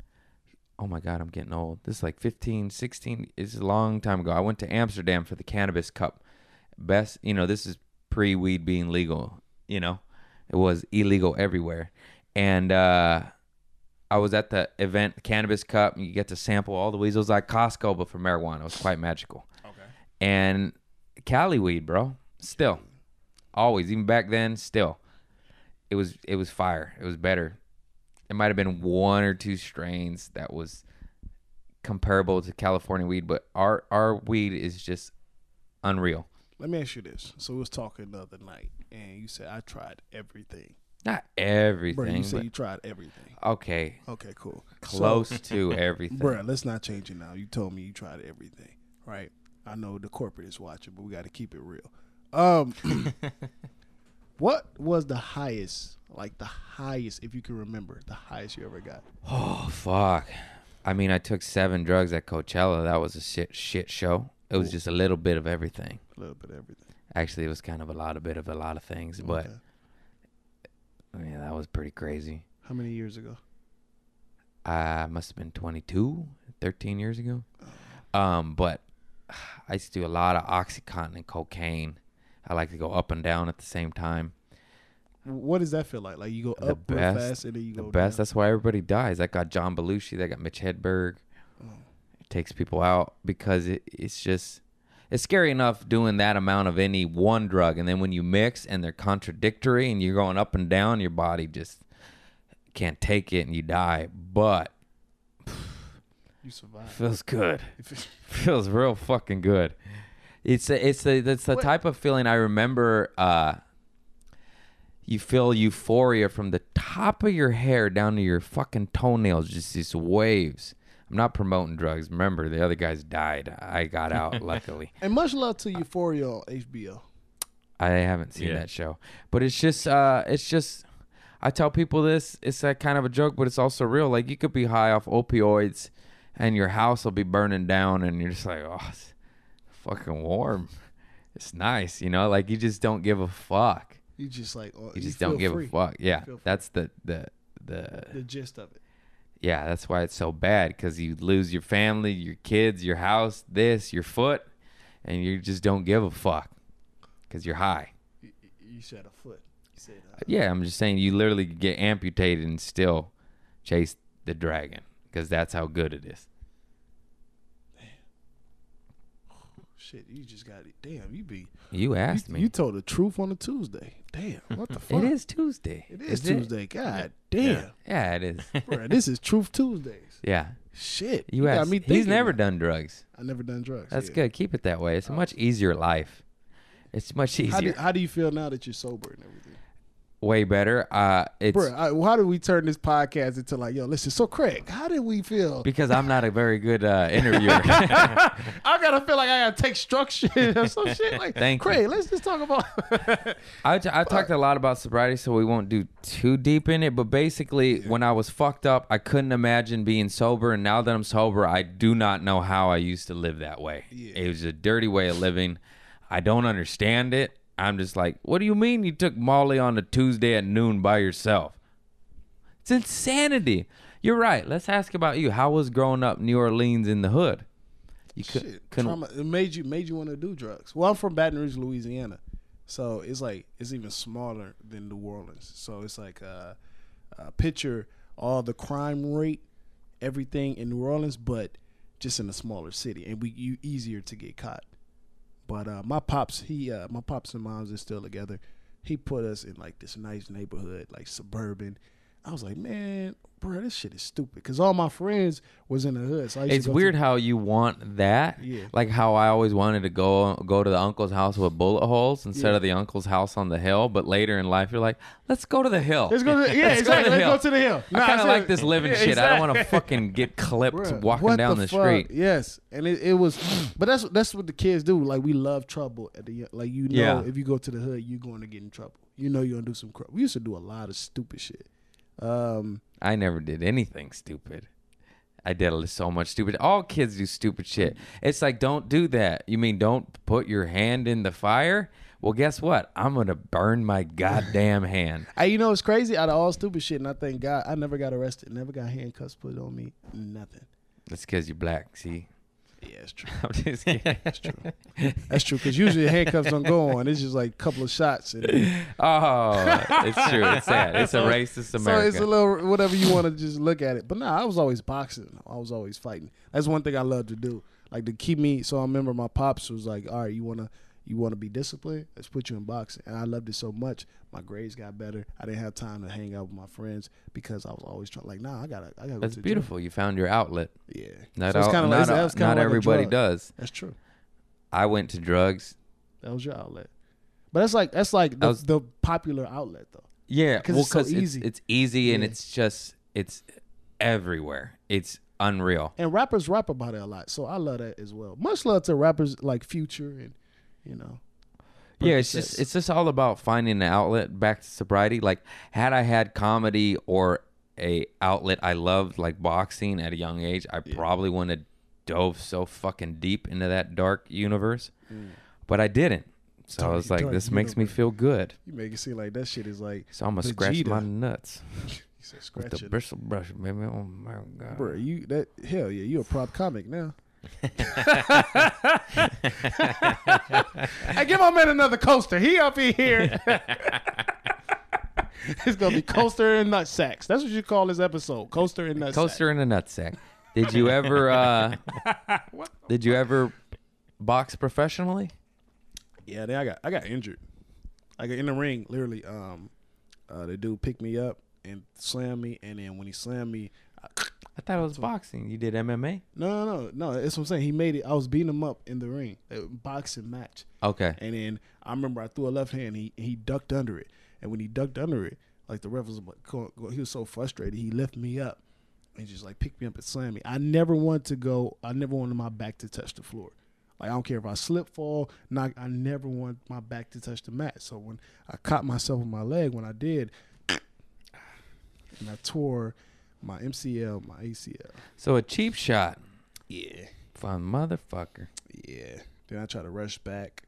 Speaker 3: oh my god i'm getting old this is like 15 16 it's a long time ago i went to amsterdam for the cannabis cup best you know this is pre weed being legal you know it was illegal everywhere and uh i was at the event cannabis cup and you get to sample all the weeds it was like costco but for marijuana it was quite magical
Speaker 4: Okay.
Speaker 3: and cali weed bro still always even back then still it was it was fire it was better it might have been one or two strains that was comparable to California weed, but our our weed is just unreal.
Speaker 4: Let me ask you this. So we was talking the other night, and you said I tried everything.
Speaker 3: Not
Speaker 4: Bro,
Speaker 3: everything,
Speaker 4: you said
Speaker 3: but
Speaker 4: you tried everything.
Speaker 3: okay,
Speaker 4: Okay, cool. So-
Speaker 3: close
Speaker 4: (laughs)
Speaker 3: to everything.
Speaker 4: Bruh, let's not change it now. You told me you tried everything, right? I know the corporate is watching, but we got to keep it real.
Speaker 3: (laughs)
Speaker 4: Um, what was the highest, like the highest, if you can remember, the highest you ever got?
Speaker 3: Oh fuck! I mean, I took seven drugs at Coachella. That was a shit shit show. It was just a little bit of everything.
Speaker 4: A little bit of everything.
Speaker 3: Actually, it was kind of a lot, a bit of a lot of things, but
Speaker 4: Okay.
Speaker 3: yeah, that was pretty crazy.
Speaker 4: how many years ago?
Speaker 3: I must have been 22, 13 years ago. Um, but I used to do a lot of Oxycontin and cocaine. I like to go up and down at the same time.
Speaker 4: What does that feel like? Like you go
Speaker 3: The
Speaker 4: up real
Speaker 3: best-
Speaker 4: fast and then you
Speaker 3: The
Speaker 4: go
Speaker 3: best.
Speaker 4: Down.
Speaker 3: That's why everybody dies. That got John Belushi. That got Mitch Hedberg. It takes people out because it, it's just it's scary enough doing that amount of any one drug, and then when you mix and they're contradictory and you're going up and down, your body just can't take it and you die. But
Speaker 4: You survive.
Speaker 3: feels good.
Speaker 4: If it's-
Speaker 3: feels real fucking good. It's a, it's a, that's the
Speaker 4: What-
Speaker 3: type of feeling I remember. Uh, you feel euphoria from the top of your hair down to your fucking toenails, just these waves. I'm not promoting drugs. Remember, the other guys died. I got out luckily.
Speaker 4: (laughs) And much love to Euphoria on HBO.
Speaker 3: I haven't seen
Speaker 1: Yeah.
Speaker 3: that show, but it's just, uh, it's just. I tell people this. It's that kind of a joke, but it's also real. Like you could be high off opioids, and your house will be burning down, and you're just like, oh, it's fucking warm. It's nice, you know. Like you just don't give a fuck.
Speaker 4: You just like oh,
Speaker 3: You just don't
Speaker 4: feel
Speaker 3: give
Speaker 4: free.
Speaker 3: a fuck. Yeah,
Speaker 4: feel free.
Speaker 3: that's the the the
Speaker 4: The gist of it.
Speaker 3: yeah, that's why it's so bad because you lose your family, your kids, your house, this, your foot, and you just don't give a fuck because you're high.
Speaker 4: You, you said a foot. You said uh,
Speaker 3: Yeah, I'm just saying you literally could get amputated and still chase the dragon because that's how good it is.
Speaker 4: shit. You just got it. Damn, you be.
Speaker 3: You
Speaker 4: You,
Speaker 3: asked me.
Speaker 4: you told the truth on a Tuesday.
Speaker 3: (laughs)
Speaker 4: Damn, what the fuck?
Speaker 3: it is Tuesday.
Speaker 4: It is
Speaker 3: isn't it?
Speaker 4: Tuesday. God damn,
Speaker 3: Yeah, it is.
Speaker 4: (laughs) Bruh, this is Truth Tuesdays.
Speaker 3: yeah.
Speaker 4: Shit,
Speaker 3: You
Speaker 4: got
Speaker 3: asked.
Speaker 4: me
Speaker 3: He's
Speaker 4: thinking
Speaker 3: never
Speaker 4: now.
Speaker 3: done drugs.
Speaker 4: I never done drugs.
Speaker 3: That's
Speaker 4: yeah.
Speaker 3: good. Keep it that way. It's a much easier life. It's much
Speaker 4: Oh. How do,
Speaker 3: easier.
Speaker 4: how do you feel now that you're sober and everything?
Speaker 3: Way better. Uh, it's
Speaker 4: Bruh, I, well, how did we turn this podcast into like, yo, listen, so Craig, how did we feel?
Speaker 3: because I'm not a very good
Speaker 4: (laughs)
Speaker 3: uh, interviewer.
Speaker 4: I gotta feel like I gotta take structure (laughs) or some shit. Like,
Speaker 3: Thank you.
Speaker 4: Craig, let's just talk about.
Speaker 3: I, t- I talked a lot about sobriety, so we won't do too deep in it. But basically, when I was fucked up, I couldn't imagine being sober. And now that I'm sober, I do not know how I used to live that way.
Speaker 4: Yeah.
Speaker 3: It was a dirty way of living. I don't understand it. I'm just like, what do you mean you took Molly on a Tuesday at noon by yourself? It's insanity. You're right. Let's ask about you. How was growing up New Orleans in the hood? You cou-
Speaker 4: Shit,
Speaker 3: couldn't.
Speaker 4: trauma, it made you made you want to do drugs. Well, I'm from Baton Rouge, Louisiana, so it's like it's even smaller than New Orleans. So it's like uh, uh, picture all the crime rate, everything in New Orleans, but just in a smaller city, and we you easier to get caught. But uh, my pops, he uh, my pops and moms is still together. He put us in like this nice neighborhood, like suburban. I was like, man, bro, this shit is stupid. Cause all my friends was in the hood. So I used to
Speaker 3: It's
Speaker 4: go to-
Speaker 3: weird how you want that.
Speaker 4: Yeah.
Speaker 3: Like how I always wanted to go go to the uncle's house with bullet holes instead
Speaker 4: Yeah.
Speaker 3: of the uncle's house on the hill. But later in life, you're like, let's go to the hill. (laughs)
Speaker 4: Let's go to the, yeah,
Speaker 3: Let's go to
Speaker 4: exactly.
Speaker 3: the
Speaker 4: Let's
Speaker 3: hill.
Speaker 4: go to the hill.
Speaker 3: I kind of like
Speaker 4: seriously.
Speaker 3: this living
Speaker 4: Yeah,
Speaker 3: shit. I don't want to
Speaker 4: exactly.
Speaker 3: fucking
Speaker 4: (laughs)
Speaker 3: get clipped
Speaker 4: Bruh,
Speaker 3: walking
Speaker 4: what
Speaker 3: down the,
Speaker 4: fuck?
Speaker 3: street.
Speaker 4: Yes, and it, it (clears throat) was, but that's that's what the kids do. Like we love trouble at the like you know
Speaker 3: Yeah.
Speaker 4: if you go to the hood you're going to get in trouble. You know you're gonna do some. Cr- we used to do a lot of stupid shit. Um,
Speaker 3: I never did anything stupid. I did so much stupid. All kids do stupid shit. It's like, don't do that. You mean don't put your hand in the fire? Well, guess what? I'm gonna burn my goddamn hand.
Speaker 4: hey, you know it's crazy. Out of all stupid shit, and I thank God I never got arrested, never got handcuffs put on me, nothing.
Speaker 3: That's because you're black. See, (laughs)
Speaker 4: Yeah, it's true.
Speaker 3: I'm
Speaker 4: (laughs)
Speaker 3: just kidding.
Speaker 4: That's
Speaker 3: (laughs)
Speaker 4: true. That's true. Because usually handcuffs don't go on. It's just like a couple of shots. And
Speaker 3: Oh, it's true. It's sad. It's a racist America.
Speaker 4: So it's a little whatever you want to just look at it. But nah, I was always boxing. I was always fighting. That's one thing I love to do. Like to keep me. So I remember my pops was like, "All right, you wanna you wanna be disciplined? Let's put you in boxing." And I loved it so much. My grades got better. I didn't have time to hang out with my friends because I was always trying. Like, nah, I gotta I gotta.
Speaker 3: That's
Speaker 4: go to the
Speaker 3: beautiful. You found your outlet.
Speaker 4: Gym. Yeah,
Speaker 3: Not
Speaker 4: So it's
Speaker 3: all,
Speaker 4: kinda
Speaker 3: not,
Speaker 4: like- it's-
Speaker 3: all-
Speaker 4: it's kinda
Speaker 3: not
Speaker 4: like a
Speaker 3: everybody
Speaker 4: drug.
Speaker 3: does.
Speaker 4: that's true.
Speaker 3: I went to drugs.
Speaker 4: That was your outlet. But that's like that's like the,
Speaker 3: was-
Speaker 4: the popular outlet though.
Speaker 3: Yeah,
Speaker 4: 'Cause
Speaker 3: well,
Speaker 4: it's so
Speaker 3: because it's,
Speaker 4: easy.
Speaker 3: it's easy and
Speaker 4: Yeah.
Speaker 3: it's just it's everywhere. It's unreal.
Speaker 4: And rappers rap about it a lot, so I love that as well. Much love to rappers like Future and you know.
Speaker 3: yeah, it's
Speaker 4: Percocets.
Speaker 3: just it's just all about finding an outlet back to sobriety. Like had I had comedy or a outlet I loved like boxing at a young age, I probably wouldn't have dove so fucking deep into that dark universe. But I didn't. So I
Speaker 4: Mm. Dark-
Speaker 3: was like,
Speaker 4: dark
Speaker 3: this makes me
Speaker 4: universe.
Speaker 3: feel good.
Speaker 4: You make it seem like that shit is like
Speaker 3: So I'm gonna scratch
Speaker 4: Vegeta.
Speaker 3: my nuts.
Speaker 4: He said
Speaker 3: With
Speaker 4: scratch
Speaker 3: the
Speaker 4: it.
Speaker 3: bristle brush, baby. Oh my god.
Speaker 4: Bro, you that hell yeah, you a prop comic
Speaker 3: (laughs)
Speaker 4: now. (laughs) hey, give my man another coaster. He up in
Speaker 3: (laughs)
Speaker 4: here. it's gonna be coaster and nut sacks. That's what you call this episode. Coaster and nut
Speaker 3: Coaster in a nutsack. Did
Speaker 4: (laughs)
Speaker 3: you ever uh Did you ever box professionally?
Speaker 4: Yeah, then I got I got injured. I got in the ring, literally. Um, uh, the dude picked me up and slammed me, and then when he slammed me, I,
Speaker 3: I thought it was boxing. You did MMA?
Speaker 4: no, no, no, no. That's what I'm saying. He made it. I was beating him up in the ring, a boxing match.
Speaker 3: Okay.
Speaker 4: And then I remember I threw a left hand. He he ducked under it, and when he ducked under it, like the ref was like, go- go- he was so frustrated. He lift me up and just like picked me up and slammed me. I never want to go. I never wanted my back to touch the floor. Like I don't care if I slip, fall, knock. I never want my back to touch the mat. So when I caught myself with my leg, when I did, and I tore my MCL, my ACL.
Speaker 3: So a cheap shot.
Speaker 4: Yeah.
Speaker 3: Fun motherfucker.
Speaker 4: Yeah. Then I tried to rush back,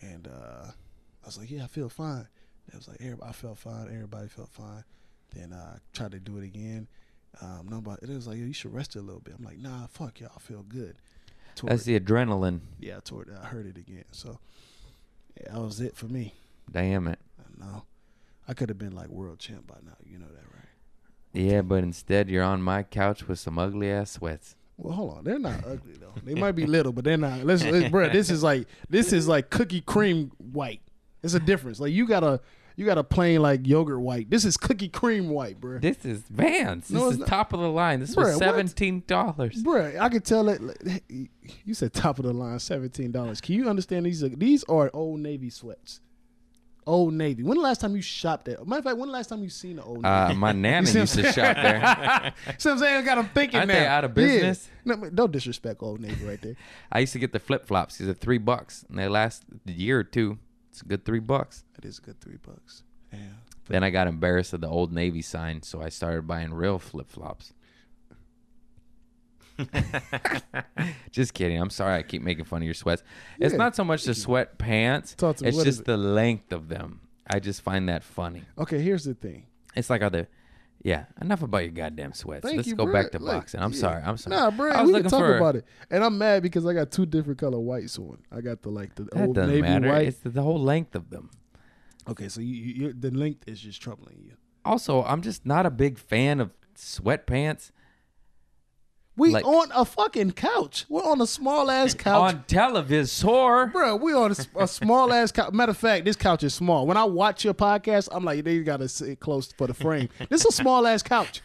Speaker 4: and uh, I was like, "Yeah, I feel fine." And it was like, everybody, I felt fine. Everybody felt fine. Then I tried to do it again. Um, nobody. It was like, "Yo, you should rest a little bit." I'm like, "Nah, fuck y'all. I feel good." Tore
Speaker 3: That's
Speaker 4: it.
Speaker 3: the adrenaline.
Speaker 4: Yeah, I tore it. I heard it again. So yeah, that was it for me.
Speaker 3: Damn it.
Speaker 4: I don't know. I could have been like world champ by now. You know that, right?
Speaker 3: Yeah, but instead you're on my couch with some ugly ass sweats.
Speaker 4: Well, hold on. They're not ugly though. They might be little, but they're not. Let's, let bro. This is like this is like cookie cream white. It's a difference. Like you got a you got a plain like yogurt white. This is cookie cream white, bro.
Speaker 3: This is Vans. This
Speaker 4: No, it's
Speaker 3: is
Speaker 4: not.
Speaker 3: top of the line. This
Speaker 4: Bruh,
Speaker 3: was
Speaker 4: what?
Speaker 3: seventeen
Speaker 4: (laughs)
Speaker 3: dollars.
Speaker 4: Bruh, I could tell it. like, You said top of the line, seventeen dollars. Can you understand these? Are, these are old Navy sweats. Old Navy. When the last time you shopped at? Matter of fact, when the last time you seen an old Navy?
Speaker 3: Uh, my nana used to shop there.
Speaker 4: (laughs) so I'm saying, I got them thinking
Speaker 3: Uh, Aren't
Speaker 4: now.
Speaker 3: they out of
Speaker 4: Yeah.
Speaker 3: business?
Speaker 4: No, but don't disrespect Old Navy right
Speaker 3: (laughs)
Speaker 4: there.
Speaker 3: I used to get the flip flops. These are three bucks, and they last a year or two. It's a good three bucks.
Speaker 4: That is a good three bucks. Yeah.
Speaker 3: Then I got embarrassed of the old Navy sign, so I started buying real flip
Speaker 4: (laughs)
Speaker 3: flops. just kidding. I'm sorry. I keep making fun of your sweats. It's
Speaker 4: Yeah.
Speaker 3: not so much the sweat pants.
Speaker 4: Talk to me,
Speaker 3: It's
Speaker 4: what is
Speaker 3: just
Speaker 4: it?
Speaker 3: the length of them. I just find that funny.
Speaker 4: Okay, here's the thing.
Speaker 3: It's like other. Yeah, enough about your goddamn sweats.
Speaker 4: Thank
Speaker 3: Let's
Speaker 4: you,
Speaker 3: go
Speaker 4: bruh.
Speaker 3: back to
Speaker 4: Like,
Speaker 3: boxing. I'm
Speaker 4: yeah.
Speaker 3: sorry. I'm sorry.
Speaker 4: Nah, bro,
Speaker 3: I was
Speaker 4: we can
Speaker 3: looking
Speaker 4: talk
Speaker 3: for-
Speaker 4: about it. And I'm mad because I got two different color whites on. I got the like the
Speaker 3: That
Speaker 4: old
Speaker 3: doesn't
Speaker 4: navy
Speaker 3: matter.
Speaker 4: white.
Speaker 3: It's the, the whole length of them.
Speaker 4: okay, so you, you you the length is just troubling you.
Speaker 3: Also, I'm just not a big fan of sweatpants
Speaker 4: We
Speaker 3: Like-
Speaker 4: on a fucking couch. We're on a
Speaker 3: (laughs)
Speaker 4: small ass couch.
Speaker 3: on televisor.
Speaker 4: Bro, we on a, s- a small ass couch. Matter of fact, this couch is small. When I watch your podcast, I'm like, they gotta sit close for the frame. This is a small
Speaker 3: (laughs)
Speaker 4: ass couch.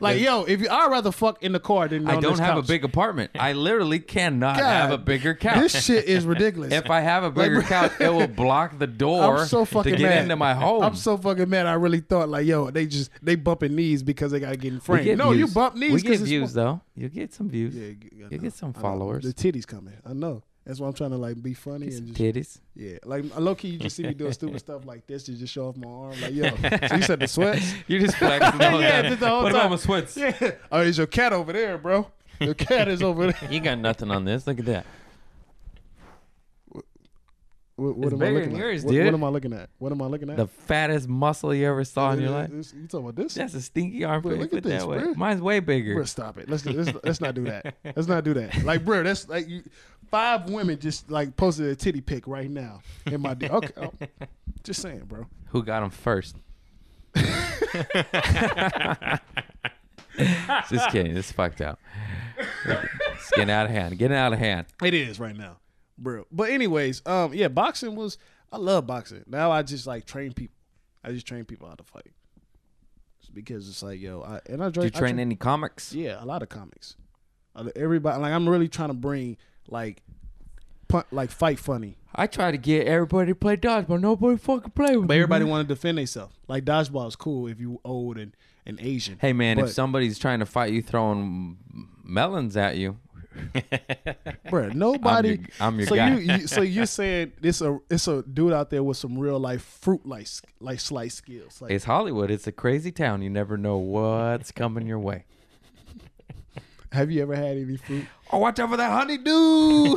Speaker 4: Like, yo, if you, I'd rather fuck in the car than
Speaker 3: I
Speaker 4: on
Speaker 3: don't
Speaker 4: this
Speaker 3: have a
Speaker 4: couch.
Speaker 3: big apartment. I literally cannot have a
Speaker 4: God,
Speaker 3: bigger couch.
Speaker 4: This shit
Speaker 3: (laughs)
Speaker 4: is ridiculous.
Speaker 3: if I have a bigger
Speaker 4: bro-
Speaker 3: couch, it will block the door
Speaker 4: (laughs) I'm so
Speaker 3: to
Speaker 4: fucking
Speaker 3: get
Speaker 4: mad.
Speaker 3: into my home.
Speaker 4: I'm so fucking mad. I really thought like, yo, they just they bumping knees because they gotta get in
Speaker 3: We
Speaker 4: frame.
Speaker 3: get
Speaker 4: no, you
Speaker 3: views.
Speaker 4: bump knees.
Speaker 3: We
Speaker 4: 'cause
Speaker 3: get
Speaker 4: it's
Speaker 3: views
Speaker 4: small.
Speaker 3: though. You get some views.
Speaker 4: Yeah, I
Speaker 3: you
Speaker 4: know.
Speaker 3: get some
Speaker 4: I know.
Speaker 3: followers.
Speaker 4: The titties coming. I know. That's why I'm trying to like be funny
Speaker 3: Get
Speaker 4: and
Speaker 3: some
Speaker 4: just
Speaker 3: titties.
Speaker 4: yeah. Like low key, you just see me doing stupid stuff like this to just show off my arm. Like yo, so (laughs) you said
Speaker 3: (laughs)
Speaker 4: the sweats.
Speaker 3: You just flexing the whole
Speaker 4: Yeah,
Speaker 3: time.
Speaker 4: just the whole
Speaker 3: Put on
Speaker 4: time.
Speaker 3: my sweats.
Speaker 4: Yeah. Oh, is your cat over there, bro? Your cat is
Speaker 3: (laughs)
Speaker 4: over there.
Speaker 3: You got nothing on this. Look at that.
Speaker 4: What,
Speaker 3: It's
Speaker 4: what am I
Speaker 3: bigger
Speaker 4: looking
Speaker 3: than
Speaker 4: at?
Speaker 3: yours,
Speaker 4: what,
Speaker 3: dude.
Speaker 4: what am I looking at? What am I looking at?
Speaker 3: The fattest muscle you ever saw in your life.
Speaker 4: This- You talking about this?
Speaker 3: That's a stinky armpit.
Speaker 4: Bro, look
Speaker 3: Put
Speaker 4: at
Speaker 3: that
Speaker 4: this,
Speaker 3: way.
Speaker 4: bro.
Speaker 3: Mine's way bigger.
Speaker 4: Bro, stop it. Let's let's let's not do that. Let's not do that. Like, bro, that's like you, five women just like posted a titty pic right now in my D- okay. oh, just saying, bro.
Speaker 3: Who got him
Speaker 4: (laughs)
Speaker 3: first? Just kidding. It's fucked up. It's getting out of hand. Getting out of hand.
Speaker 4: It is right now, bro. But anyways, um, yeah, boxing was. I love boxing. Now I just like train people. I just train people how to fight. It's because it's like yo, I and I
Speaker 3: Do
Speaker 4: train.
Speaker 3: you train any comics?
Speaker 4: Yeah, a lot of comics. Uh, Everybody, like I'm really trying to bring like, pun, like fight funny.
Speaker 3: I try to get everybody to play dodgeball. Nobody fucking play with
Speaker 4: But
Speaker 3: me,
Speaker 4: everybody
Speaker 3: man.
Speaker 4: want to defend themselves. Like dodgeball is cool if you old and, and Asian.
Speaker 3: Hey man, if
Speaker 4: But-
Speaker 3: somebody's trying to fight you, throwing melons at you,
Speaker 4: Bruh, nobody.
Speaker 3: I'm your
Speaker 4: so
Speaker 3: guy.
Speaker 4: You, you,
Speaker 3: (laughs)
Speaker 4: so you're saying it's a it's a dude out there with some real life fruit like s- like slice skills. Like
Speaker 3: it's Hollywood. It's a crazy town. You never know what's coming your way.
Speaker 4: Have you ever had any fruit?
Speaker 3: Oh, watch out for that (laughs) honeydew.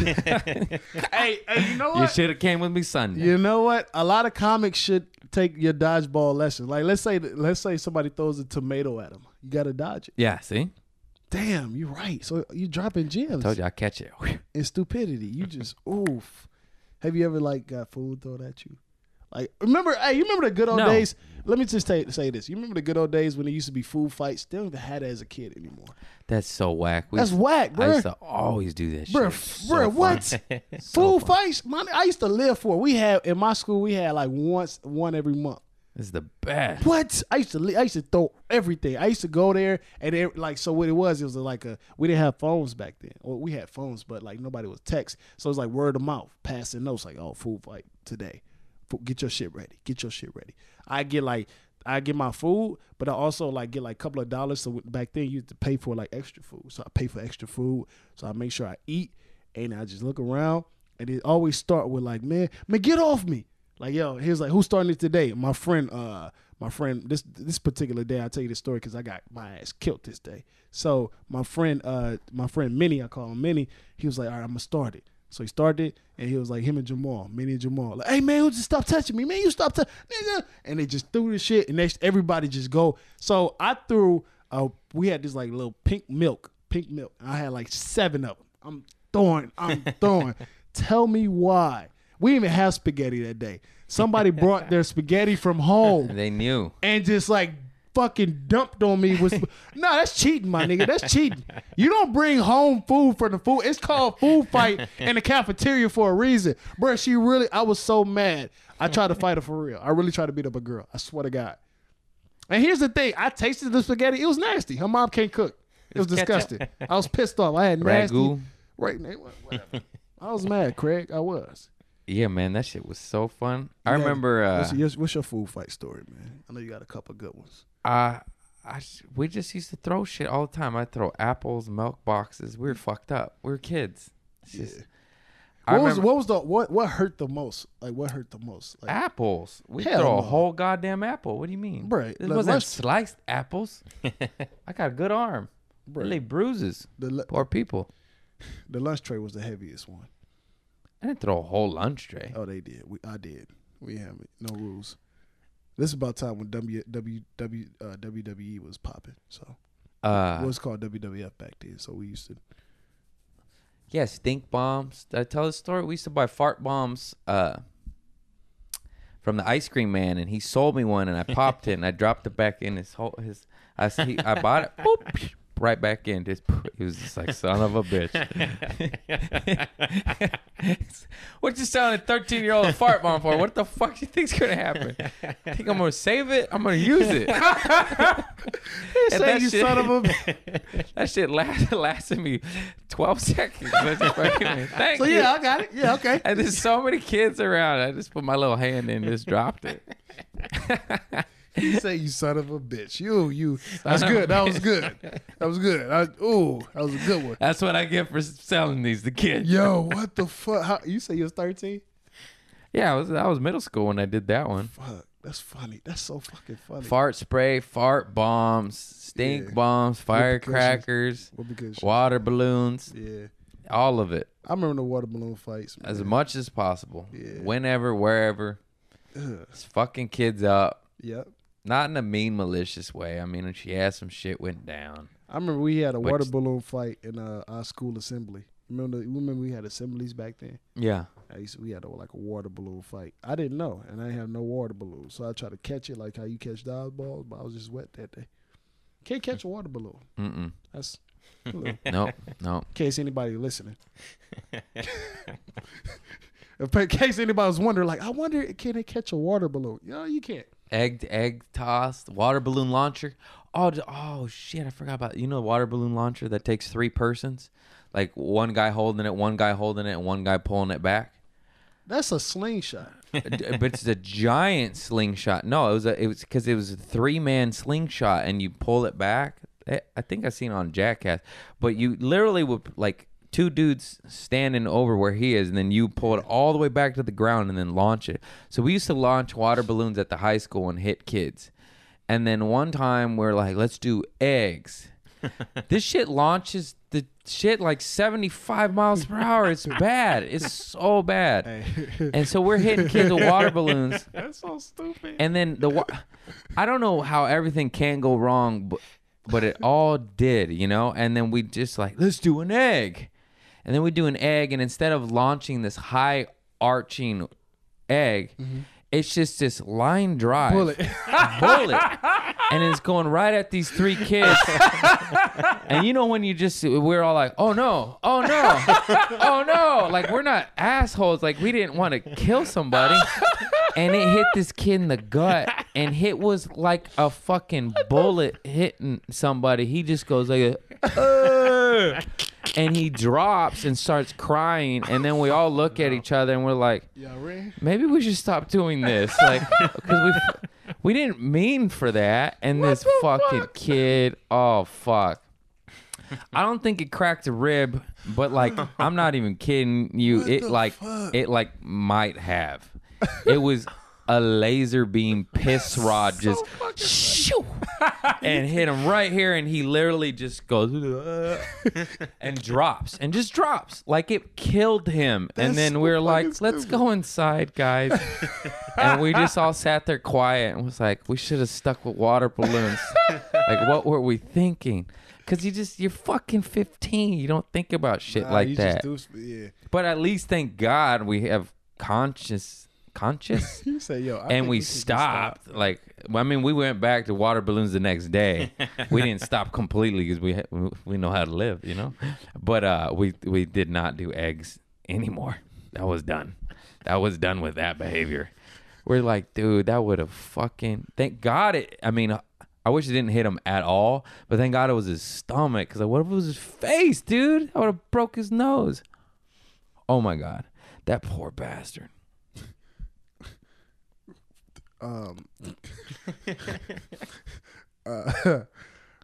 Speaker 4: (laughs) hey, hey, you know
Speaker 3: you should have came with me Sunday.
Speaker 4: You know what? A lot of comics should take your dodgeball lesson. Like let's say let's say somebody throws a tomato at them. You gotta dodge it.
Speaker 3: Yeah, see?
Speaker 4: Damn, you're right. So you dropping gems
Speaker 3: Told you I catch it. (laughs)
Speaker 4: and stupidity. You just oof. Have you ever like got food thrown at you? Like remember, hey, you remember the good old
Speaker 3: No.
Speaker 4: days? Let me just say, say this. You remember the good old days when there used to be food fights? They don't even have that as a kid anymore.
Speaker 3: That's so whack. We
Speaker 4: That's
Speaker 3: used-
Speaker 4: whack,
Speaker 3: I
Speaker 4: bro.
Speaker 3: used to always do that
Speaker 4: Bro,
Speaker 3: shit. So
Speaker 4: bro,
Speaker 3: fun. (laughs)
Speaker 4: what? (laughs) food fights? My, I used to live for. It. We had in my school. We had like once one every month.
Speaker 3: This is the best.
Speaker 4: What? I used to li- I used to throw everything. I used to go there and it, like so what it was, it was like a we didn't have phones back then. Well, we had phones, but like nobody was text. So it was like word of mouth, passing notes like, "Oh, food fight today. Fo- Get your shit ready. Get your shit ready." I get like I get my food, but I also like get like a couple of dollars. So back then you used to pay for like extra food. So I pay for extra food. So I make sure I eat and I just look around and it always start with like, "Man, man, get off me." Like yo, he was like, "Who's starting it today?" My friend, uh, my friend, this this particular day, I tell you this story because I got my ass killed this day. So my friend, uh, my friend Minnie, I call him Minnie. He was like, "All right, I'm gonna start it." So he started it, and he was like, him and Jamal, Minnie and Jamal, like, "Hey man, who just stop touching me, man? You stop touching, nigga!" And they just threw the shit, and next everybody just go. So I threw, uh, we had this like little pink milk, pink milk. I had like seven of them. I'm throwing, I'm throwing. Tell me why. We didn't even have spaghetti that day. Somebody brought their spaghetti from home
Speaker 3: They knew.
Speaker 4: and just like fucking dumped on me with no that's cheating my nigga that's cheating you don't bring home food for the food it's called food fight in the cafeteria for a reason bruh she really i was so mad i tried to fight her for real i really tried to beat up a girl i swear to god and here's the thing i tasted the spaghetti it was nasty her mom can't cook it was disgusting i was pissed off i had nasty
Speaker 3: Ragu.
Speaker 4: right whatever (laughs) i was mad craig i was
Speaker 3: Yeah, man, that shit was so fun. I
Speaker 4: Yeah.
Speaker 3: remember uh,
Speaker 4: what's, your, what's your food fight story man i know you got a couple good ones
Speaker 3: I, I s- we just used to throw shit all the time. I throw apples, milk boxes. We were fucked up. We were kids. It's just- I
Speaker 4: What was
Speaker 3: remember
Speaker 4: what was the what what hurt the most? Like what hurt the most? Like
Speaker 3: apples. We
Speaker 4: Hell
Speaker 3: throw
Speaker 4: no.
Speaker 3: a whole goddamn apple. What do you mean,
Speaker 4: Bruh,
Speaker 3: This
Speaker 4: like,
Speaker 3: wasn't
Speaker 4: let's-
Speaker 3: sliced (laughs) apples. I got a good arm.
Speaker 4: Bruh.
Speaker 3: Really bruises.
Speaker 4: the lu-
Speaker 3: Poor people.
Speaker 4: the lunch tray was the heaviest one.
Speaker 3: I didn't throw a whole lunch tray.
Speaker 4: Oh, they did. We I did. We have it. No rules. This is about time when W W W uh, WWE was popping. So
Speaker 3: Uh,
Speaker 4: it was called WWF back then. So we used to.
Speaker 3: Yeah, stink bombs. Did I tell the story? We used to buy fart bombs uh, from the ice cream man, and he sold me one, and I popped it, and I dropped it back in his whole his. I s- he, I bought it, boop, (laughs) psh, right back in. Just poof. he was just like son of a bitch. (laughs) what you selling a thirteen year old a fart bomb for? What the fuck do you think's gonna happen? Think I'm gonna save it? I'm gonna use it. (laughs) And
Speaker 4: Say
Speaker 3: that
Speaker 4: you
Speaker 3: shit-
Speaker 4: son of a.
Speaker 3: that shit last, (laughs) lasted me 12 seconds. (laughs) That's fucking- Thank
Speaker 4: So
Speaker 3: you.
Speaker 4: yeah, I got it. Yeah, okay.
Speaker 3: And there's so many kids around. I just put my little hand in and just dropped it.
Speaker 4: You say you son of a bitch. You you. That's good. That was good. That was good. I, ooh, that was a good one.
Speaker 3: That's what I get for selling these to kids.
Speaker 4: Yo, what the fuck? How, you say you was thirteen?
Speaker 3: Yeah, I was, I was middle school when I did that one.
Speaker 4: Fuck, that's funny. That's so fucking funny.
Speaker 3: Fart spray, fart bombs, stink
Speaker 4: Yeah.
Speaker 3: bombs, firecrackers,
Speaker 4: Would be good shit.
Speaker 3: water balloons,
Speaker 4: Yeah,
Speaker 3: all of it
Speaker 4: I remember the water balloon fights.
Speaker 3: as
Speaker 4: man.
Speaker 3: much as possible.
Speaker 4: Yeah.
Speaker 3: Whenever, wherever.
Speaker 4: Ugh.
Speaker 3: It's fucking kids up.
Speaker 4: Yep.
Speaker 3: Not in a mean, malicious way. I mean, she had some shit went down.
Speaker 4: I remember we had a
Speaker 3: But-
Speaker 4: water balloon fight in uh, our school assembly. Remember, you remember we had assemblies back then.
Speaker 3: Yeah.
Speaker 4: I used to, we had a, like a water balloon fight. I didn't know, and I didn't have no water balloon, so I tried to catch it like how you catch dodgeballs, but I was just wet that day. Can't catch a water balloon.
Speaker 3: Mm-mm.
Speaker 4: That's in
Speaker 3: Nope. nope.
Speaker 4: case anybody (laughs) listening. in case anybody was wondering, like, I wonder, can they catch a water balloon? No, you can't.
Speaker 3: egg egg tossed water balloon launcher. Oh, d- oh shit! I forgot about you know water balloon launcher that takes three persons, like one guy holding it, one guy holding it, and one guy pulling it back.
Speaker 4: That's a slingshot.
Speaker 3: D- but it's a giant slingshot. No, it was a, it was because it was a three man slingshot, and you pull it back. I I think I seen it on Jackass, but you literally would like two dudes standing over where he is, and then you pull it all the way back to the ground and then launch it. So we used to launch water balloons at the high school and hit kids. And then one time we're like, let's do eggs. this shit launches. the shit like 75 miles per hour. It's bad. It's so bad.
Speaker 4: Hey.
Speaker 3: And so we're hitting kids
Speaker 1: (laughs)
Speaker 3: with water balloons.
Speaker 1: That's so stupid.
Speaker 3: And then the, wa- I don't know how everything can go wrong, but, but it all did, you know? And then we just like, let's do an egg. And then we do an egg. And instead of launching this high arching egg,
Speaker 1: Mm-hmm.
Speaker 3: it's just this line drive
Speaker 4: Bullet.
Speaker 3: bullet and it's going right at these
Speaker 1: (laughs)
Speaker 3: three kids and you know when you just we're all like oh no oh no oh no like we're not assholes like we didn't want to kill somebody and it hit this kid in the gut and it was like a fucking bullet hitting somebody he just goes like "Ugh," and he drops and starts crying and then we all look at each other and we're like
Speaker 4: (laughs) Y'all ready?
Speaker 3: maybe we should stop doing this like because we we didn't mean for that and this fucking kid oh fuck i don't think it cracked a rib but like i'm not even kidding you it
Speaker 4: the
Speaker 3: like
Speaker 4: fuck?
Speaker 3: it like might have it was a laser beam piss rod just shoo, and hit him right here and he literally just goes "Ugh," and drops and just drops like it killed him and
Speaker 4: That's
Speaker 3: then
Speaker 4: so
Speaker 3: we were
Speaker 4: fucking
Speaker 3: like let's go inside guys and we
Speaker 4: (laughs)
Speaker 3: just all sat there quiet and was like we should have stuck with water balloons like what were we thinking because you just you're fucking 15 you don't think about shit
Speaker 4: Nah,
Speaker 3: like
Speaker 4: you
Speaker 3: that
Speaker 4: Just do, yeah.
Speaker 3: but at least thank god we have conscious conscious
Speaker 4: (laughs) You say, yo, I
Speaker 3: and
Speaker 4: think
Speaker 3: we
Speaker 4: should just
Speaker 3: stopped. Like, well, I mean, we went back to water balloons the next
Speaker 4: (laughs)
Speaker 3: day. we didn't stop completely because we ha- we know how to live, you know. But uh, we we did not do eggs anymore. That was done. That was done with that behavior. We're like, dude, that would have fucking. Thank God it. I mean. uh, I wish it didn't hit him at all, but thank God it was his stomach. Cause like, what if it was his face, dude? I would have broke his nose. Oh my God, that poor bastard. (laughs)
Speaker 4: um, uh, (laughs)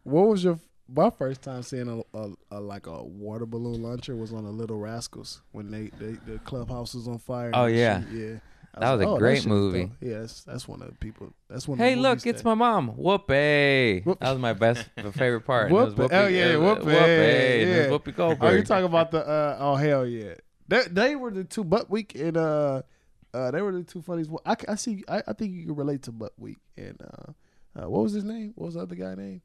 Speaker 4: what was your my first time seeing a, a, a like a water balloon launcher was on the Little Rascals when they, they the clubhouse was on fire. and
Speaker 3: Oh,
Speaker 4: they
Speaker 3: yeah.
Speaker 4: shoot- yeah. I
Speaker 3: That was a
Speaker 4: like, "Oh,
Speaker 3: great
Speaker 4: shit is
Speaker 3: movie."
Speaker 4: dope." Yeah, that's, that's one of the people. That's one.
Speaker 3: Hey,
Speaker 4: of the
Speaker 3: look, it's my mom. Whoopee.
Speaker 4: Whoop-
Speaker 3: That was my
Speaker 4: (laughs)
Speaker 3: best my favorite part. It was
Speaker 4: Whoopee. Oh, yeah,
Speaker 3: it was, uh,
Speaker 4: whoopee.
Speaker 3: Whoopee. And it
Speaker 4: Yeah.
Speaker 3: was Whoopi Goldberg.
Speaker 4: Are Oh, you talking about the? Uh, oh hell yeah! They, they were the two Butt Week and uh, uh, they were the two funniest. Well, I, c- I see. I, I think you can relate to Butt Week and uh, uh, what was his name? What was the other guy name?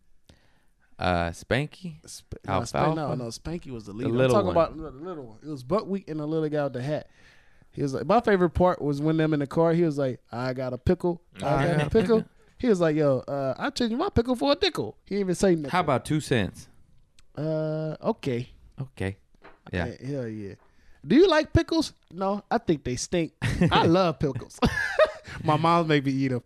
Speaker 3: uh, Spanky?
Speaker 4: Sp- no, Sp- no,
Speaker 3: Alfalfa?
Speaker 4: no, Spanky was the leader.
Speaker 3: little
Speaker 4: I'm talking
Speaker 3: one.
Speaker 4: about the little one. It was Buckwheat and the little guy with the hat. He was like, my favorite part was when them in the car. He was like, I got a pickle. I got a pickle. (laughs) He was like, yo, uh, I changed my pickle for a nickel. He didn't even say nickel.
Speaker 3: How about two cents?
Speaker 4: Uh, okay.
Speaker 3: Okay. Yeah.
Speaker 4: Hey, hell yeah. Do you like pickles? No, I think
Speaker 3: (laughs)
Speaker 4: they stink. I love pickles. (laughs) my mom made me eat them.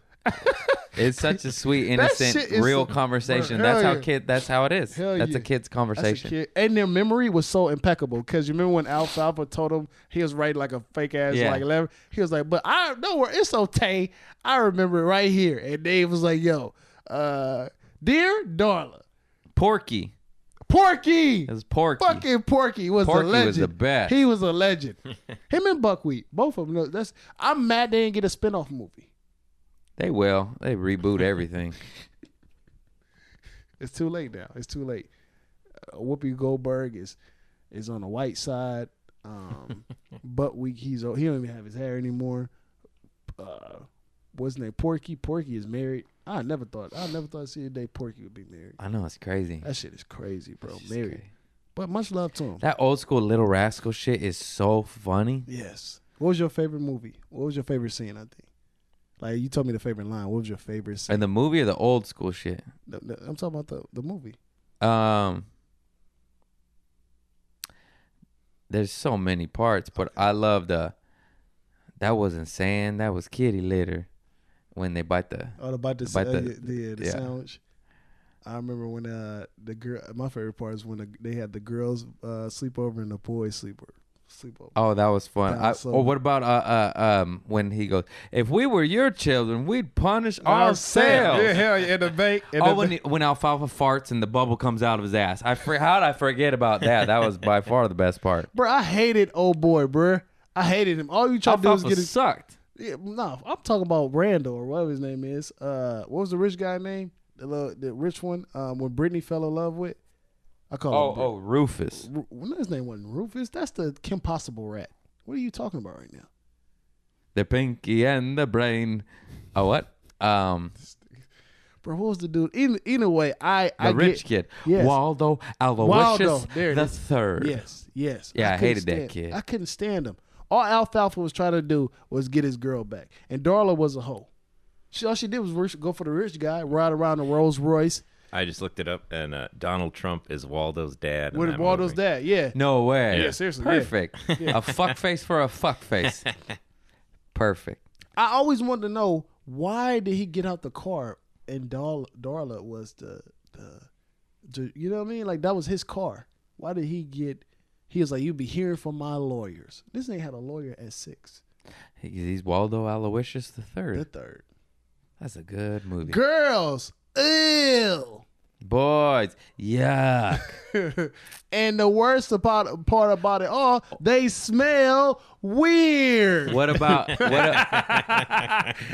Speaker 3: It's such a sweet,
Speaker 4: (laughs) That shit
Speaker 3: innocent,
Speaker 4: is
Speaker 3: real
Speaker 4: some-
Speaker 3: conversation.
Speaker 4: Hell
Speaker 3: That's how
Speaker 4: yeah.
Speaker 3: kid that's how it is.
Speaker 4: Hell
Speaker 3: that's
Speaker 4: yeah.
Speaker 3: a kid's
Speaker 4: That's a
Speaker 3: conversation.
Speaker 4: kid. And their memory was so impeccable because you remember when Alfalfa told him he was writing like a fake ass
Speaker 3: Yeah.
Speaker 4: like letter. He was like, "But I know where it's okay. I remember it right here." And Dave was like, "Yo, uh, dear Darla,
Speaker 3: Porky.
Speaker 4: Porky,
Speaker 3: It was Porky.
Speaker 4: fucking Porky was
Speaker 3: Porky
Speaker 4: a
Speaker 3: was
Speaker 4: legend.
Speaker 3: the best.
Speaker 4: He was
Speaker 3: (laughs)
Speaker 4: a legend. Him and Buckwheat, both of them. no, That's I'm mad they didn't get a spinoff movie.
Speaker 3: They will. They reboot everything.
Speaker 4: It's too late now. It's too late. Uh, Whoopi Goldberg is is on the white side.
Speaker 3: (laughs)
Speaker 4: Um, but we he's he don't even have his hair anymore. Uh, what's his name? Porky. Porky is married. I never thought I never thought I'd see a day Porky would be married.
Speaker 3: I know it's crazy.
Speaker 4: That shit is crazy, bro.
Speaker 3: It's
Speaker 4: Married,
Speaker 3: crazy.
Speaker 4: but much love to him.
Speaker 3: That old school little rascal shit is so funny.
Speaker 4: yes. What was your favorite movie? What was your favorite scene? I think. Like you told me the favorite line. What was your favorite scene?
Speaker 3: And the movie or the old school shit?
Speaker 4: No, no, I'm talking about the the movie.
Speaker 3: Um, there's so many parts, but I love the. That wasn't sand. That was kitty litter. When they bite the
Speaker 4: Oh, about the
Speaker 3: About the-
Speaker 4: uh, yeah, the, uh, the
Speaker 3: yeah.
Speaker 4: sandwich. I remember when uh the girl. My favorite part is when the, they had the girls uh sleepover and the boys sleeper sleepover.
Speaker 3: oh, that was fun.
Speaker 4: That
Speaker 3: I,
Speaker 4: was so
Speaker 3: or what about uh, uh um when he goes, if we were your children, we'd punish ourselves.
Speaker 4: Yeah, hell yeah, in the bank. in
Speaker 3: Oh,
Speaker 4: the
Speaker 3: when
Speaker 4: bank.
Speaker 3: when Alfalfa farts and the bubble comes out of his ass. I for, how would I forget about that? That was by far the best part.
Speaker 4: (laughs) bro, I hated old boy, bro. I hated him. All you try to do is
Speaker 3: Alfalfa
Speaker 4: get his.
Speaker 3: sucked.
Speaker 4: Yeah, nah, I'm talking about Randall or whatever his name is. Uh, what was the rich guy name? The little, the rich one. Um, when Britney fell in love with. I call
Speaker 3: Oh,
Speaker 4: him. Bro-
Speaker 3: oh, Rufus.
Speaker 4: Ru- no, his name wasn't Rufus. That's the Kim Possible rat. What are you talking about right now?
Speaker 3: The pinky and the brain. Oh, what? Um,
Speaker 4: Bro, what was the dude? Either, either way, I
Speaker 3: the
Speaker 4: I
Speaker 3: rich
Speaker 4: get,
Speaker 3: kid.
Speaker 4: Yes.
Speaker 3: Waldo
Speaker 4: Waldo,
Speaker 3: Aloysius
Speaker 4: there it
Speaker 3: the
Speaker 4: is.
Speaker 3: third.
Speaker 4: Yes, yes.
Speaker 3: Yeah, I
Speaker 4: couldn't
Speaker 3: hated that
Speaker 4: stand-
Speaker 3: kid.
Speaker 4: I couldn't stand him. All Alfalfa was trying to do was get his girl back, and Darla was a hoe. She all she did was worship, go for the rich guy, ride around the Rolls Royce
Speaker 1: I just looked it up, and uh, Donald Trump is Waldo's dad. in
Speaker 4: with
Speaker 1: that
Speaker 4: Waldo's
Speaker 1: movie.
Speaker 4: dad. Yeah,
Speaker 3: No way.
Speaker 4: Yeah, seriously, (laughs) yeah.
Speaker 3: Perfect. A fuck face for a fuck
Speaker 4: (laughs)
Speaker 3: face. Perfect.
Speaker 4: I always wanted to know why did he get out the car and Darla, Darla was the the, the- you know what I mean? Like that was his car. Why did he get? He was like, "You be hearing from my lawyers." This nigga had a lawyer at six,
Speaker 3: He- He's Waldo Aloysius the
Speaker 4: the
Speaker 3: third.
Speaker 4: third.
Speaker 3: That's a good movie.
Speaker 4: Girls, ill.
Speaker 3: Boys, yuck.
Speaker 4: (laughs) and the worst about, part about it all, they smell weird.
Speaker 3: What
Speaker 4: (laughs)
Speaker 3: about what? A,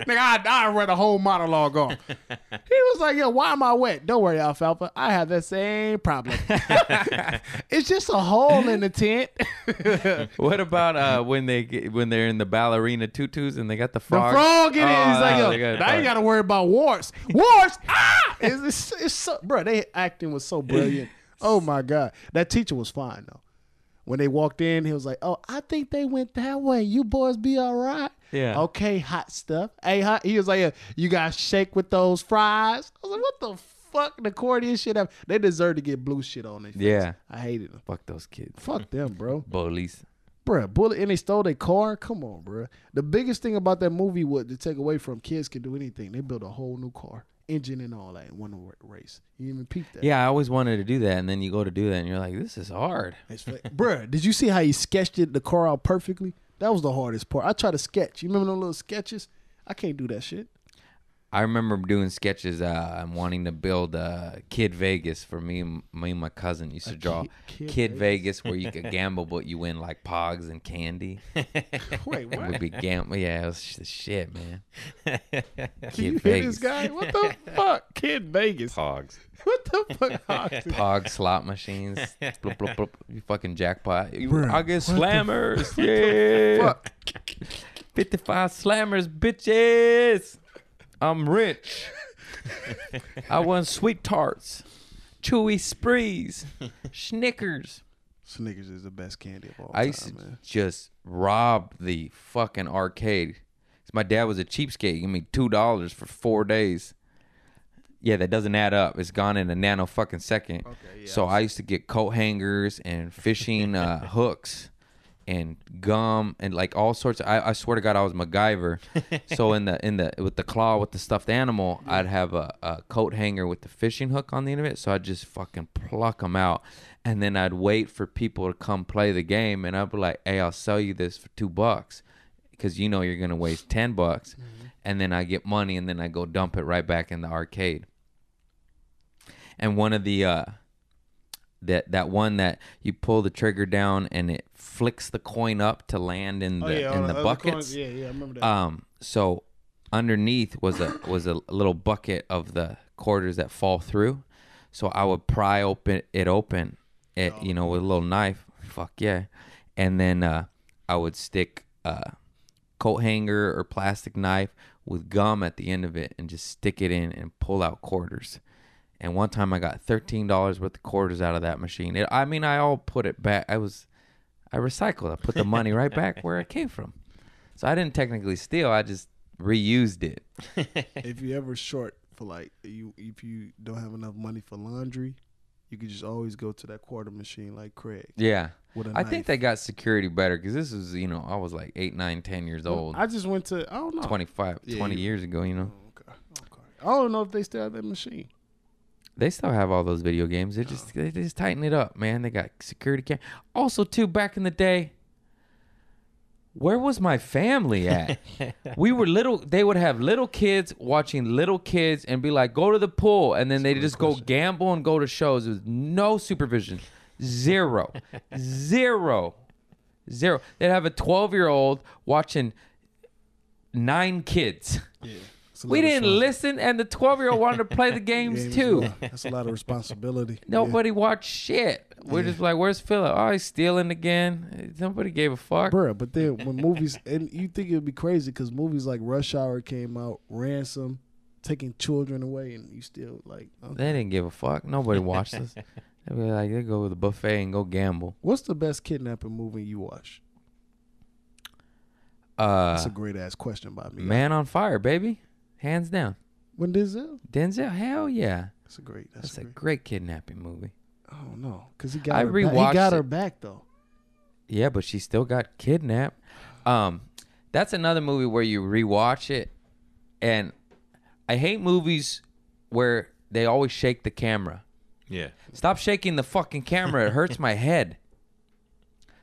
Speaker 4: Nigga, I, I read a whole monologue on. he was like, "Yo, why am I wet? Don't worry, Alfalfa. I have that same problem. it's just a hole in the tent. (laughs) the
Speaker 3: what about uh, when they get, when they're in the ballerina tutus and they got the frog?
Speaker 4: frog in it.
Speaker 3: Oh,
Speaker 4: It's like,
Speaker 3: no,
Speaker 4: yo,
Speaker 3: they got a
Speaker 4: now you
Speaker 3: frog.
Speaker 4: got to worry about warts.
Speaker 3: (laughs)
Speaker 4: Warts. ah, (laughs) it's, it's, it's so, bro. They acting was so
Speaker 3: (laughs)
Speaker 4: brilliant. Oh my god, that teacher was fine though. When they walked in, he was like, "Oh, I think they went that way. You boys be all right."
Speaker 3: Yeah.
Speaker 4: Okay, hot stuff. Hey, hot. He was like, yeah, "You got shake with those fries." I was like, "What the fuck?" The corniest shit. Ever. They deserve to get blue shit on their face.
Speaker 3: Yeah.
Speaker 4: I hated them.
Speaker 3: Fuck those kids.
Speaker 4: Fuck them, bro.
Speaker 3: Bullies.
Speaker 4: Bruh, bullet and they stole their car. Come on, bruh. The biggest thing about that movie was to take away from kids can do anything. They built a whole new car, engine and all that in one ra- race. You didn't even peep that.
Speaker 3: Yeah, I always wanted to do that, and then you go to do that, and you're like, this is hard.
Speaker 4: It's fa- (laughs) bruh, did you see how he sketched it, the car out perfectly? That was the hardest part. I try to sketch. You remember those little sketches? I can't do that shit.
Speaker 3: I remember doing sketches uh, and wanting to build uh, Kid Vegas for me. and Me and my cousin used to draw
Speaker 4: Ki- Kid
Speaker 3: Kid, Vegas, where (laughs) you could gamble, but you win like pogs and candy.
Speaker 4: (laughs) Wait,
Speaker 3: It
Speaker 4: what?
Speaker 3: would be gamble. Yeah, it was sh- shit, man.
Speaker 4: Can
Speaker 3: Kid
Speaker 4: you hear this
Speaker 3: Vegas,
Speaker 4: guy? What the
Speaker 3: (laughs)
Speaker 4: fuck? Kid Vegas.
Speaker 1: Hogs.
Speaker 4: What the fuck?
Speaker 3: (laughs) pog slot machines, blub, blub, blub, you fucking jackpot. You
Speaker 4: Bruh,
Speaker 3: August
Speaker 4: (laughs)
Speaker 3: slammers, yeah.
Speaker 4: fuck?
Speaker 3: Fifty-five slammers, bitches. I'm
Speaker 4: (laughs)
Speaker 3: rich. I want sweet tarts, chewy sprees, Snickers.
Speaker 4: Snickers is the best candy of all
Speaker 3: I
Speaker 4: time,
Speaker 3: used to
Speaker 4: man.
Speaker 3: just rob the fucking arcade. 'Cause my dad was a cheapskate. He gave me two dollars for four days. Yeah, that doesn't add up. It's gone in a nano fucking second.
Speaker 4: Okay, yeah,
Speaker 3: so I used to get coat hangers and fishing
Speaker 4: (laughs)
Speaker 3: uh, hooks and gum and like all sorts. Of, I, I swear to God, I was MacGyver. so in the in the with the claw with the stuffed animal, I'd have a, a coat hanger with the fishing hook on the end of it. So I'd just fucking pluck them out, and then I'd wait for people to come play the game, and I'd be like, "Hey, I'll sell you this for two bucks." because you know you're gonna waste ten bucks, and then I get money, and then I go dump it right back in the arcade. And one of the uh, that that one that you pull the trigger down and it flicks the coin up to land in the
Speaker 4: Oh, yeah, all
Speaker 3: in the
Speaker 4: other
Speaker 3: buckets.
Speaker 4: coins- Yeah, yeah, I remember that.
Speaker 3: Um, so underneath was a was a little bucket of the quarters that fall through. So I would pry open it open, it you know with a little knife. Fuck yeah, and then uh, I would stick a coat hanger or plastic knife with gum at the end of it and just stick it in and pull out quarters. And one time I got thirteen dollars worth of quarters out of that machine. It, I mean, I all put it back. I was, I recycled. I put the money right back where it came from. So I didn't technically steal. I just reused it.
Speaker 4: if you ever short for like you if you don't have enough money for laundry, you could just always go to that quarter machine like Craig.
Speaker 3: Yeah.
Speaker 4: With a
Speaker 3: I think
Speaker 4: knife.
Speaker 3: they got security better because this was, you know, I was like eight, nine, ten years old,
Speaker 4: I just went to I don't know.
Speaker 3: 25,
Speaker 4: Yeah,
Speaker 3: 20
Speaker 4: you-
Speaker 3: years ago, you know.
Speaker 4: Okay. Okay. I don't know if they still have that machine.
Speaker 3: They still have all those video games. They just they just tighten it up, man. They got security cam. Also, too, back in the day, where was my family at? we were little. They would have little kids watching little kids and be like, "Go to the pool," and then they just go gamble and go to shows with no supervision, zero, zero, zero. They'd have a twelve-year-old watching nine kids.
Speaker 4: Yeah. It's a
Speaker 3: We
Speaker 4: lot of
Speaker 3: didn't
Speaker 4: fun.
Speaker 3: listen, and the 12 year old wanted to play the games
Speaker 4: Games,
Speaker 3: too.
Speaker 4: yeah. That's a lot
Speaker 3: (laughs)
Speaker 4: of responsibility.
Speaker 3: Nobody watched shit. We're
Speaker 4: Yeah.
Speaker 3: just like, where's Philip? Oh, he's stealing again. Nobody gave a fuck.
Speaker 4: Bruh, but then when movies and you think it'd be crazy because movies like Rush Hour came out, Ransom, taking children away, and you still like. uh, okay.
Speaker 3: They didn't give a fuck. Nobody watched
Speaker 4: (laughs)
Speaker 3: us. They were like, they go to the buffet and go gamble.
Speaker 4: What's the best kidnapping movie you watch?
Speaker 3: Uh,
Speaker 4: That's a great ass question by me.
Speaker 3: Man on Fire, baby. Hands down.
Speaker 4: when Denzel?
Speaker 3: Denzel, hell yeah.
Speaker 4: That's a great. That's,
Speaker 3: That's,
Speaker 4: a
Speaker 3: a
Speaker 4: great.
Speaker 3: great kidnapping movie.
Speaker 4: I don't know because he got.
Speaker 3: I
Speaker 4: her back.
Speaker 3: rewatched
Speaker 4: He got
Speaker 3: it.
Speaker 4: her back though.
Speaker 3: Yeah, but she still got kidnapped. Um, that's another movie where you rewatch it, and I hate movies where they always shake the camera.
Speaker 1: Yeah.
Speaker 3: Stop shaking the fucking camera; it hurts my head.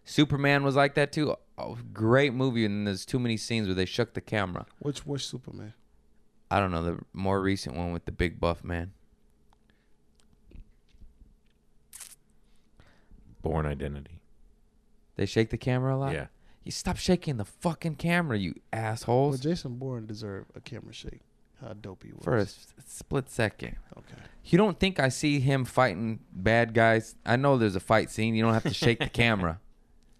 Speaker 3: Superman was like that too. Oh, great movie, and there's too many scenes where they shook the camera.
Speaker 4: Which which Superman?
Speaker 3: I don't know the more recent one with the big buff man.
Speaker 1: Born Identity.
Speaker 3: They shake the camera a lot.
Speaker 1: Yeah.
Speaker 3: You stop shaking the fucking camera, you
Speaker 4: Well,
Speaker 3: assholes.
Speaker 4: Jason Bourne deserved a camera shake. How dope he was.
Speaker 3: For a s- split second.
Speaker 4: Okay.
Speaker 3: You don't think I see him fighting bad guys? I know there's a fight scene. You don't have to shake the camera.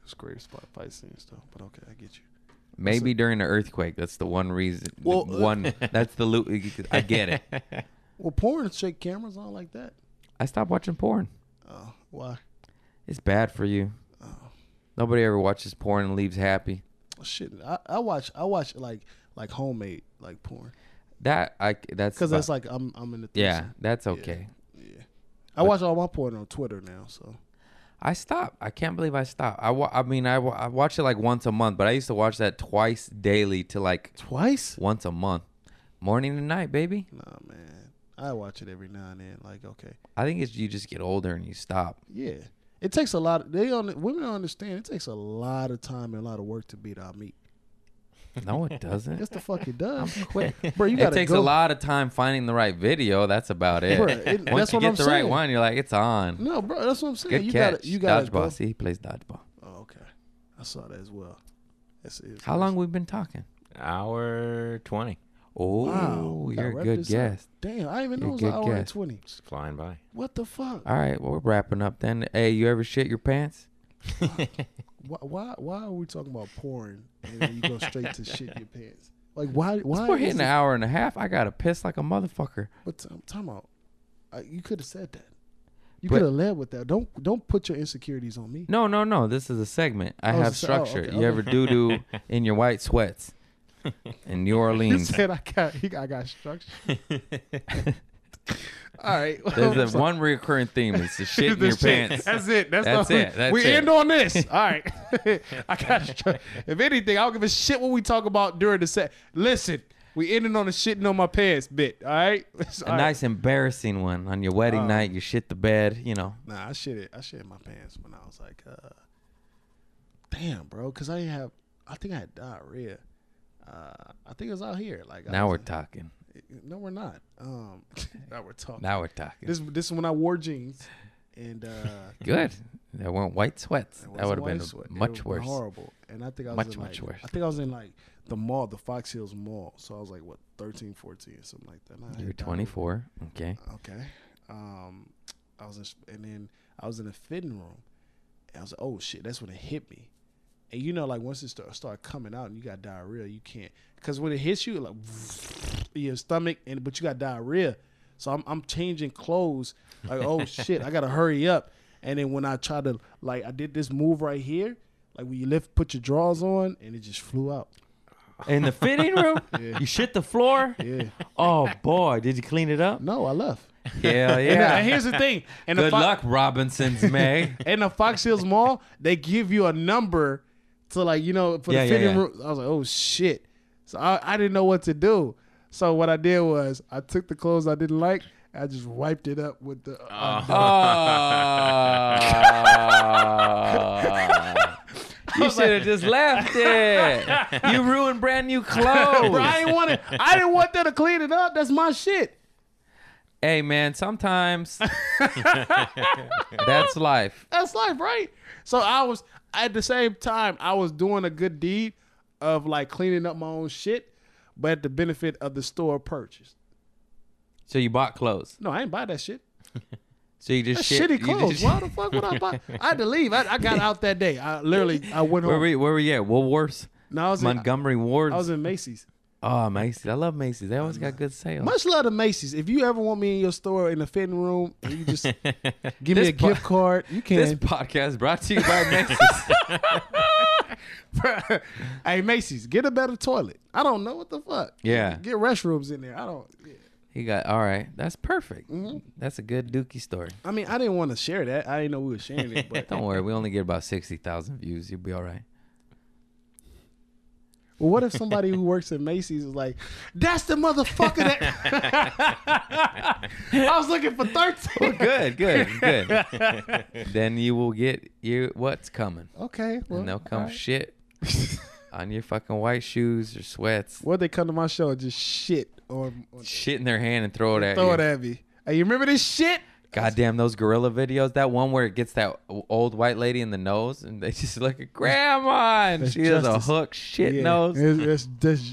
Speaker 4: It's great spot fight scenes though, but okay, I get you.
Speaker 3: Maybe during the earthquake. That's the one reason. the
Speaker 4: Well, uh,
Speaker 3: one. that's the loot. I get it.
Speaker 4: Well, porn shake cameras on like that.
Speaker 3: I stopped watching porn.
Speaker 4: Oh, why?
Speaker 3: It's bad for you. Nobody ever watches porn and leaves happy.
Speaker 4: Shit, I, I watch I watch like like homemade like porn
Speaker 3: That I. That's
Speaker 4: because that's
Speaker 3: about-
Speaker 4: like I'm I'm in the
Speaker 3: Yeah, that's okay.
Speaker 4: yeah. I watch all my porn on Twitter now, so
Speaker 3: I stopped. I can't believe I stopped. I. Wa- I mean, I, wa- I watch it like once a month, but I used to watch that twice daily to like
Speaker 4: twice.
Speaker 3: once a month, morning and night, baby.
Speaker 4: Nah, man, I watch it every now and then. Like, okay,
Speaker 3: I think it's you just get older and you stop.
Speaker 4: yeah, it takes a lot. They on women don't understand. It takes a lot of time and a lot of work to beat our meat.
Speaker 3: No,
Speaker 4: (laughs)
Speaker 3: it doesn't.
Speaker 4: That's the fuck
Speaker 3: (laughs)
Speaker 4: it does,
Speaker 3: quick.
Speaker 4: bro. You
Speaker 3: it
Speaker 4: gotta
Speaker 3: takes
Speaker 4: go.
Speaker 3: a lot of time finding the right video. That's about it.
Speaker 4: Bruh, it-
Speaker 3: Once
Speaker 4: that's
Speaker 3: you
Speaker 4: what
Speaker 3: get
Speaker 4: I'm
Speaker 3: the right
Speaker 4: saying.
Speaker 3: one, you're like, it's on.
Speaker 4: No, bro, that's what I'm saying.
Speaker 3: Good
Speaker 4: you
Speaker 3: catch.
Speaker 4: gotta, you gotta
Speaker 3: dodgeball.
Speaker 4: go.
Speaker 3: See, he plays dodgeball.
Speaker 4: Oh, okay, I saw that as well. That's it.
Speaker 3: How long we've been talking?
Speaker 1: (laughs) Hour 20.
Speaker 3: Oh,
Speaker 4: Wow, we gotta
Speaker 3: you're a
Speaker 4: wrap
Speaker 3: good
Speaker 4: this up.
Speaker 3: guest.
Speaker 4: Damn, I didn't even know it was
Speaker 3: You're
Speaker 4: an
Speaker 3: a good
Speaker 4: hour and
Speaker 3: guess.
Speaker 4: twenty.
Speaker 1: It's flying by.
Speaker 4: What the fuck?
Speaker 3: All right, well, we're wrapping up then. Hey, you ever shit your pants?
Speaker 4: Why, why why are we talking about porn and then you go
Speaker 3: (laughs)
Speaker 4: straight to shit your pants? Like why why
Speaker 3: We're
Speaker 4: is
Speaker 3: hitting
Speaker 4: it-
Speaker 3: an hour and a half. I got to piss like a motherfucker.
Speaker 4: But I'm talking about I, you could have said that. You
Speaker 3: But-
Speaker 4: could have led with that. Don't don't put your insecurities on me.
Speaker 3: No, no, no. This is a segment. I
Speaker 4: Oh,
Speaker 3: have
Speaker 4: so- oh,
Speaker 3: structure.
Speaker 4: okay,
Speaker 3: You
Speaker 4: okay.
Speaker 3: ever doo doo
Speaker 4: (laughs)
Speaker 3: in your white sweats in New
Speaker 4: You
Speaker 3: Orleans?
Speaker 4: said I got you got- I got structure.
Speaker 3: (laughs)
Speaker 4: All right. I'm (laughs)
Speaker 3: There's a
Speaker 4: sorry.
Speaker 3: one recurring theme. It's the shit in
Speaker 4: The
Speaker 3: your
Speaker 4: shit. (laughs)
Speaker 3: pants.
Speaker 4: That's it. That's,
Speaker 3: That's
Speaker 4: the,
Speaker 3: it. That's
Speaker 4: we
Speaker 3: it.
Speaker 4: end on
Speaker 3: (laughs)
Speaker 4: this. All right. (laughs) I got. Str- if anything, I don't give a shit what we talk about during the set. Listen, we ending on the shitting on my pants bit. All right. (laughs) Oh.
Speaker 3: a nice embarrassing one on your wedding night. You shit the bed, you know.
Speaker 4: Nah, I shit it. I shit in my pants when I was like, uh, damn, bro, because I didn't have. I think I had diarrhea. Uh, I think it was out here. Like I
Speaker 3: Now we're
Speaker 4: was-
Speaker 3: talking.
Speaker 4: no, we're not. Um, (laughs) now we're talking.
Speaker 3: Now we're talking.
Speaker 4: This this is when I wore jeans,
Speaker 3: (laughs)
Speaker 4: and uh,
Speaker 3: Good. There weren't white sweats.
Speaker 4: It
Speaker 3: That would have
Speaker 4: wasn't
Speaker 3: been
Speaker 4: white sweat. It
Speaker 3: much
Speaker 4: was
Speaker 3: worse.
Speaker 4: Horrible. And I think I was
Speaker 3: Much,
Speaker 4: in
Speaker 3: much
Speaker 4: like,
Speaker 3: worse.
Speaker 4: I think I was in like the mall, the Fox Hills Mall. So I was like what 13, 14, something like that. And I
Speaker 3: You
Speaker 4: had
Speaker 3: were
Speaker 4: died.
Speaker 3: 24. Okay.
Speaker 4: Okay. Um, I was in, and then I was in a fitting room. And I was like, oh shit, that's when it hit me. And you know, like once it start start coming out and you got diarrhea, you can't because when it hits you, like (sniffs) your stomach, and but you got diarrhea. So I'm I'm changing clothes. Like
Speaker 3: (laughs)
Speaker 4: oh shit, I gotta hurry up. And then when I try to like I did this move right here, like when you lift, put your drawers on, and it just flew out.
Speaker 3: In the fitting
Speaker 4: (laughs)
Speaker 3: room, you shit the floor.
Speaker 4: Yeah.
Speaker 3: Oh boy, did you clean it up?
Speaker 4: No, I left.
Speaker 3: Yeah,
Speaker 4: Yeah. And uh,
Speaker 3: yeah.
Speaker 4: here's the thing. And
Speaker 3: Good
Speaker 4: if I-
Speaker 3: luck, Robinson's
Speaker 4: (laughs)
Speaker 3: May.
Speaker 4: in the Fox Hills Mall, they give you a number to like, you know, for
Speaker 3: Yeah, yeah,
Speaker 4: the fitting
Speaker 3: yeah.
Speaker 4: room. I was like, oh shit. So I, I didn't know what to do. So what I did was I took the clothes I didn't like. I just wiped it up with the. uh,
Speaker 3: Oh. Ah.
Speaker 4: (laughs)
Speaker 3: you should have just left it. You ruined brand new
Speaker 4: (laughs)
Speaker 3: clothes. (laughs)
Speaker 4: Bro, I didn't want it. I didn't want them to clean it up. That's my shit.
Speaker 3: Hey man,
Speaker 4: (laughs)
Speaker 3: sometimes that's life.
Speaker 4: That's life, right? So I was at the same time I was doing a good deed of like cleaning up my own shit, but at the benefit of the store purchase.
Speaker 3: So you bought clothes.
Speaker 4: No, I ain't buy that shit.
Speaker 3: So you just
Speaker 4: That
Speaker 3: shit, you
Speaker 4: shitty
Speaker 3: just
Speaker 4: clothes.
Speaker 3: shit-
Speaker 4: Why the fuck would I buy? I had to leave. I, I got out that day. I literally I went
Speaker 3: Where
Speaker 4: home.
Speaker 3: were you, where were you at? Woolworths,
Speaker 4: No, I was in,
Speaker 3: Montgomery Ward.
Speaker 4: I was in Macy's.
Speaker 3: oh, Macy's. I love Macy's. They always got good sales.
Speaker 4: Much love to Macy's. If you ever want me in your store in the fitting room, and
Speaker 3: (laughs)
Speaker 4: you just give me
Speaker 3: This
Speaker 4: a
Speaker 3: po-
Speaker 4: gift card. You can.
Speaker 3: This podcast brought to you by Macy's.
Speaker 4: (laughs) hey Macy's, get a better toilet. I don't know what the fuck.
Speaker 3: Yeah.
Speaker 4: get restrooms in there. I don't. yeah.
Speaker 3: he got all right. That's perfect.
Speaker 4: Mm-hmm.
Speaker 3: That's a good Dookie story.
Speaker 4: I mean, I didn't want to share that. I didn't know we were sharing it,
Speaker 3: (laughs)
Speaker 4: but
Speaker 3: Don't worry, we only get about sixty thousand views. You'll be all
Speaker 4: (laughs)
Speaker 3: right.
Speaker 4: Well, what if somebody who works at Macy's is like, "That's the
Speaker 3: (laughs)
Speaker 4: motherfucker that (laughs) I was looking for 13.
Speaker 3: Good, good, good. (laughs) then you will get you what's coming,
Speaker 4: Okay, well,
Speaker 3: and they'll come
Speaker 4: all right.
Speaker 3: shit on your fucking white shoes or
Speaker 4: (laughs)
Speaker 3: sweats,
Speaker 4: Well, they come to my show and just shit or, or
Speaker 3: shit in their hand, and throw it at
Speaker 4: throw
Speaker 3: you.
Speaker 4: it at me. Hey, you remember this shit?
Speaker 3: Goddamn those gorilla videos. That one where it gets that old white lady in the nose, and they (laughs) just look at grandma, and
Speaker 4: That's
Speaker 3: she has a
Speaker 4: justice.
Speaker 3: hook shit
Speaker 4: Yeah.
Speaker 3: nose.
Speaker 4: It's- it's-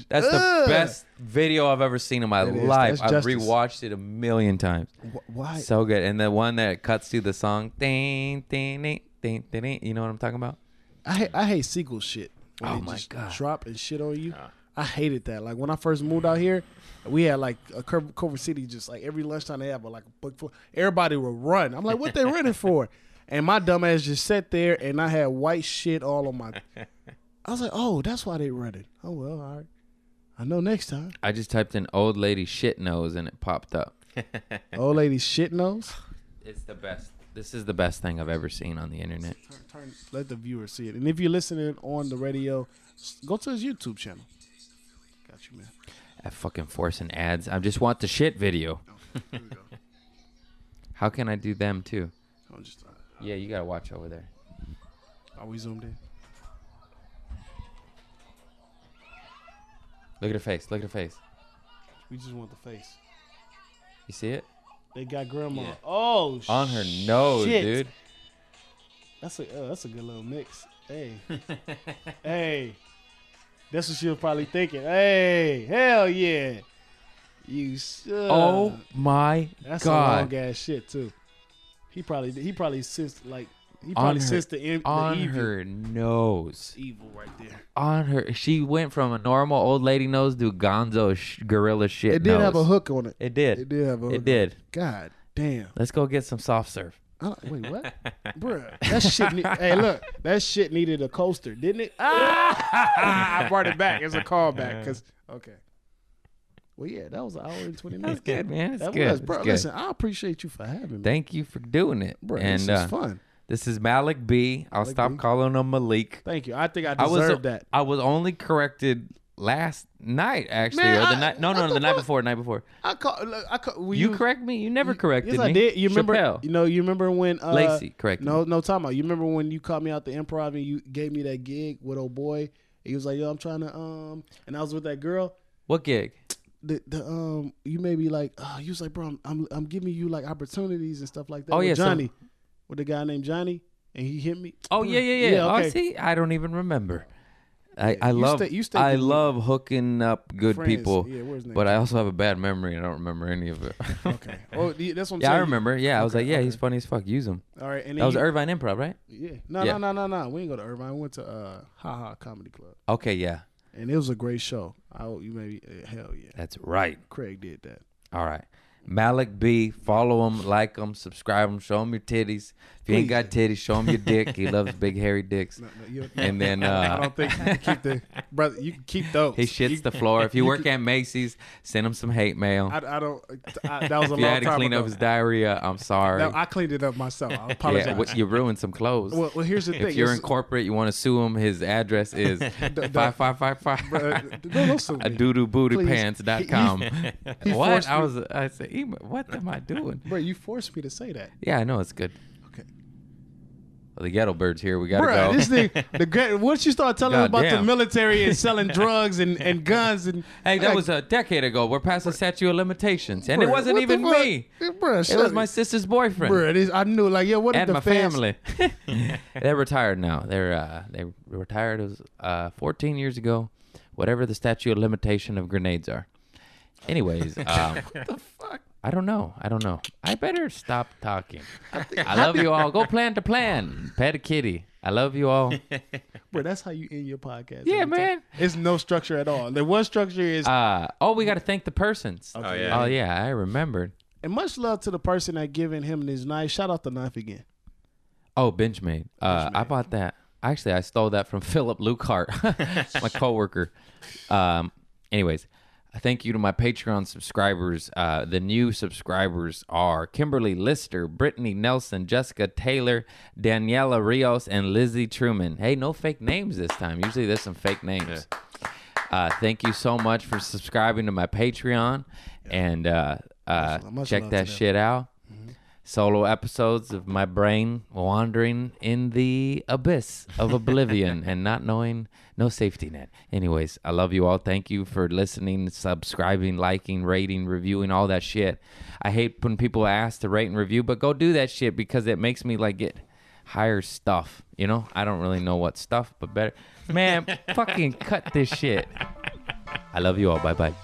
Speaker 4: that's
Speaker 3: That's
Speaker 4: Ugh.
Speaker 3: the best video I've ever seen in my
Speaker 4: It is.
Speaker 3: life.
Speaker 4: That's
Speaker 3: I've
Speaker 4: justice.
Speaker 3: rewatched it a million times.
Speaker 4: Wh- Why?
Speaker 3: So good. And the one that cuts to the song, ding, ding, ding, ding, ding, ding. you know what I'm talking about?
Speaker 4: I hate, I hate sequel shit. When
Speaker 3: Oh
Speaker 4: they
Speaker 3: my
Speaker 4: just
Speaker 3: God.
Speaker 4: Drop and shit on you. I hated that. Like when I first moved out here, we had like a Cur- Culver City. Just like every lunchtime they have a, like a book full. Everybody would run. I'm like, what they
Speaker 3: (laughs)
Speaker 4: running for? And my dumb ass just sat there and I had white shit all on my. I was like, oh, that's why they running. Oh well, all right. I know next time.
Speaker 3: I just typed in old lady shit nose and it popped up.
Speaker 4: Old lady shit knows.
Speaker 3: It's the best. This is the best thing I've ever seen on the internet.
Speaker 4: Turn, turn, let the viewers see it. And if you're listening on the radio, s- go to his YouTube channel. Got you, man.
Speaker 3: I fucking forcing ads. I just want the shit video.
Speaker 4: Here we go.
Speaker 3: How can I do them too?
Speaker 4: I'm just. Uh,
Speaker 3: Yeah, you gotta watch over there.
Speaker 4: are Oh, we zoomed in?
Speaker 3: Look at her face. Look at her face.
Speaker 4: We just want the face.
Speaker 3: You see it
Speaker 4: They got grandma. Oh,
Speaker 3: on her nose,
Speaker 4: shit.
Speaker 3: dude.
Speaker 4: That's a uh, that's a good little mix. (laughs) Hey, hey, that's what she was probably thinking. Hey, hell yeah, you. Should.
Speaker 3: oh my
Speaker 4: that's a
Speaker 3: god!
Speaker 4: long ass shit too. He probably he probably sensed like he
Speaker 3: On
Speaker 4: probably
Speaker 3: her-
Speaker 4: sensed the, em- the
Speaker 3: On
Speaker 4: evil
Speaker 3: her nose.
Speaker 4: evil right there.
Speaker 3: On her. She went from a normal old lady nose to Gonzo sh- gorilla shit.
Speaker 4: It did
Speaker 3: nose.
Speaker 4: have a hook on it.
Speaker 3: It did.
Speaker 4: It did have a hook.
Speaker 3: It did.
Speaker 4: God damn.
Speaker 3: Let's go get some soft
Speaker 4: (laughs)
Speaker 3: serve.
Speaker 4: I don't, wait, what? Bruh, that shit. Ne- hey, look, that shit needed a coaster, didn't it? Ah! I brought it back as a callback. Cause okay, well, yeah, that was an hour and twenty minutes.
Speaker 3: That's good, man. That's
Speaker 4: That
Speaker 3: good.
Speaker 4: was, bro.
Speaker 3: That's good.
Speaker 4: Listen, I appreciate you for having me,
Speaker 3: Thank you for doing it.
Speaker 4: bro.
Speaker 3: and
Speaker 4: this
Speaker 3: uh,
Speaker 4: is fun.
Speaker 3: this is Malik B. I'll
Speaker 4: Malik
Speaker 3: stop
Speaker 4: B.
Speaker 3: calling him Malik.
Speaker 4: Thank you. I think I
Speaker 3: I was uh,
Speaker 4: deserve that.
Speaker 3: I was only corrected last night, actually,
Speaker 4: Man,
Speaker 3: or the
Speaker 4: I-
Speaker 3: night. No,
Speaker 4: what
Speaker 3: no, no, the,
Speaker 4: the
Speaker 3: night
Speaker 4: fuck?
Speaker 3: before. Night before.
Speaker 4: I call. look, I call. Will
Speaker 3: You, correct me. You never corrected
Speaker 4: Yes,
Speaker 3: me.
Speaker 4: I did. You remember?
Speaker 3: Chappelle.
Speaker 4: You know, you remember when uh,
Speaker 3: Lacey corrected
Speaker 4: No, no, time out. You remember when you called me out the improv and you gave me that gig with old boy? He was like, "Yo, I'm trying to um," and I was with that girl.
Speaker 3: What gig?
Speaker 4: the the um you may be like oh you was like bro I'm I'm, I'm giving you like opportunities and stuff like that.
Speaker 3: Oh,
Speaker 4: with
Speaker 3: yeah, so-
Speaker 4: Johnny, with the guy named Johnny, and he hit me.
Speaker 3: Oh
Speaker 4: Bruh.
Speaker 3: yeah, yeah, yeah.
Speaker 4: okay.
Speaker 3: Oh, see, I don't even remember. I, I
Speaker 4: you
Speaker 3: love
Speaker 4: stay- you stay
Speaker 3: I
Speaker 4: good with
Speaker 3: love hooking up good
Speaker 4: Friends.
Speaker 3: people,
Speaker 4: Yeah, where's name?
Speaker 3: but I also have a bad memory. and I don't remember any of
Speaker 4: (laughs)
Speaker 3: it. (laughs)
Speaker 4: okay. Oh, yeah, that's what I'm
Speaker 3: yeah,
Speaker 4: saying.
Speaker 3: I remember. Yeah, I was
Speaker 4: Okay,
Speaker 3: like, yeah,
Speaker 4: okay.
Speaker 3: he's funny as fuck. Use him.
Speaker 4: All right, and
Speaker 3: That
Speaker 4: then
Speaker 3: was
Speaker 4: you,
Speaker 3: Irvine Improv, right?
Speaker 4: yeah. No,
Speaker 3: Yeah.
Speaker 4: no, no, no, no. We didn't go to Irvine. We went to uh Ha Ha Comedy Club,
Speaker 3: Okay, yeah,
Speaker 4: and it was a great show. I hope you maybe uh, hell yeah.
Speaker 3: that's right.
Speaker 4: Craig did that.
Speaker 3: All right. Malik B, follow him, like him, subscribe him, show him your titties. If you ain't got titties, show him your dick. He
Speaker 4: (laughs)
Speaker 3: loves big hairy dicks.
Speaker 4: No, no, you,
Speaker 3: And then
Speaker 4: (laughs) I
Speaker 3: uh,
Speaker 4: don't think you can keep the brother. You can keep those.
Speaker 3: he
Speaker 4: You-
Speaker 3: shits the floor. If you work at Macy's, send him some hate mail.
Speaker 4: I, I don't. I, that was
Speaker 3: (laughs)
Speaker 4: a
Speaker 3: If
Speaker 4: long
Speaker 3: you had to
Speaker 4: time
Speaker 3: clean
Speaker 4: ago.
Speaker 3: up his diarrhea, I'm sorry.
Speaker 4: No, I cleaned it up myself. I apologize.
Speaker 3: Yeah, what- you ruined some clothes.
Speaker 4: Well, well, here's the thing.
Speaker 3: If you're
Speaker 4: It's-
Speaker 3: in corporate, you want to sue him. His
Speaker 4: (laughs)
Speaker 3: address is five five five (laughs)
Speaker 4: Bruh,
Speaker 3: five.
Speaker 4: don't- don't sue me. Please.
Speaker 3: doodoobootipants.com. (laughs)
Speaker 4: he
Speaker 3: What
Speaker 4: forced
Speaker 3: I
Speaker 4: me-
Speaker 3: was, I said, "Ema, what am I doing?
Speaker 4: Bro, you forced me to say that.
Speaker 3: Yeah, I know it's good.
Speaker 4: Okay.
Speaker 3: Well, the ghetto birds here. We gotta
Speaker 4: Bro,
Speaker 3: go.
Speaker 4: this thing, the great, once you start telling them about the
Speaker 3: Goddamn.
Speaker 4: military and
Speaker 3: (laughs)
Speaker 4: selling drugs and, and guns and
Speaker 3: (laughs) hey, that
Speaker 4: like,
Speaker 3: was a decade ago. We're past the statute of limitations, and it
Speaker 4: bruh,
Speaker 3: wasn't
Speaker 4: what the
Speaker 3: even
Speaker 4: fuck?
Speaker 3: me.
Speaker 4: Yeah, bruh,
Speaker 3: It
Speaker 4: shut
Speaker 3: was
Speaker 4: it.
Speaker 3: my sister's boyfriend
Speaker 4: Bruh, this- I knew like yeah, what if
Speaker 3: and
Speaker 4: the
Speaker 3: my
Speaker 4: fans,
Speaker 3: family. (laughs) They're retired now. They're uh, they retired. It was uh, 14 years ago. whatever the statute of limitation of grenades are. (laughs) Anyways, um, what the fuck? I don't know. I don't know. I better stop talking. I love you all. (laughs) Go plan to plan. Pet a kitty. I love you all.
Speaker 4: Bro, that's how you end your
Speaker 3: (laughs)
Speaker 4: podcast.
Speaker 3: Yeah, (laughs)
Speaker 4: every time.
Speaker 3: man.
Speaker 4: It's no structure at all. The one structure is
Speaker 3: Uh, oh, we got to thank the persons.
Speaker 1: Oh, yeah.
Speaker 3: Oh yeah, I remembered.
Speaker 4: and much love to the person that giving him his knife. Shout out the knife again.
Speaker 3: Oh, Benchmade. Uh, I bought that. Actually, I stole that from (laughs) Philip Lucart, my coworker. Um, anyways, thank you to my Patreon subscribers. Uh, the new subscribers are Kimberly Lister, Brittany Nelson, Jessica Taylor, Daniela Rios, and Lizzie Truman. Hey, no fake names this time. Usually there's some fake names. Uh, thank you so much for subscribing to my Patreon and uh, uh,
Speaker 4: Much- much
Speaker 3: check
Speaker 4: love
Speaker 3: that
Speaker 4: to them. Mm-hmm.
Speaker 3: shit out. Solo episodes of my brain wandering in the abyss of oblivion and not knowing no safety net. Anyways, I love you all. Thank you for listening, subscribing, liking, rating, reviewing, all that shit. I hate when people ask to rate and review, but go do that shit because it makes me like get higher stuff. You know, I don't really know what stuff, but better. Man, fucking cut this shit. I love you all. Bye bye.